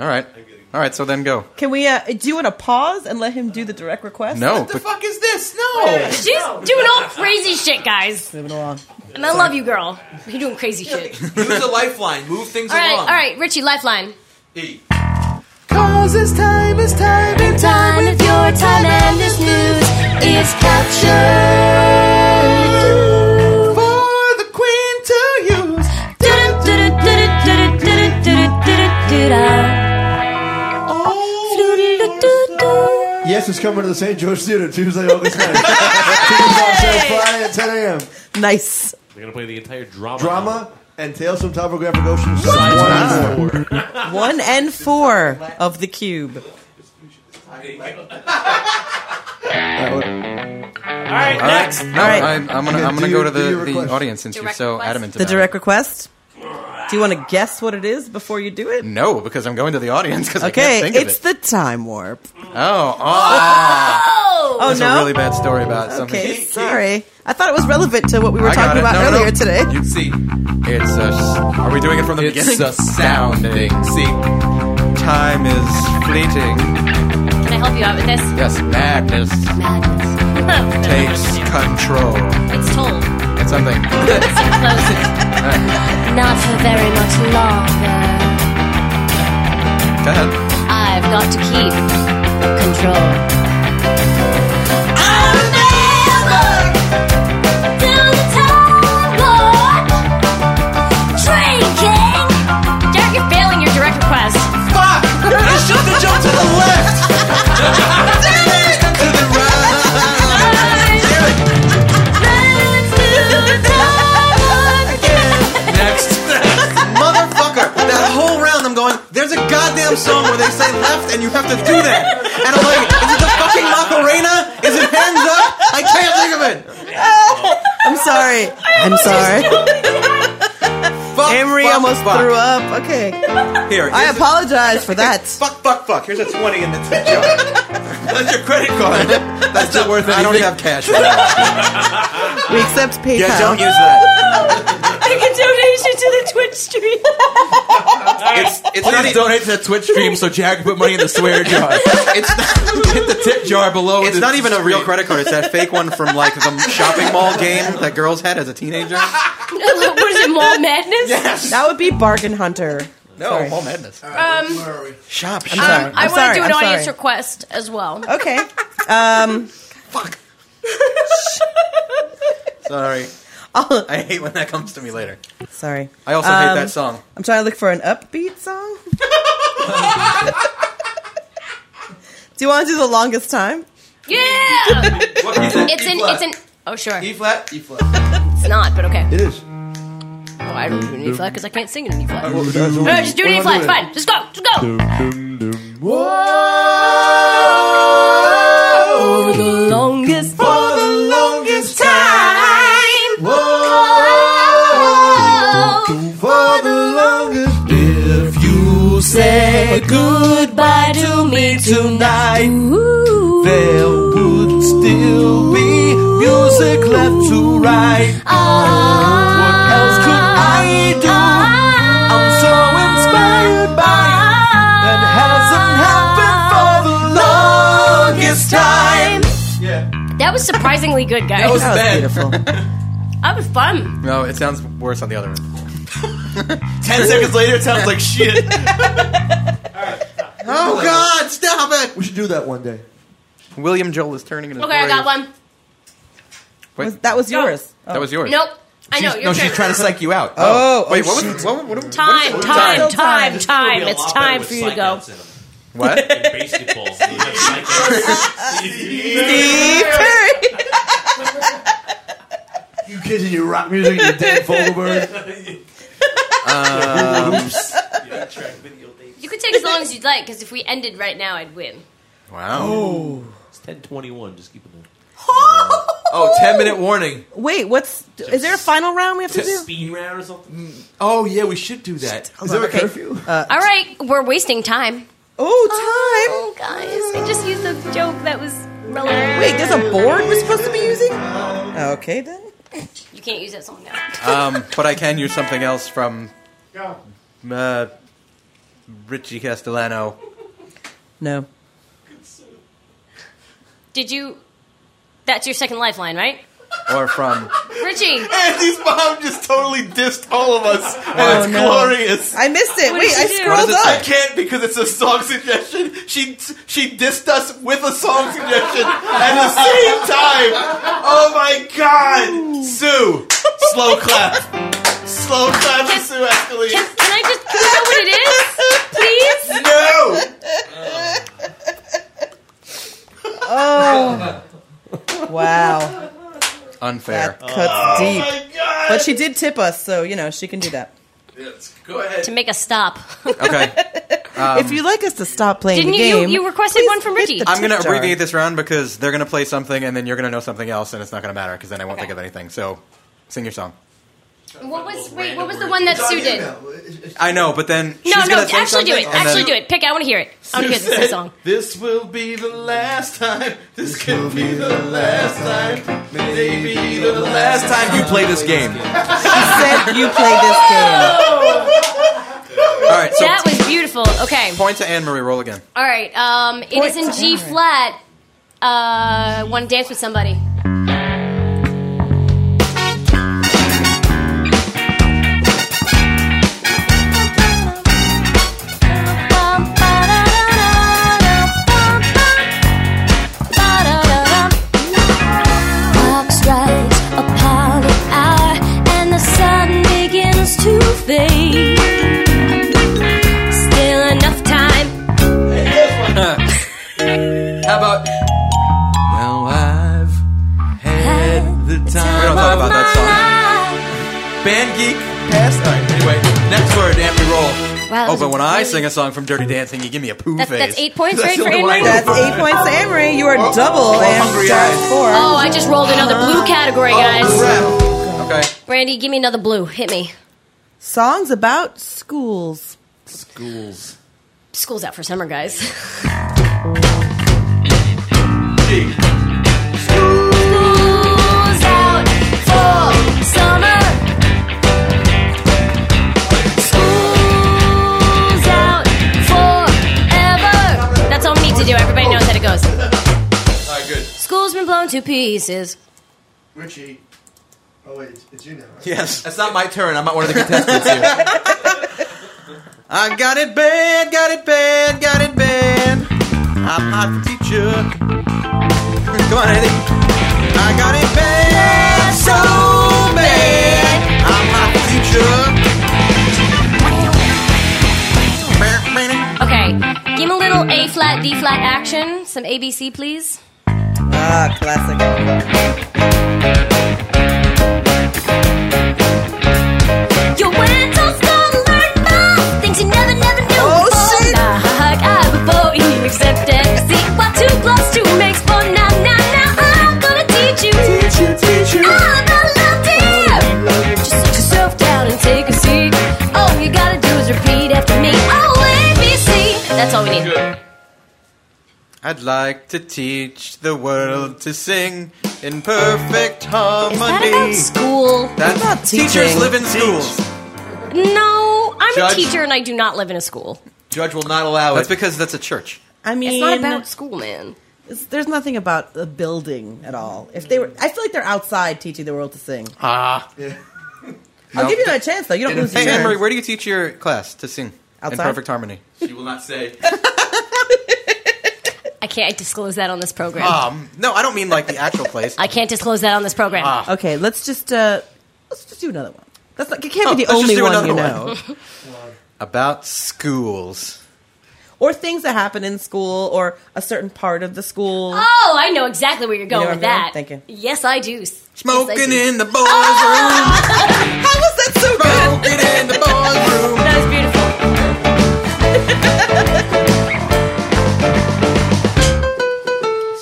All right. All right, so then go.
Can we uh, do you want to pause and let him do the direct request?
No, What the but-
fuck
is this? No.
She's doing all crazy shit, guys.
Moving along.
And I love you, girl. You're doing crazy shit.
Use a lifeline. Move things
All right,
along.
all right, Richie, lifeline.
E.
Cause it's time, it's time, it's time with your time and this news is captured for the queen to use.
Yes, it's coming to the St. George Theater Tuesday, August 9th. Tickets on sale Friday at 10 a.m.
Nice.
They're gonna play the entire drama.
Drama and Tales from Topographic Ocean. Seasons One and four.
One and four of the cube.
That one.
All right, next.
No,
All right.
I'm, I'm gonna,
Okay,
I'm
do
gonna
your-
go to
do your
the, the
request.
audience since you're so adamant
The
about
direct request. Do you want to guess what it is before you do it?
it. No, because I'm going to the audience because I
Okay,
can't think
it's
of it.
the time warp.
Oh, ah.
Oh,
That's
no.
a really bad story about something.
okay, sorry. I thought it was relevant to what we were
I got
talking
it.
about
No, no, no.
earlier today.
You see, it's a. s- Are we doing it from the
It's
beginning?
a
sounding. See, time is fleeting.
Can I help you out with this?
Yes, madness takes control.
it's told.
It's something.
It's close. Not for very much longer.
Go ahead.
I've got to keep control. I'll never do the time lord drinking. Derek, you're failing your direct request. Fuck! I should have jumped to the left. to the right.
Next. Motherfucker! That whole round I'm going, there's a goddamn song where they say left and you have to do that. And I'm like, is it the fucking Macarena? Is it hands up? I can't think of it.
I'm sorry. I'm sorry. Amory almost
fuck.
threw up. Okay.
Here,
I
here's a-
apologize for that.
Fuck, fuck, fuck. Here's a 20 in the tip jar. That's your credit card. That's not worth anything. I don't have cash for that.
We accept PayPal.
Yeah, don't use that.
Make a donation to the Twitch stream.
It's, it's
Please
not e-
donate to the Twitch stream so Jack can put money in the swear jar.
it's not,
Hit the tip jar below.
it's
the
not even a real
screen.
credit card. It's that fake one from like the shopping mall game that girls had as a teenager.
what is it, Mall Madness? Yes.
That would be Bargain Hunter.
No,
Sorry.
Mall Madness.
Um,
Shop,
I'm sorry.
I
I'm
want to
sorry.
do an
I'm
audience
sorry.
request as well.
Okay. Um,
Sorry.
Oh.
I hate when that comes to me later.
sorry.
I also hate
Um,
that song.
I'm trying to look for an upbeat song. do you want to do the longest time?
Yeah. it's an. It's an. Oh sure. E
flat. E flat.
It's not, but okay.
It is.
Oh, I don't do an E flat because I can't sing in an E flat.
well, that's
No,
what-
just do an
what
E
am
flat.
I
It's
doing?
fine. Just go. Just go.
For the longest, for the longest time. Whoa. For the longest. If you say goodbye to me tonight, there would still be music left to write.
Ah.
what else could I do?
Ah.
I'm so inspired by that hasn't happened for the longest time.
That was surprisingly good, guys.
That was bad.
That was fun.
No, it sounds worse on the other end. Ten seconds later, it sounds like shit. Oh God! Stop it!
We should do that one day.
William Joel is turning in his
Okay, I got
grave.
one.
Wait.
That was yours.
That was yours.
Nope. I know.
She's,
Your
no,
turn.
she's trying to psych you out.
Oh,
wait,
oh,
what was what, what, what,
Time,
what-
time,
what-
time, time.
You'll be a
It's
lot
time
better
for
with
you to go.
What?
Basketball. You have psychouts.
Steve Perry.
You kids and your rock music and your dead Fogelberg.
Um,
You could take as long as you'd like because if we ended right now, I'd win.
wow.
Oh. It's 1021. Just keep it in.
Oh, 10 minute warning.
Wait, what's is there a final round we have to
Just
do?
speed round or something?
Oh, yeah, we should do that.
Hold on, okay. Uh,
All right, we're wasting time. time! Oh,
Oh,
guys, I just used a joke that was relevant.
wait, there's a board we're supposed to be using? Okay then.
You can't use that song now.
um, but I can use something else from uh, Richie Castellano.
No.
Did you? That's your second lifeline, right?
Or from
Richie.
Andy's mom just totally dissed all of us, and it's
no.
glorious.
I missed it.
What
Wait,
did
I
she do?
scrolled up.
I can't because it's a song suggestion. She she dissed us with a song suggestion at the same time. Oh my god, Sue! Slow clap, slow clap for Sue Escalade.
Can, can I just can I know what it is, please?
No.
Oh. wow.
Unfair.
Cuts deep. But she did tip us, so you know, she can do that.
To make a stop.
Okay.
Um,
if you'd like us to stop playing
Didn't
the
you, you?
game,
You requested one from Ricky.
I'm going to abbreviate this round because they're going to play something and then you're going to know something else and it's not going to matter because then I won't think of anything. So sing your song.
What was wait? What was the one that Sue did?
I know, but then she's
No,
gonna
no.
say
Actually, do
something
it.
and
Actually,
then-
do it. Pick. it. I want to hear it. I want to hear
said,
this song.
This will be the last time. This could be the last time. Maybe the last time you play this game.
said you play this
All right, so
that was beautiful. Okay.
point to Anne Marie. Roll again.
All right. Um, it is in G flat. Uh, want to dance with somebody?
Clock strikes a pilot hour and the sun begins to fade. Still enough time.
How about? Now I've had the time.
We don't talk about that song.
Band geek pastime. Anyway, next word, Anne Marie.
Roll.
Wow,
oh,
those
but
are
when I
really-
sing a song from Dirty Dancing, you give me a poo
That's,
face.
that's eight points,
That's
right,
the
for
only one I
Amory?
know.
That's eight points to Amory. You are double and four.
Oh, I just rolled another blue category, guys.
Okay.
Brandy, give me another blue. Hit me.
Songs about schools.
Schools.
School's out for summer, guys.
School's out for summer.
School's out forever. That's all we need to do. Everybody knows how it goes.
All right, good.
School's been blown to pieces.
Richie. Oh wait, it's, it's you now. Right?
Yes.
That's not my turn. I'm not one of the contestants here.
I got it bad, got it bad, got it bad. I'm not the teacher. Come on, Andy. I got it bad, so bad. I'm not the teacher.
Okay, give me a little A flat, D flat action. Some ABC, please.
Ah, classic.
Your winter's gonna learn more things you never, never knew. Oh before. shit! Now, hug eye before you accept ecstasy. Why two plus two makes four. Now, now, now I'm gonna teach you. Teach you, teach you. I'm a love dear. Just sit yourself down and take a seat. All you gotta do is repeat after me. Oh, ABC. That's all we need.
I'd like to teach the world to sing in perfect harmony.
about school?
That's
about
Teachers
teaching?
live in schools.
No, I'm
Judge.
a teacher and I do not live in a school.
Judge will not allow it. Oh, That's because that's a church.
I mean,
it's not about school, man.
It's, there's nothing about a building at all. If they were, I feel like they're outside teaching the world to sing.
Ah.
I'll give you a chance though. You don't lose
Hey,
your
Anne Marie,
chance.
where do you teach your class to sing in
Outside?
perfect harmony?
She will not say.
I can't disclose that on this program.
Um, no, I don't mean like the actual place.
I can't disclose that on this program.
Okay, let's just uh, let's just do another one. That's not, it can't
Oh,
be
let's
the
just
only
do
one
another
you
one.
know,
About schools.
or things that happen in school, or a certain part of the school.
Oh, I know exactly where you're going
know
with
what
that.
I'm doing? Thank you.
Yes, I do. Ah!
Smoking in the boys'
room.
How was that so
good? Smoking in the boys' room.
That was beautiful.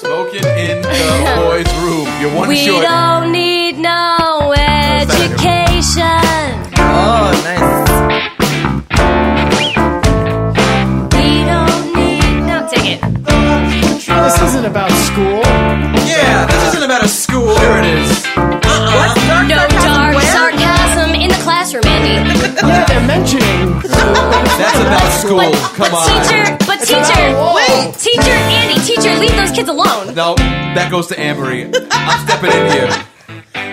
Smoking in the boys' room. You're one
we
short.
don't need no education.
Oh, nice.
We don't need no. Take it.
This isn't about school.
Yeah, this isn't about a school. Here it is. Oh,
No dark sarcasm in the classroom, Andy.
Yeah, they're mentioning.
That's about school. Come on.
Teacher, but
It's
teacher,
about a wall.
wait, teacher, Andy, teacher, leave those kids alone.
No, that goes to Amory. I'm stepping in here.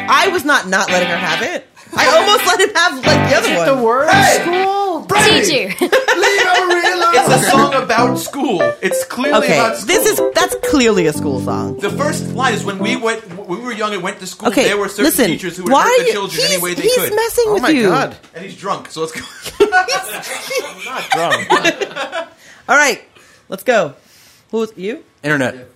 I was not not letting her have it. I almost let him have like the other one.
The word
Hey!
school.
Teacher,
It's a song about school. It's clearly
Okay,
about school.
this is that's clearly a school song.
the first line is when we went when we were young and went to school.
Okay,
there were certain
listen,
teachers who would
why
hurt
are
the
you-
children any
he's-
way they
he's
could.
messing Oh with my you. God.
And he's drunk, so it's
I'm
not drunk.
All right, let's go. Who's you?
Internet.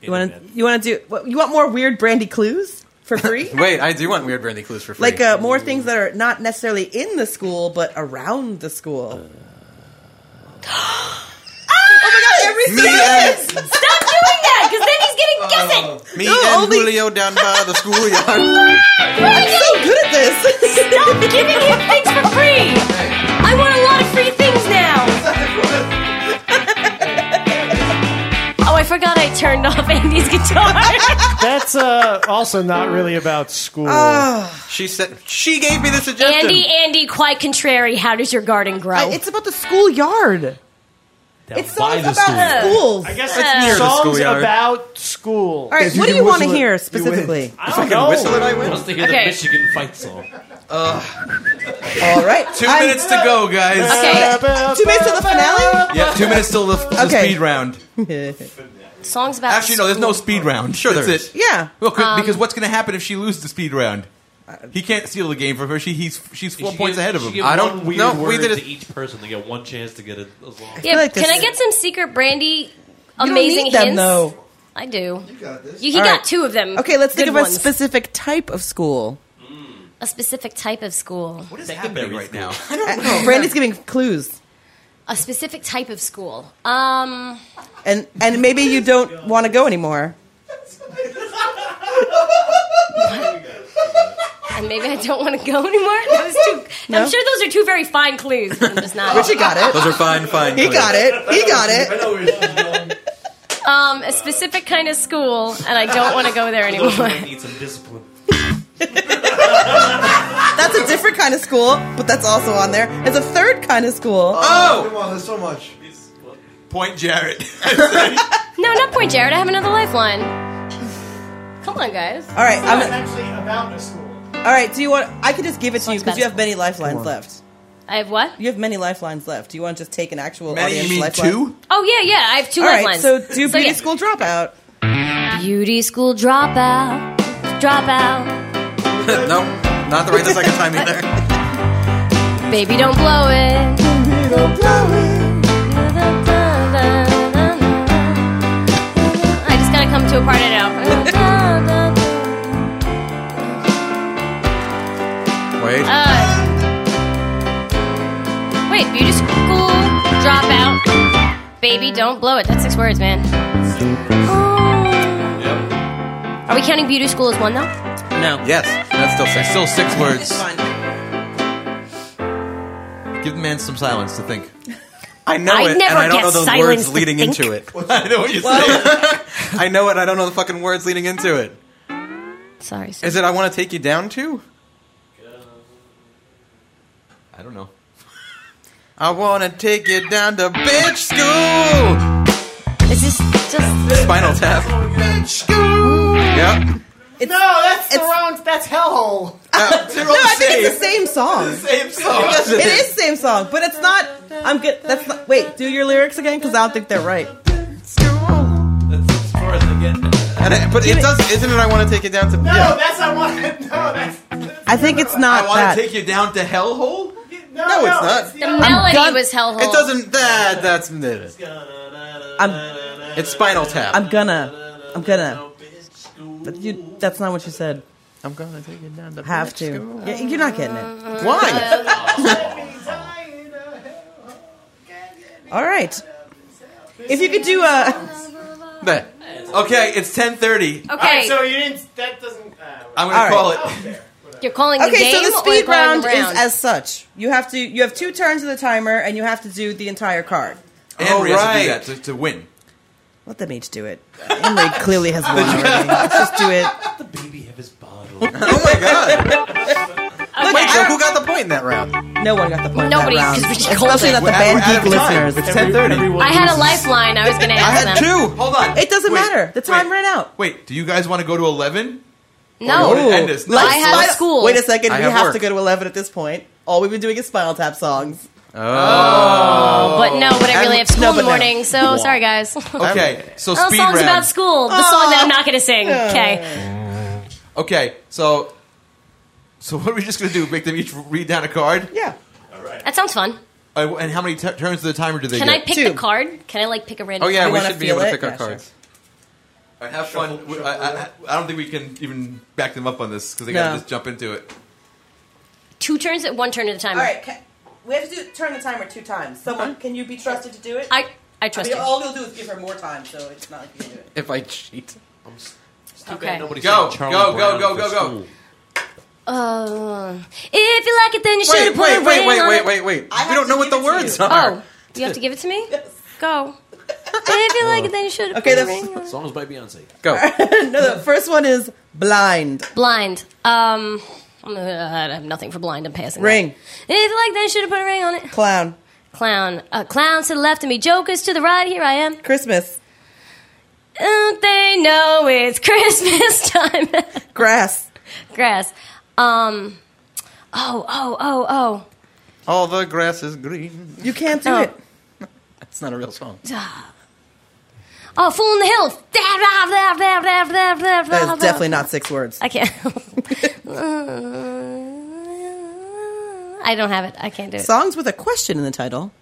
You want to? You want to do? What, you want more weird brandy clues for free?
Wait, I do want weird Brandy clues for free.
like uh, more things that are not necessarily in the school but around the school. oh my god, every
Me
sentence!
and-
Stop doing that, because then he's getting guessing.
Me and Julio down by the schoolyard.
I'm so good at this. Stop giving him things for free. I want a lot of free things now. oh, I forgot I turned off Andy's guitar.
That's uh, also not really about school.
she said she gave me the suggestion.
Andy, Andy, quite contrary. How does your garden grow? it's
about the schoolyard.
It's
songs about schools.
I guess
Uh,
it's
near the
songs
schoolyard.
about school.
All right, what do you want to hear specifically?
I don't know.
wants to hear
Okay.
the Michigan fight song.
All right.
Two
I'm-
minutes to go, guys.
Okay. Two minutes to the finale?
Yeah, two minutes till the, the
Okay.
speed round.
Songs about
Actually, no, there's no speed round. Sure, that's
there's.
it.
Yeah.
Well, 'cause-
Um,
because what's going to happen if she loses the speed round? He can't steal the game from her. She he's she's four
She
points
gives-
ahead of
she
him.
gives
I
one
don't.
weird
No,
word
we did
to
it.
each person. They get one chance to get it as long.
Yeah,
like
can
this
I
is-
get some secret brandy
You don't
amazing
need them,
hints?
though.
I do. You got this. he
All
got
right.
two of them.
Okay, let's think
Good
of a
ones.
specific type of school.
a specific type of school.
What is happening right now?
Brandy's giving clues.
A specific type of school. Um,
And and maybe you don't want to go anymore.
and maybe I don't want to go anymore. That was too.
No?
I'm sure those are two very fine clues. but I'm just not.
Richie got it.
Those are fine, fine.
He
clues.
got it. He got it.
Um, a specific kind of school, and I don't want to go there
Those
anymore.
might need some discipline.
That's a different kind of school, but that's also on there. It's a third kind of school.
Oh!
Come on, there's so much.
Point Jared.
No, not Point Jared. I have another lifeline. Come on, guys.
All right,
It's
I'm,
actually about a school.
all right. Do you want? I can just give it to you
Sounds
because you have many lifelines left.
I have what?
You have many lifelines left. Do you want to just take an actual
Maddie,
audience
you mean
lifeline?
two?
Oh yeah, yeah. I have two
All right,
lifelines.
so do beauty
yeah.
school dropout.
Beauty school dropout. Dropout.
no, not the right the second time either.
Baby, don't blow it. I just gotta come to a part now.
Wait.
Uh, wait, beauty school dropout. Baby, don't blow it. That's six words, man. Oh. Are we counting beauty school as one though?
No.
Yes, that's still six.
Still six
It's
words.
fine.
Give the man some silence to think.
I know
I
it, and
never
I don't
get
know those
silence
words
to
leading
think.
into it.
I know what you're saying.
I know it. I don't know the fucking words leading into it.
Sorry. sorry.
Is it I want to take you down to?
I don't know.
I want to take you down to bitch school.
This is just
Spinal Tap. Bitch school. Yep.
No, that's the
It's-
wrong. That's hellhole.
Uh, they're all
No, I
the
think it's
same.
the same song.
Same song.
It is same song, but it's not. I'm good. That's not. Wait, do your lyrics again because I don't think they're right.
That's as far as I get.
And it- but it does. Isn't it? I want to take you down to.
No,
Yeah.
that's not what. No, that's
I think it's not
I want
that.
to take you down to hellhole.
No,
no, no,
it's not.
the
the
other-
melody
done.
was hellhole.
It doesn't. That. That's. It's
I'm.
Spinal Tap.
I'm gonna. I'm gonna. But you, that's not what you said.
I'm gonna take you down to.
Have to. Yeah, you're not getting it.
Why?
All right. If you could do uh, a.
There.
Okay, it's ten thirty.
Okay,
All right, so you didn't. That doesn't. Uh,
I'm
All
gonna
right.
call it.
you're calling the
Okay,
game.
so the
or
speed
calling
round
the
is as such. You have to. You have two turns of the timer, and you have to do the entire card.
Henry
right.
has to do that to, to win.
Let them each do it. Emily clearly has one already. Let's just do it.
The baby have his bottle.
Oh my god.
Look,
Wait. So
I-
who got the point in that round?
no one got the point.
Nobody,
that round.
'cause Richie called
especially
it.
not the
We're out-
band
we're out
geek
of time.
listeners. It's ten thirty.
I had a lifeline. I was gonna ask
I
them.
had two.
Hold on.
It doesn't
Wait,
matter. The time
wait,
ran out.
Wait, do you guys want to go to eleven?
No.
Oh,
Ooh. End this.
Let's
Oh, I have
spinal-
school.
Wait a second.
I
we
have
have
work.
to go to eleven at this point. All we've been doing is Spinal Tap songs.
But no, but I really have school
No,
in the
but no.
morning, so sorry guys.
Okay, so
Oh,
All
speed
songs
round.
about school. The song that I'm not going to sing. Okay.
Okay, so so what are we just gonna do? Make them each read down a card,
Yeah.
That sounds fun.
Uh, and how many t- turns of the timer do they
Can I
get?
pick
Two.
the card? Can I like pick a random
Oh yeah,
You
we
wanna
should be
feel
able to
it?
pick our
Yeah, sure.
cards.
All right, have fun. I, I, I don't think we can even back them up on this because they
No.
gotta just jump into it.
Two turns at one turn at a time.
All right. ca- We have to do, turn the timer two times. Someone, can you be trusted to do it?
I, I trust
mean,
you.
All you'll do is give her more time, so it's not like you can do it.
If I cheat, I'm
Okay.
Nobody
Go,
said
go,
Charlie
go,
Brown
go,
for
go, go.
school.
Uh, if you like it, then you should
Wait,
have put a
wait,
ring
wait, wait,
on
wait,
it.
wait, wait. We don't know what the words are.
Oh, you have to give it to me? Go. if you like it, then you should have
Okay,
put a
the f-
ring on it.
Songs by Beyonce.
Go.
no, the first one is blind.
Blind. Um, I'm gonna- I have nothing for blind. I'm passing. that.
Ring.
If you like that, you should have put a ring on it.
Clown.
Clown. Uh, clowns to the left of me. Jokers to the right. Here I am.
Christmas.
Don't they know it's Christmas time?
Grass.
Grass. Um. Oh, oh, oh, oh.
All the grass is green.
You can't do
Oh.
it.
That's not a real song.
Ah. Oh, fool in the hills. That
That is definitely not six words.
I can't. I don't have it. I can't do it.
Songs with a question in the title.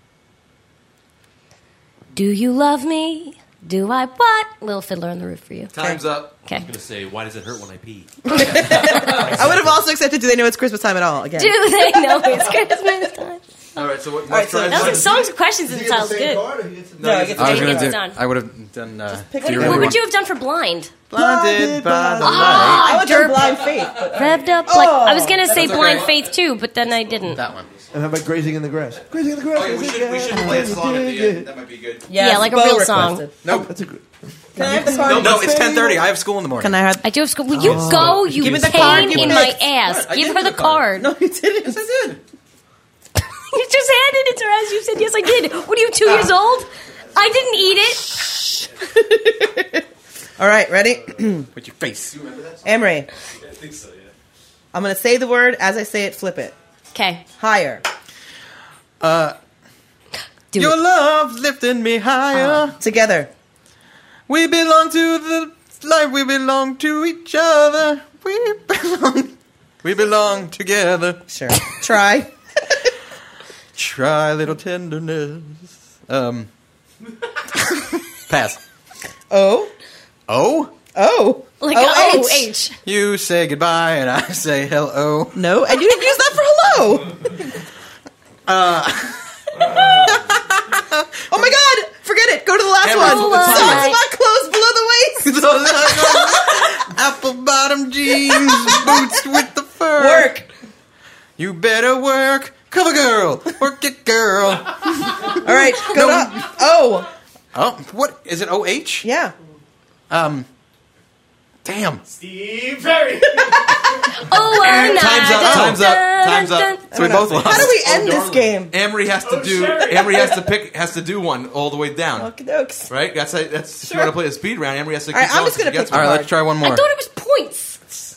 Do you love me? Do I what? Little Fiddler on the Roof for you.
Time's up.
Okay.
I'm gonna say, why does it hurt when I pee?
I would have also accepted. Do they know it's Christmas time at all? Again.
Do they know it's Christmas time?
All right, so what?
All right, so-
That was like songs and questions in the
Did you get
title.
the
Good.
same card
No, I get the
I was
same
gonna
card.
do.
Done.
I would have done. Uh,
What,
do you
what
really
would
want-
you have done for blind?
Blinded by the light.
Ah,
I would have
derp.
blind faith.
Revved up like I was gonna
Oh,
say
that's
blind
okay.
faith too, but then I didn't. That
one.
And how about grazing in the grass? Grazing in the grass.
Okay, we should we should play a song at the end. That might be good.
yeah, like a
Bo
real
requested.
song.
Nope.
That's a good.
Can I have the card?
No, no, it's ten thirty. I have school in the morning.
Can I have?
I do have school. Will you go? You
Oh. Give me the
pain
card you
in my
picked.
ass.
I
Give
gave
her
you
the
the
card.
card.
No, you didn't.
I did.
You just handed it to her as you said, yes, I did. What are you, two years
Ah.
old? I didn't eat it.
All right, ready?
With your face.
Emery,
I think so. Yeah.
I'm gonna say the word as I say it. Flip it.
Okay.
Higher.
Uh,
Do
your
it.
love's lifting me higher.
Together.
We belong to the life. We belong to each other. We belong. We belong together.
Sure. Try.
Try a little tenderness. Um. pass.
Oh.
Oh.
Oh.
Like
Oh,
O H.
H.
You say goodbye and I say hello.
No, and you didn't use that for hello. Uh. oh my god! Forget it. Go to the last
Emery,
one.
what's
the
Socks
time?
about clothes below the waist.
Apple bottom jeans, boots with the fur.
Work.
You better work. Cover girl. Work it, girl.
All right. Go
No.
up. Oh.
Oh, what? Is it OH?
Yeah.
Um. Damn.
Steve Perry.
Uh,
Oh, I'm not.
Time's up. Time's up. Time's
dun,
up.
dun.
So we both
How do
lost.
we end this game?
Amory has
Oh,
to do.
Sherry.
Amory has to pick. Has to do one all the way down.
Okie dokes.
Right? That's that's. If you want to play a speed round, Amory has to.
All right,
keep
I'm just
going
gonna
till she
pick
All
gets
right,
one.
let's try one
I
more.
thought it was points.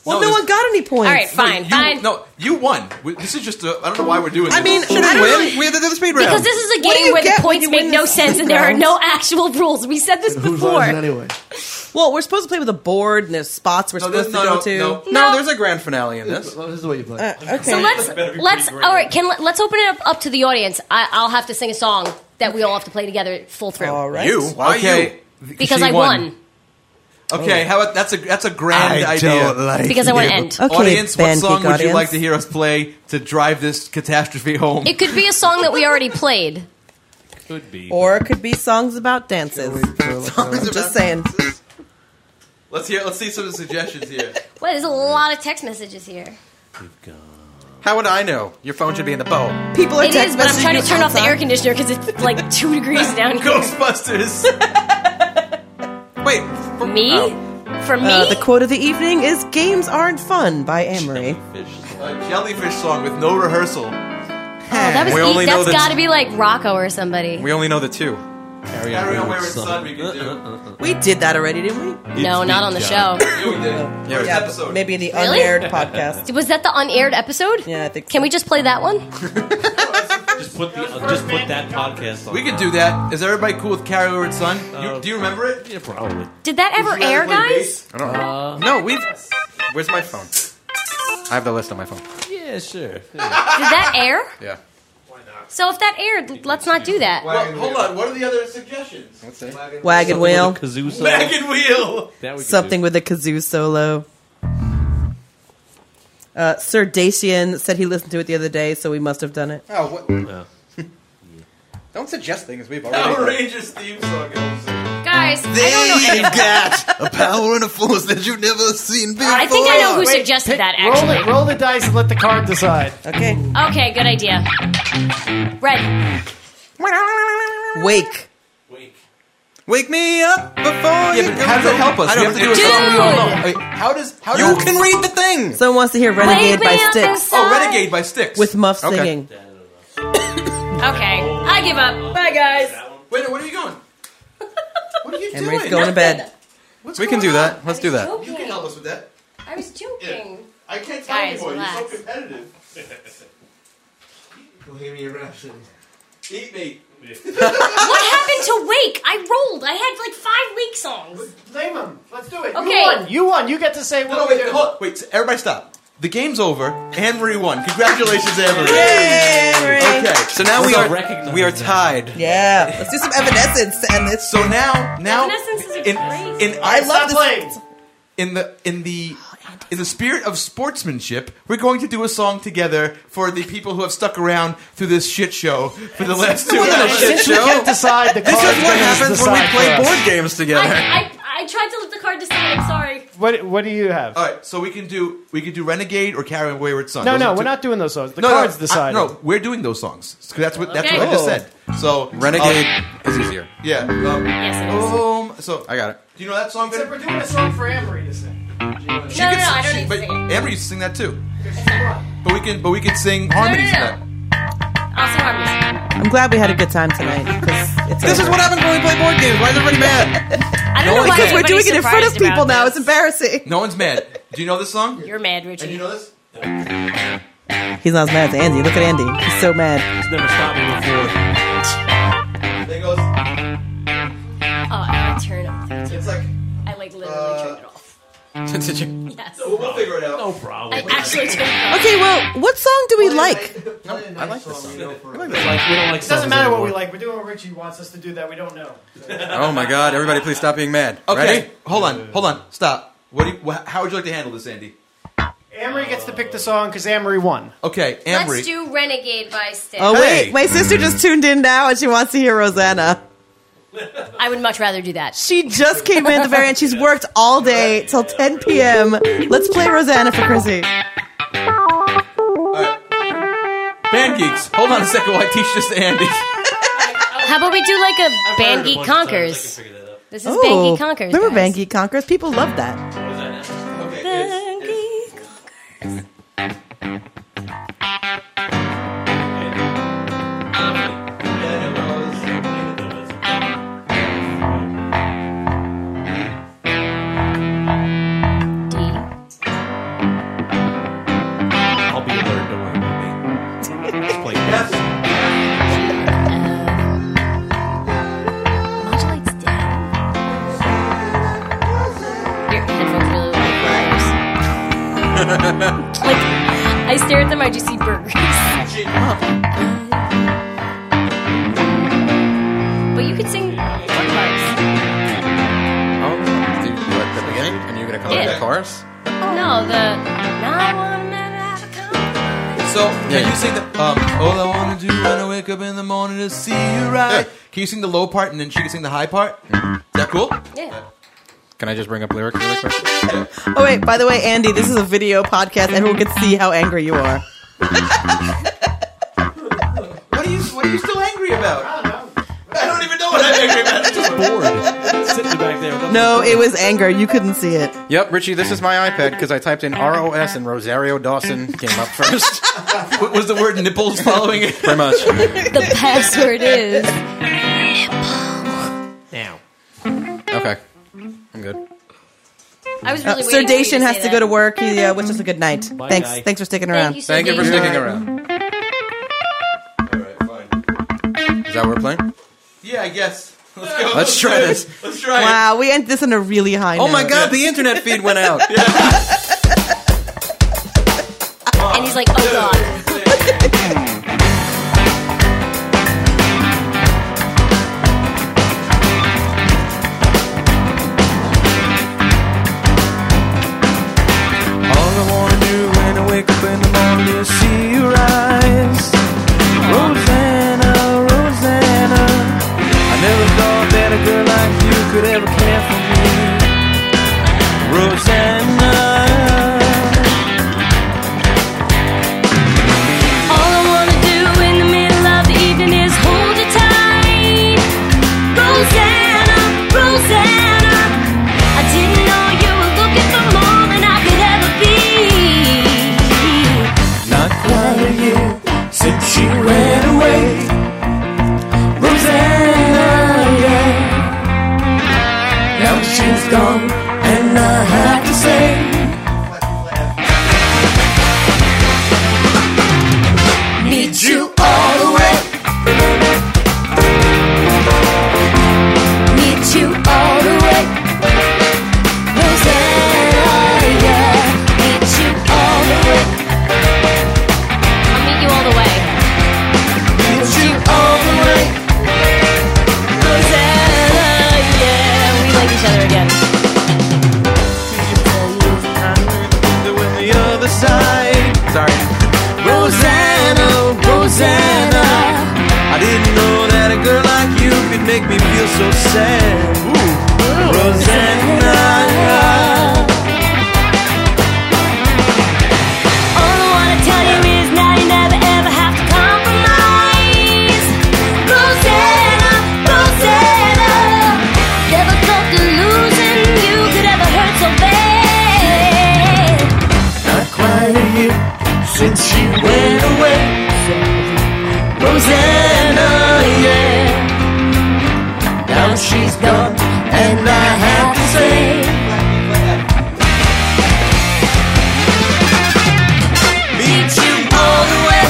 Well,
No,
no
this-
one got any points.
All right, fine,
You-
fine.
No, you won. We- This is just. I I don't know why we're doing.
I
this.
mean,
Should
I
we
don't
win? We have to do the speed round.
Because this is a
What do
game
you
where the
get when
points
you win
make no
this
sense and there are
round?
no actual rules. We said this
Who's losing
before.
anyway?
Well, we're supposed to play with a board and there's spots we're
No,
supposed
no,
to
no,
go to.
no.
no,
No.
there's a grand finale in this.
Well, this is the way you play.
Uh, okay.
So let's let's all right. Can let's open it up, up to the audience. I, I'll have to sing a song that we all have to play together full through
All right.
you. Why
Okay.
you?
because
She
I won.
Okay, how about that's a that's a grand idea.
like
Because I want to end.
Okay,
audience, what
band
song would
geek
you
audience.
like to hear us play to drive this catastrophe home?
It could be a song that we already played.
Could be.
Or it could be songs about dances. I'm just saying.
Let's hear. Let's see some suggestions here.
Well, there's a lot of text messages here.
How would I know? Your phone should be in the bowl.
People are
It
text
is, but I'm
messaging
trying to
us
turn off the
outside.
air conditioner because it's like two degrees down here.
Ghostbusters.
Wait. for-
Me?
oh.
For me?
Uh, the quote of the evening is "Games aren't fun" by Amory.
A jellyfish song with no rehearsal.
oh, that was
We
e-
only know
that's
the-
got to be like Rocco or somebody.
We only know the two.
Carry
Carry on,
Wayward
Wayward Son, we can do.
We did that already, didn't we?
no, not on the show.
Yeah, we did.
Yeah, we
First
did.
episode.
Maybe the
Really?
unaired podcast.
Was that the unaired episode?
Yeah, I think.
Can we just play that one?
Just put the uh, just put that podcast on.
We could do that. Is everybody cool with Carrie Wayward Son? You, do you remember it?
Yeah, probably.
Did that ever
You
air,
rather play
guys?
bass?
I don't know. no, we've. Where's my phone? I have the list on my phone.
Yeah, sure.
Did that air?
Yeah.
So if that aired, let's not do that.
Well, hold on. What are the other suggestions?
Let's see.
Wagon wheel.
Kazoo song.
Wagon wheel.
That we could
Something with a kazoo solo. Uh, Sir Dacian said he listened to it the other day, so we must have done it.
Oh, what? Don't suggest things we've already.
Power Rangers theme song.
Guys, I don't know
They've
any of them.
got a power and a force that you've never seen before.
I think I know who suggested that,
Roll
actually.
it. Roll the dice and let the card decide.
Okay.
Okay, good idea. Red.
Wake.
Wake me up before you go. How does that help us?
I
we have
don't-
to do a
Dude!
song
Oh,
we all know. I mean, how does how you
does-
can read the thing?
Someone wants to hear Renegade by Sticks.
Oh, Renegade by Sticks
With Muff
Okay.
singing.
Okay, I give up. Bye, guys.
Wait, where are you going?
what are you
And Ray's going to bed.
we can do that. Let's do that.
You can help us with that. I was joking.
I can't tell
Guys,
anymore. You're
relax.
so competitive. Bohemian Rhapsody. Eat me.
what happened to Wake? I rolled. I had like five Wake songs.
Name them. Let's do it.
Okay.
You won. You won. You get to say what
No,
we
Oh, wait,
do.
hold, wait, s- everybody stop. The game's over. Anne Marie won. Congratulations, Anne Marie.
Yay, Anne Marie.
Okay, so now we
Let's all
are we are tied.
Yeah. Let's do some Evanescence to end this.
So now, now, in, in
I love this.
in the in the in the spirit of sportsmanship, we're going to do a song together for the people who have stuck around through this shit show for the last two
It wasn't a
hours.
shit Since we show. can't decide, the
this is
card
what
games
happens when we
decide
play
for us.
board games together.
I, I, I tried to let the card decide. I'm sorry.
What What do you have?
All right, so we can do we can do Renegade or Carry on Wayward Son.
No,
Uh, Those
no,
are two-
we're not doing those songs. The
no, no,
cards
I-
decide.
no, we're doing those songs. 'Cause That's what that's
Okay.
what I just
Oh.
said. So
Renegade
is easier. Yeah. Um, um, so
I got it.
Do you know that song?
Except we're doing a song for Amory to sing.
She could sing- she-
need to
but
sing
Amber used to sing that too. But we can but we can sing harmonies
no, no.
in that.
I'll sing harmonies.
I'm glad we had a good time tonight. 'cause It's
This is what happens when we play board games. Why is everybody mad?
I don't
No
know
one's
why
mad.
Because we're doing it in front of
everybody's
people
surprised
now.
about
It's embarrassing.
No one's mad. Do you know this song?
this. You're mad, Richie. And you know
this?
He's not as mad as Andy. Look at Andy. He's so mad.
It's never stopped me before.
There goes.
Oh, I turn it off.
It's like
I like literally
uh,
turned it off.
Did you?
Yes.
We'll figure it out.
No problem.
I actually turned it off.
Okay, well, what song do we like?
I like this song.
It doesn't matter what we like. We're doing what Richie wants us to do. That we don't know.
Oh my god! Everybody, please stop being mad. Okay,
Ready?
hold on, hold on, stop. What? Do you, wh- how would you like to handle this, Andy?
Amory gets to pick the song because Amory won.
Okay, Amory.
Let's do Renegade by Sticks.
Oh, wait. My sister just tuned in now and she wants to hear Rosanna.
I would much rather do that.
She just came in at the very end. She's worked all day till 10 p.m. Let's play Rosanna for Chrissy.
Band geeks, hold on a second while I teach this to Andy.
How about we do like a Band Geek Conquers? This is Band Geek Conquers.
Oh. Remember Band Geek Conquers? People love that.
I'll be alert. Don't worry about me. Let's play this.
Your headphones really look like burgers. like, I stare at them, I just see burgers. but you could sing some parts.
Oh, do you like the beginning, and you're gonna come up with
Yeah.
the chorus.
No, the. Not one minute.
So, can you sing the? Um, all I want to do when I wake up in the morning is see you right. Can you sing the low part and then she can sing the high part? Is that cool?
Yeah.
Can I just bring up lyrics really quick?
Oh, wait. By the way, Andy, this is a video podcast. Everyone can see how angry you are.
What are you? What are you still angry about? I don't know. I don't even know what I'm angry about. I'm just bored. Sitting back there.
No, it was anger. You couldn't see it.
Yep, Richie, this is my iPad because I typed in ROS and Rosario Dawson came up first.
what was the word nipples following it?
Pretty much.
the password is.
Now.
Okay. I'm good.
I was
Uh,
really
Sir
waiting for you to
Dacian has
say
to
that.
go to work. He uh, wishes us a good night.
Bye,
thanks.
guy.
Thanks for sticking
Thank
around.
you, Sir
Thank you for
Dacian.
sticking around. Is that what we're playing?
Yeah, I guess. Let's go.
Let's try
do it.
this.
Let's try it.
Wow, we ended this on a really high
Oh my
note.
god, the internet feed went out.
And he's like, oh god.
All I wanna do when I wake
a girl like you could ever care for me. Rosanna.
All I wanna do in the middle of the evening is hold you tight. Rosanna, Rosanna, I didn't know you were looking for more than I could ever be.
Not quite a year since she went away. Rosanna, yeah. Now she's gone, and I have to say. Need you all the way.
Need you all the way. Rosanna, yeah, need you all the way.
I'll meet you all the way.
Need you all the way.
Rosanna, yeah, we like each other again.
on the other side. Sorry. Rosanna, Rosanna. I didn't know that a girl like you could make me feel so sad. Rosanna.
All I wanna tell you is now you never ever have to compromise. Rosanna, Rosanna, never thought that losing you could ever hurt so bad.
Not quite a year since she went away. Rosanna, yeah. Now she's gone, and I have to say. Meet you all the way.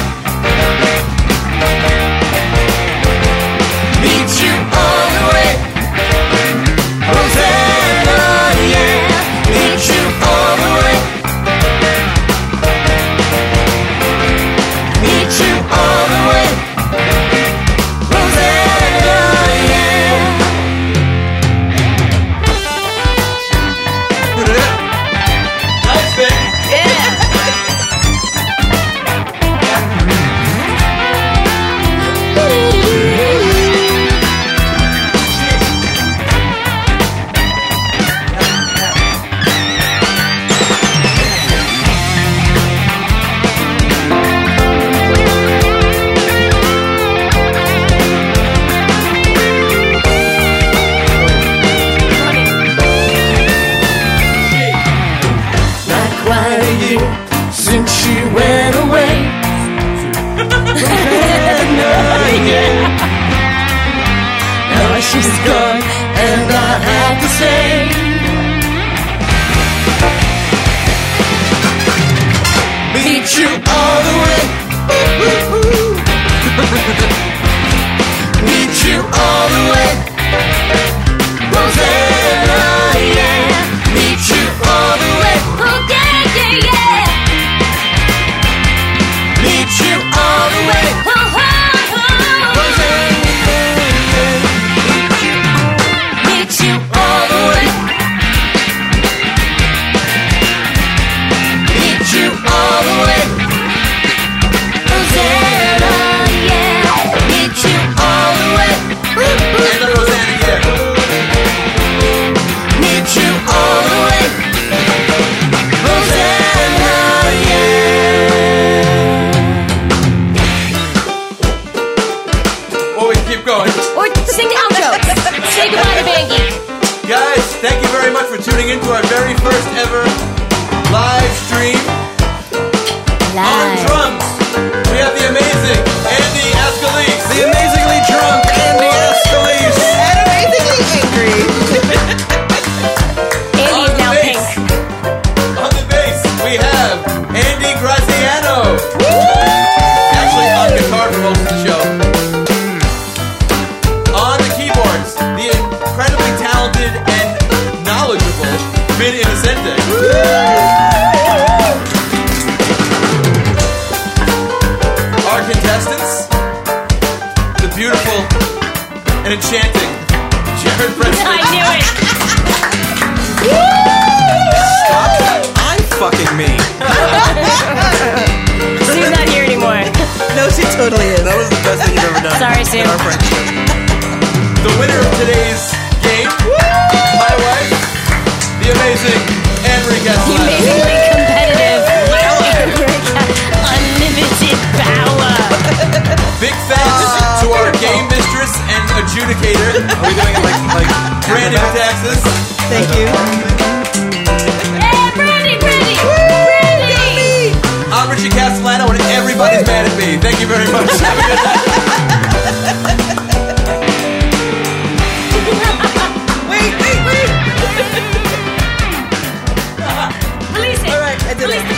Meet you all the way. Rosanna, yeah. Meet you all the way. Meet you all the way. Rosanna, yeah. Nice, babe. Not quite a year since she went away. Rosanna, yeah. Now she's gone, and I have to say. Meet you all the way. Meet you all the way. Rosanna, yeah. Meet you all the way.
Oh yeah, yeah, yeah.
Meet you all the way. Meet you all the way. Meet you all the way. Rosanna, yeah. Meet you all the way. Rosanna, yeah. Meet you all the way. Rosanna, yeah.
Oh, wait, keep going.
Or sing the outro. Say goodbye to Van Geek.
Guys, thank you very much for tuning in to our very first ever live stream on drums. We have the amazing Andy Escalise, the amazingly drunk Andy Escalise, and amazingly angry. Andy is now pink. On the bass, we have Andy Graziano. Actually, on guitar for most of the show. Hmm. On the keyboards, the incredibly talented and knowledgeable Vin Innocente. Our contestants, the beautiful and enchanting Jared Preston.
I
knew it.
I'm fucking me.
Sue's not here anymore.
No, she totally is.
That was the best thing you've ever done.
Sorry, Sue.
in our friendship.
the winner of today's game, my wife, the amazing Enrique
Amazingly competitive. Unlimited power.
Big thanks to our game mistress and adjudicator. Are we doing it like, like Brandon Taxes?
Thank you.
Brandy, Brandy, Brandy. I'm Richie Castellano, and everybody's mad at me. Thank you very much. Have a good night.
wait, wait, wait.
Release it.
All right, I did it. uh,